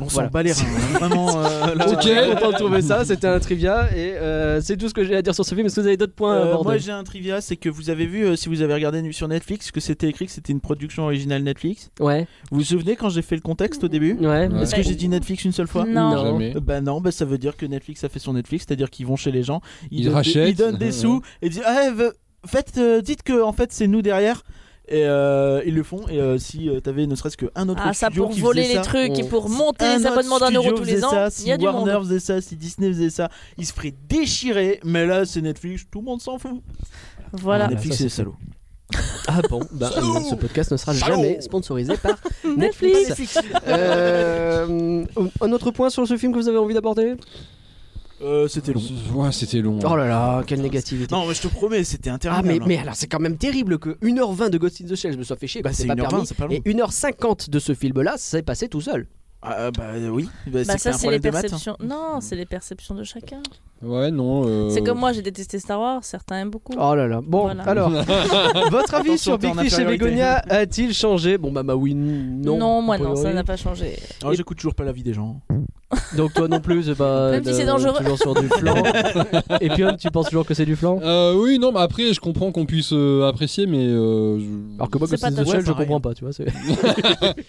Speaker 2: On s'en
Speaker 8: Voilà.
Speaker 2: bat les reins. hein. Vraiment. euh, là-
Speaker 8: J'étais content de trouver ça. C'était un trivia et euh, c'est tout ce que j'ai à dire sur ce film. Est-ce que vous avez d'autres points à
Speaker 2: Euh,
Speaker 8: aborder
Speaker 2: moi j'ai un trivia, c'est que vous avez vu, euh, si vous avez regardé sur Netflix, que c'était écrit que c'était une production originale Netflix.
Speaker 1: Ouais,
Speaker 2: Vous vous souvenez quand j'ai fait le contexte au début
Speaker 1: ouais.
Speaker 6: Ouais.
Speaker 2: Est-ce que j'ai dit Netflix une seule fois
Speaker 7: Non.
Speaker 1: Non.
Speaker 6: Jamais.
Speaker 2: Euh, Bah non, bah ça veut dire que Netflix a fait son Netflix, c'est-à-dire qu'ils vont chez les gens, ils,
Speaker 6: Ils
Speaker 2: donnent, des-
Speaker 6: rachètent.
Speaker 2: ils donnent des sous et disent ah, eh, ve- faites, euh, dites que en fait c'est nous derrière et euh, ils le font et euh, si euh, t'avais ne serait-ce que un autre
Speaker 7: Ah, ça
Speaker 2: studio
Speaker 7: pour
Speaker 2: qui
Speaker 7: voler
Speaker 2: faisait
Speaker 7: les
Speaker 2: ça,
Speaker 7: trucs et
Speaker 1: on-
Speaker 7: pour monter
Speaker 2: un
Speaker 7: les
Speaker 2: autre
Speaker 7: abonnements d'un
Speaker 2: studio
Speaker 7: euro tous les
Speaker 2: faisait
Speaker 7: ans,
Speaker 2: ça,
Speaker 7: il y a
Speaker 2: si
Speaker 7: du
Speaker 2: Warner
Speaker 7: monde.
Speaker 2: faisait ça, si Disney faisait ça, ils se feraient déchirer. Mais là, c'est Netflix, tout le monde s'en fout.
Speaker 7: Voilà.
Speaker 2: Netflix,
Speaker 1: Ah, ça,
Speaker 2: c'est salaud.
Speaker 1: Ah bon, bah, euh, ce podcast ne sera jamais sponsorisé par Netflix.
Speaker 7: Netflix. Bah,
Speaker 1: Euh, un autre point sur ce film que vous avez envie d'aborder
Speaker 2: Euh, c'était long.
Speaker 6: Ouais, c'était long. hein.
Speaker 1: Oh là là, quelle négativité.
Speaker 2: Non, mais je te promets, c'était
Speaker 1: Ah
Speaker 2: interminable.
Speaker 1: mais, mais alors c'est quand même terrible que 1h20 de Ghost in the Shell je me soit fait chier,
Speaker 2: Bah,
Speaker 1: c'est
Speaker 2: c'est
Speaker 1: pas
Speaker 2: 1h20,
Speaker 1: permis.
Speaker 2: c'est pas long.
Speaker 1: et 1h50 de ce film là, c'est passé tout seul.
Speaker 2: Ah, bah euh, oui, bah,
Speaker 7: Bah
Speaker 2: c'est
Speaker 7: ça
Speaker 2: un
Speaker 7: c'est les
Speaker 2: problème de maths.
Speaker 7: perceptions. Non, c'est les perceptions de chacun.
Speaker 6: Ouais, non. euh,
Speaker 7: C'est comme moi, j'ai détesté Star Wars, certains aiment beaucoup.
Speaker 1: Oh là là. Bon,
Speaker 7: Voilà.
Speaker 1: alors votre avis
Speaker 2: Attention,
Speaker 1: sur
Speaker 2: t'es
Speaker 1: Big
Speaker 2: en
Speaker 1: Fish et
Speaker 2: infériorité.
Speaker 1: Begonia a-t-il changé Bon bah, bah oui, non.
Speaker 7: moi
Speaker 1: a
Speaker 7: non, ça
Speaker 1: priori.
Speaker 7: n'a pas changé.
Speaker 2: Ah, j'écoute toujours pas l'avis des gens.
Speaker 1: Donc toi non plus, c'est pas
Speaker 7: Même si
Speaker 1: euh,
Speaker 7: c'est dangereux.
Speaker 1: toujours sur du flan. et puis homme, tu penses toujours que c'est du flan
Speaker 6: euh, oui, non, mais après, je comprends qu'on puisse euh, apprécier, mais. euh, je-
Speaker 1: alors que moi,
Speaker 7: C'est
Speaker 1: Ghost in
Speaker 7: pas
Speaker 1: the
Speaker 7: ta-
Speaker 1: Shell,
Speaker 2: Ouais,
Speaker 1: je
Speaker 2: pareil.
Speaker 1: comprends pas, tu vois. c'est-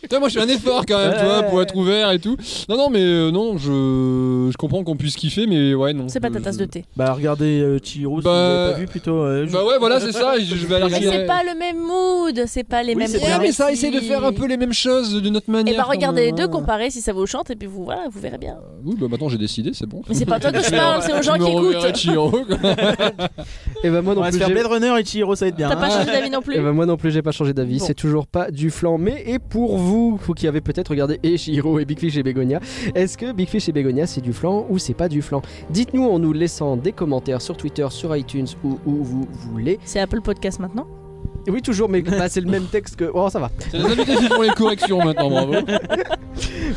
Speaker 6: Putain, moi je fais un effort quand même, tu vois,
Speaker 1: Ouais.
Speaker 6: pour être ouvert et tout. Non, non, mais euh, non, je, je comprends qu'on puisse kiffer, mais ouais, non.
Speaker 7: C'est pas ta
Speaker 6: je-
Speaker 7: tasse de thé.
Speaker 2: Bah regardez euh, Chihiro, si
Speaker 6: Bah,
Speaker 2: vous l'avez pas vu plutôt. euh, je-
Speaker 6: Bah ouais, voilà, c'est ça, et je, je vais aller
Speaker 7: Mais
Speaker 6: regarder.
Speaker 7: c'est pas le même mood, c'est pas les
Speaker 2: Oui,
Speaker 7: mêmes.
Speaker 2: c'est
Speaker 6: Ouais,
Speaker 2: bien.
Speaker 6: Eh mais ça essaie de faire un peu euh, les mêmes choses de notre
Speaker 7: Et
Speaker 6: manière.
Speaker 7: bah regardez les
Speaker 6: quand
Speaker 7: deux,
Speaker 6: même.
Speaker 7: comparez si ça vous chante et puis vous voilà, vous verrez bien.
Speaker 6: Oui, bah maintenant j'ai décidé, c'est bon.
Speaker 7: Mais c'est pas toi que je parle, c'est aux gens
Speaker 6: Je me
Speaker 7: qui
Speaker 6: reverrai
Speaker 7: écoutent.
Speaker 6: Chihiro, quoi.
Speaker 1: Et bah moi
Speaker 2: On
Speaker 1: non
Speaker 2: va se
Speaker 1: plus.
Speaker 2: faire
Speaker 1: j'ai-
Speaker 2: Blade Runner et Chihiro, ça va être bien.
Speaker 7: T'as pas
Speaker 2: hein.
Speaker 7: changé d'avis non
Speaker 1: Eh
Speaker 7: plus.
Speaker 1: ben moi non plus j'ai pas changé d'avis,
Speaker 7: Bon.
Speaker 1: c'est toujours pas du flan. Mais et pour vous, vous qui avez peut-être regardé et Chihiro et Big Fish et Begonia, est-ce que Big Fish et Begonia c'est du flan ou c'est pas du flan Dites-nous en nous laissant des commentaires sur Twitter, sur iTunes ou où vous voulez.
Speaker 7: C'est Apple Podcast maintenant.
Speaker 1: Et Oui toujours, mais bah, c'est le même texte que... Oh ça va.
Speaker 6: C'est les invités qui font les corrections maintenant, bravo.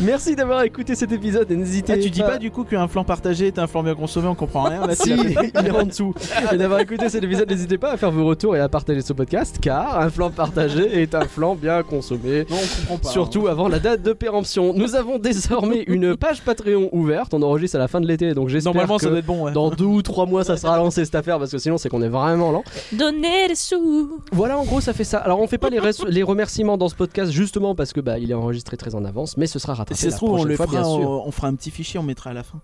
Speaker 1: Merci d'avoir écouté cet épisode et n'hésitez
Speaker 2: Ah, tu dis pas du coup qu'un flan partagé est un flan bien consommé, on comprend rien. Là, tu
Speaker 1: Bah- Si,
Speaker 2: l'as fait.
Speaker 1: il est en dessous. Et d'avoir écouté cet épisode, n'hésitez pas à faire vos retours et à partager ce podcast, car un flan partagé est un flan bien consommé.
Speaker 2: Non, on comprend pas. hein.
Speaker 1: Surtout avant la date de péremption. Nous avons désormais une page Patreon ouverte. On enregistre à la fin de l'été, donc j'espère
Speaker 2: Normalement, ça doit
Speaker 1: que
Speaker 2: être bon. ouais.
Speaker 1: dans deux ou trois mois, ça sera lancé cette affaire, parce que sinon, c'est qu'on est vraiment lent.
Speaker 7: Donnez les sous.
Speaker 1: Voilà, en gros, ça fait ça. Alors, on fait pas les, res- les remerciements dans ce podcast, justement parce que bah, il est enregistré très en avance, mais ce sera rattrapé
Speaker 2: Si ça
Speaker 1: la
Speaker 2: se trouve, on
Speaker 1: prochaine
Speaker 2: le
Speaker 1: fois,
Speaker 2: fera,
Speaker 1: bien sûr.
Speaker 2: on, on fera un petit fichier, on mettra à la fin.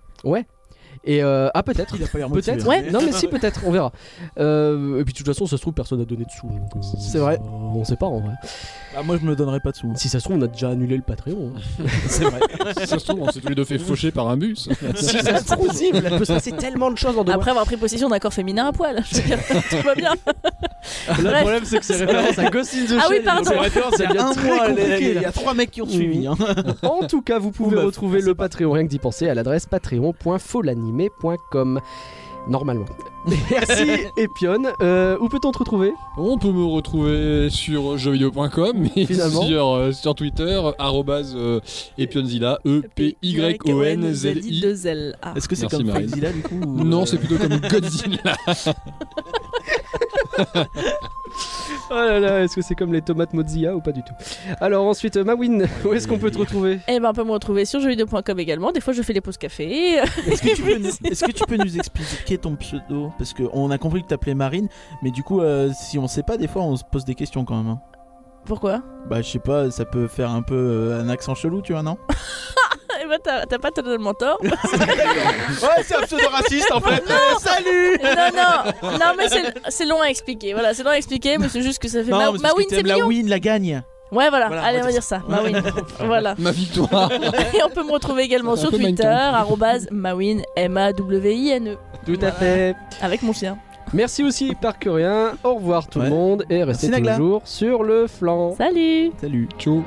Speaker 1: Et euh, ah, peut-être.
Speaker 2: Il a pas l'air motivé.
Speaker 1: Peut-être.
Speaker 2: hein.
Speaker 1: Non, mais si, peut-être. On verra. Euh, et puis, de toute façon, ça se trouve, personne n'a donné de sous. donc, euh,
Speaker 2: C'est vrai.
Speaker 1: euh, on sait pas en vrai.
Speaker 2: Ah, moi, je me donnerai pas de sous.
Speaker 1: Si ça se trouve, on a déjà annulé le Patreon. hein.
Speaker 2: C'est vrai.
Speaker 6: Si ça se trouve, on s'est tous les deux fait faucher par un bus.
Speaker 1: si ça se trouve, il peut se passer tellement de choses en deux mois.
Speaker 7: Après avoir pris position d'un corps féminin à poil, je veux dire, tout va bien.
Speaker 1: Le
Speaker 7: Bref.
Speaker 1: problème, c'est que c'est référence à Ghost in the
Speaker 7: Ah oui,
Speaker 1: Shell,
Speaker 7: pardon.
Speaker 1: donc référence, ça
Speaker 2: Il y
Speaker 1: devient
Speaker 2: a un
Speaker 1: très
Speaker 2: mois,
Speaker 1: compliqué,
Speaker 2: les- il y
Speaker 1: là.
Speaker 2: a trois mecs qui ont suivi. hein.
Speaker 1: En tout cas, vous pouvez
Speaker 2: Ou meuf,
Speaker 1: retrouver le
Speaker 2: on sait pas.
Speaker 1: Patreon, rien que d'y penser, à l'adresse patreon.folanimé.com. Normalement. Merci, Epion. Euh, où peut-on te retrouver
Speaker 6: On peut me retrouver sur jeuxvideo.com et
Speaker 1: Finalement.
Speaker 6: sur, euh, sur Twitter, arrobase euh, Epionzilla, E
Speaker 7: E
Speaker 6: E-P-Y-O-N-Z-I.
Speaker 7: E-P-Y-O-N-Z-I-2-L-A.
Speaker 2: Est-ce que c'est
Speaker 6: Merci,
Speaker 2: comme
Speaker 6: Marine.
Speaker 2: Godzilla du coup ou- euh,
Speaker 6: Non, c'est plutôt comme Godzilla.
Speaker 1: Oh là là, est-ce que c'est comme les tomates mozzilla ou pas du tout Alors ensuite, euh, Mawin, où est-ce qu'on peut te retrouver
Speaker 7: Eh ben, on peut me retrouver sur jeuxvideo.com également. Des fois, je fais les pauses café.
Speaker 2: Est-ce que, tu peux nous- est-ce que tu peux nous expliquer ton pseudo Parce qu'on a compris que t'appelais Marine, mais du coup, euh, si on sait pas, des fois on se pose des questions quand même. hein.
Speaker 7: Pourquoi
Speaker 2: Bah, je sais pas, ça peut faire un peu euh, un accent chelou, tu vois, non
Speaker 7: Eh ben, t'as t'as pas totalement tort.
Speaker 2: Ouais, c'est un pseudo raciste en fait Salut
Speaker 7: non, non, non, mais c'est- c'est long à expliquer. Voilà, c'est long à expliquer, mais c'est juste que ça fait.
Speaker 2: Non,
Speaker 7: Ma,
Speaker 2: mais
Speaker 7: ma
Speaker 2: parce que
Speaker 7: win, c'est
Speaker 2: t'aimes la
Speaker 7: mignon.
Speaker 2: win, la gagne
Speaker 7: Ouais, voilà,
Speaker 2: Voilà,
Speaker 7: allez, on va dire ça. Ma win. voilà.
Speaker 6: Ma victoire.
Speaker 7: Et on peut me retrouver également
Speaker 6: C'est un
Speaker 7: sur
Speaker 6: peu
Speaker 7: Twitter,
Speaker 6: Mindcamp.
Speaker 7: arrobase mawin, M-A-W-I-N-E,
Speaker 1: Tout à
Speaker 7: Voilà.
Speaker 1: fait.
Speaker 7: E, avec mon chien.
Speaker 1: Merci aussi, Parkerien. Au revoir tout le
Speaker 2: Ouais.
Speaker 1: monde et restez
Speaker 2: Merci, Nagla.
Speaker 1: toujours sur le flanc.
Speaker 7: Salut
Speaker 2: Salut
Speaker 6: Ciao.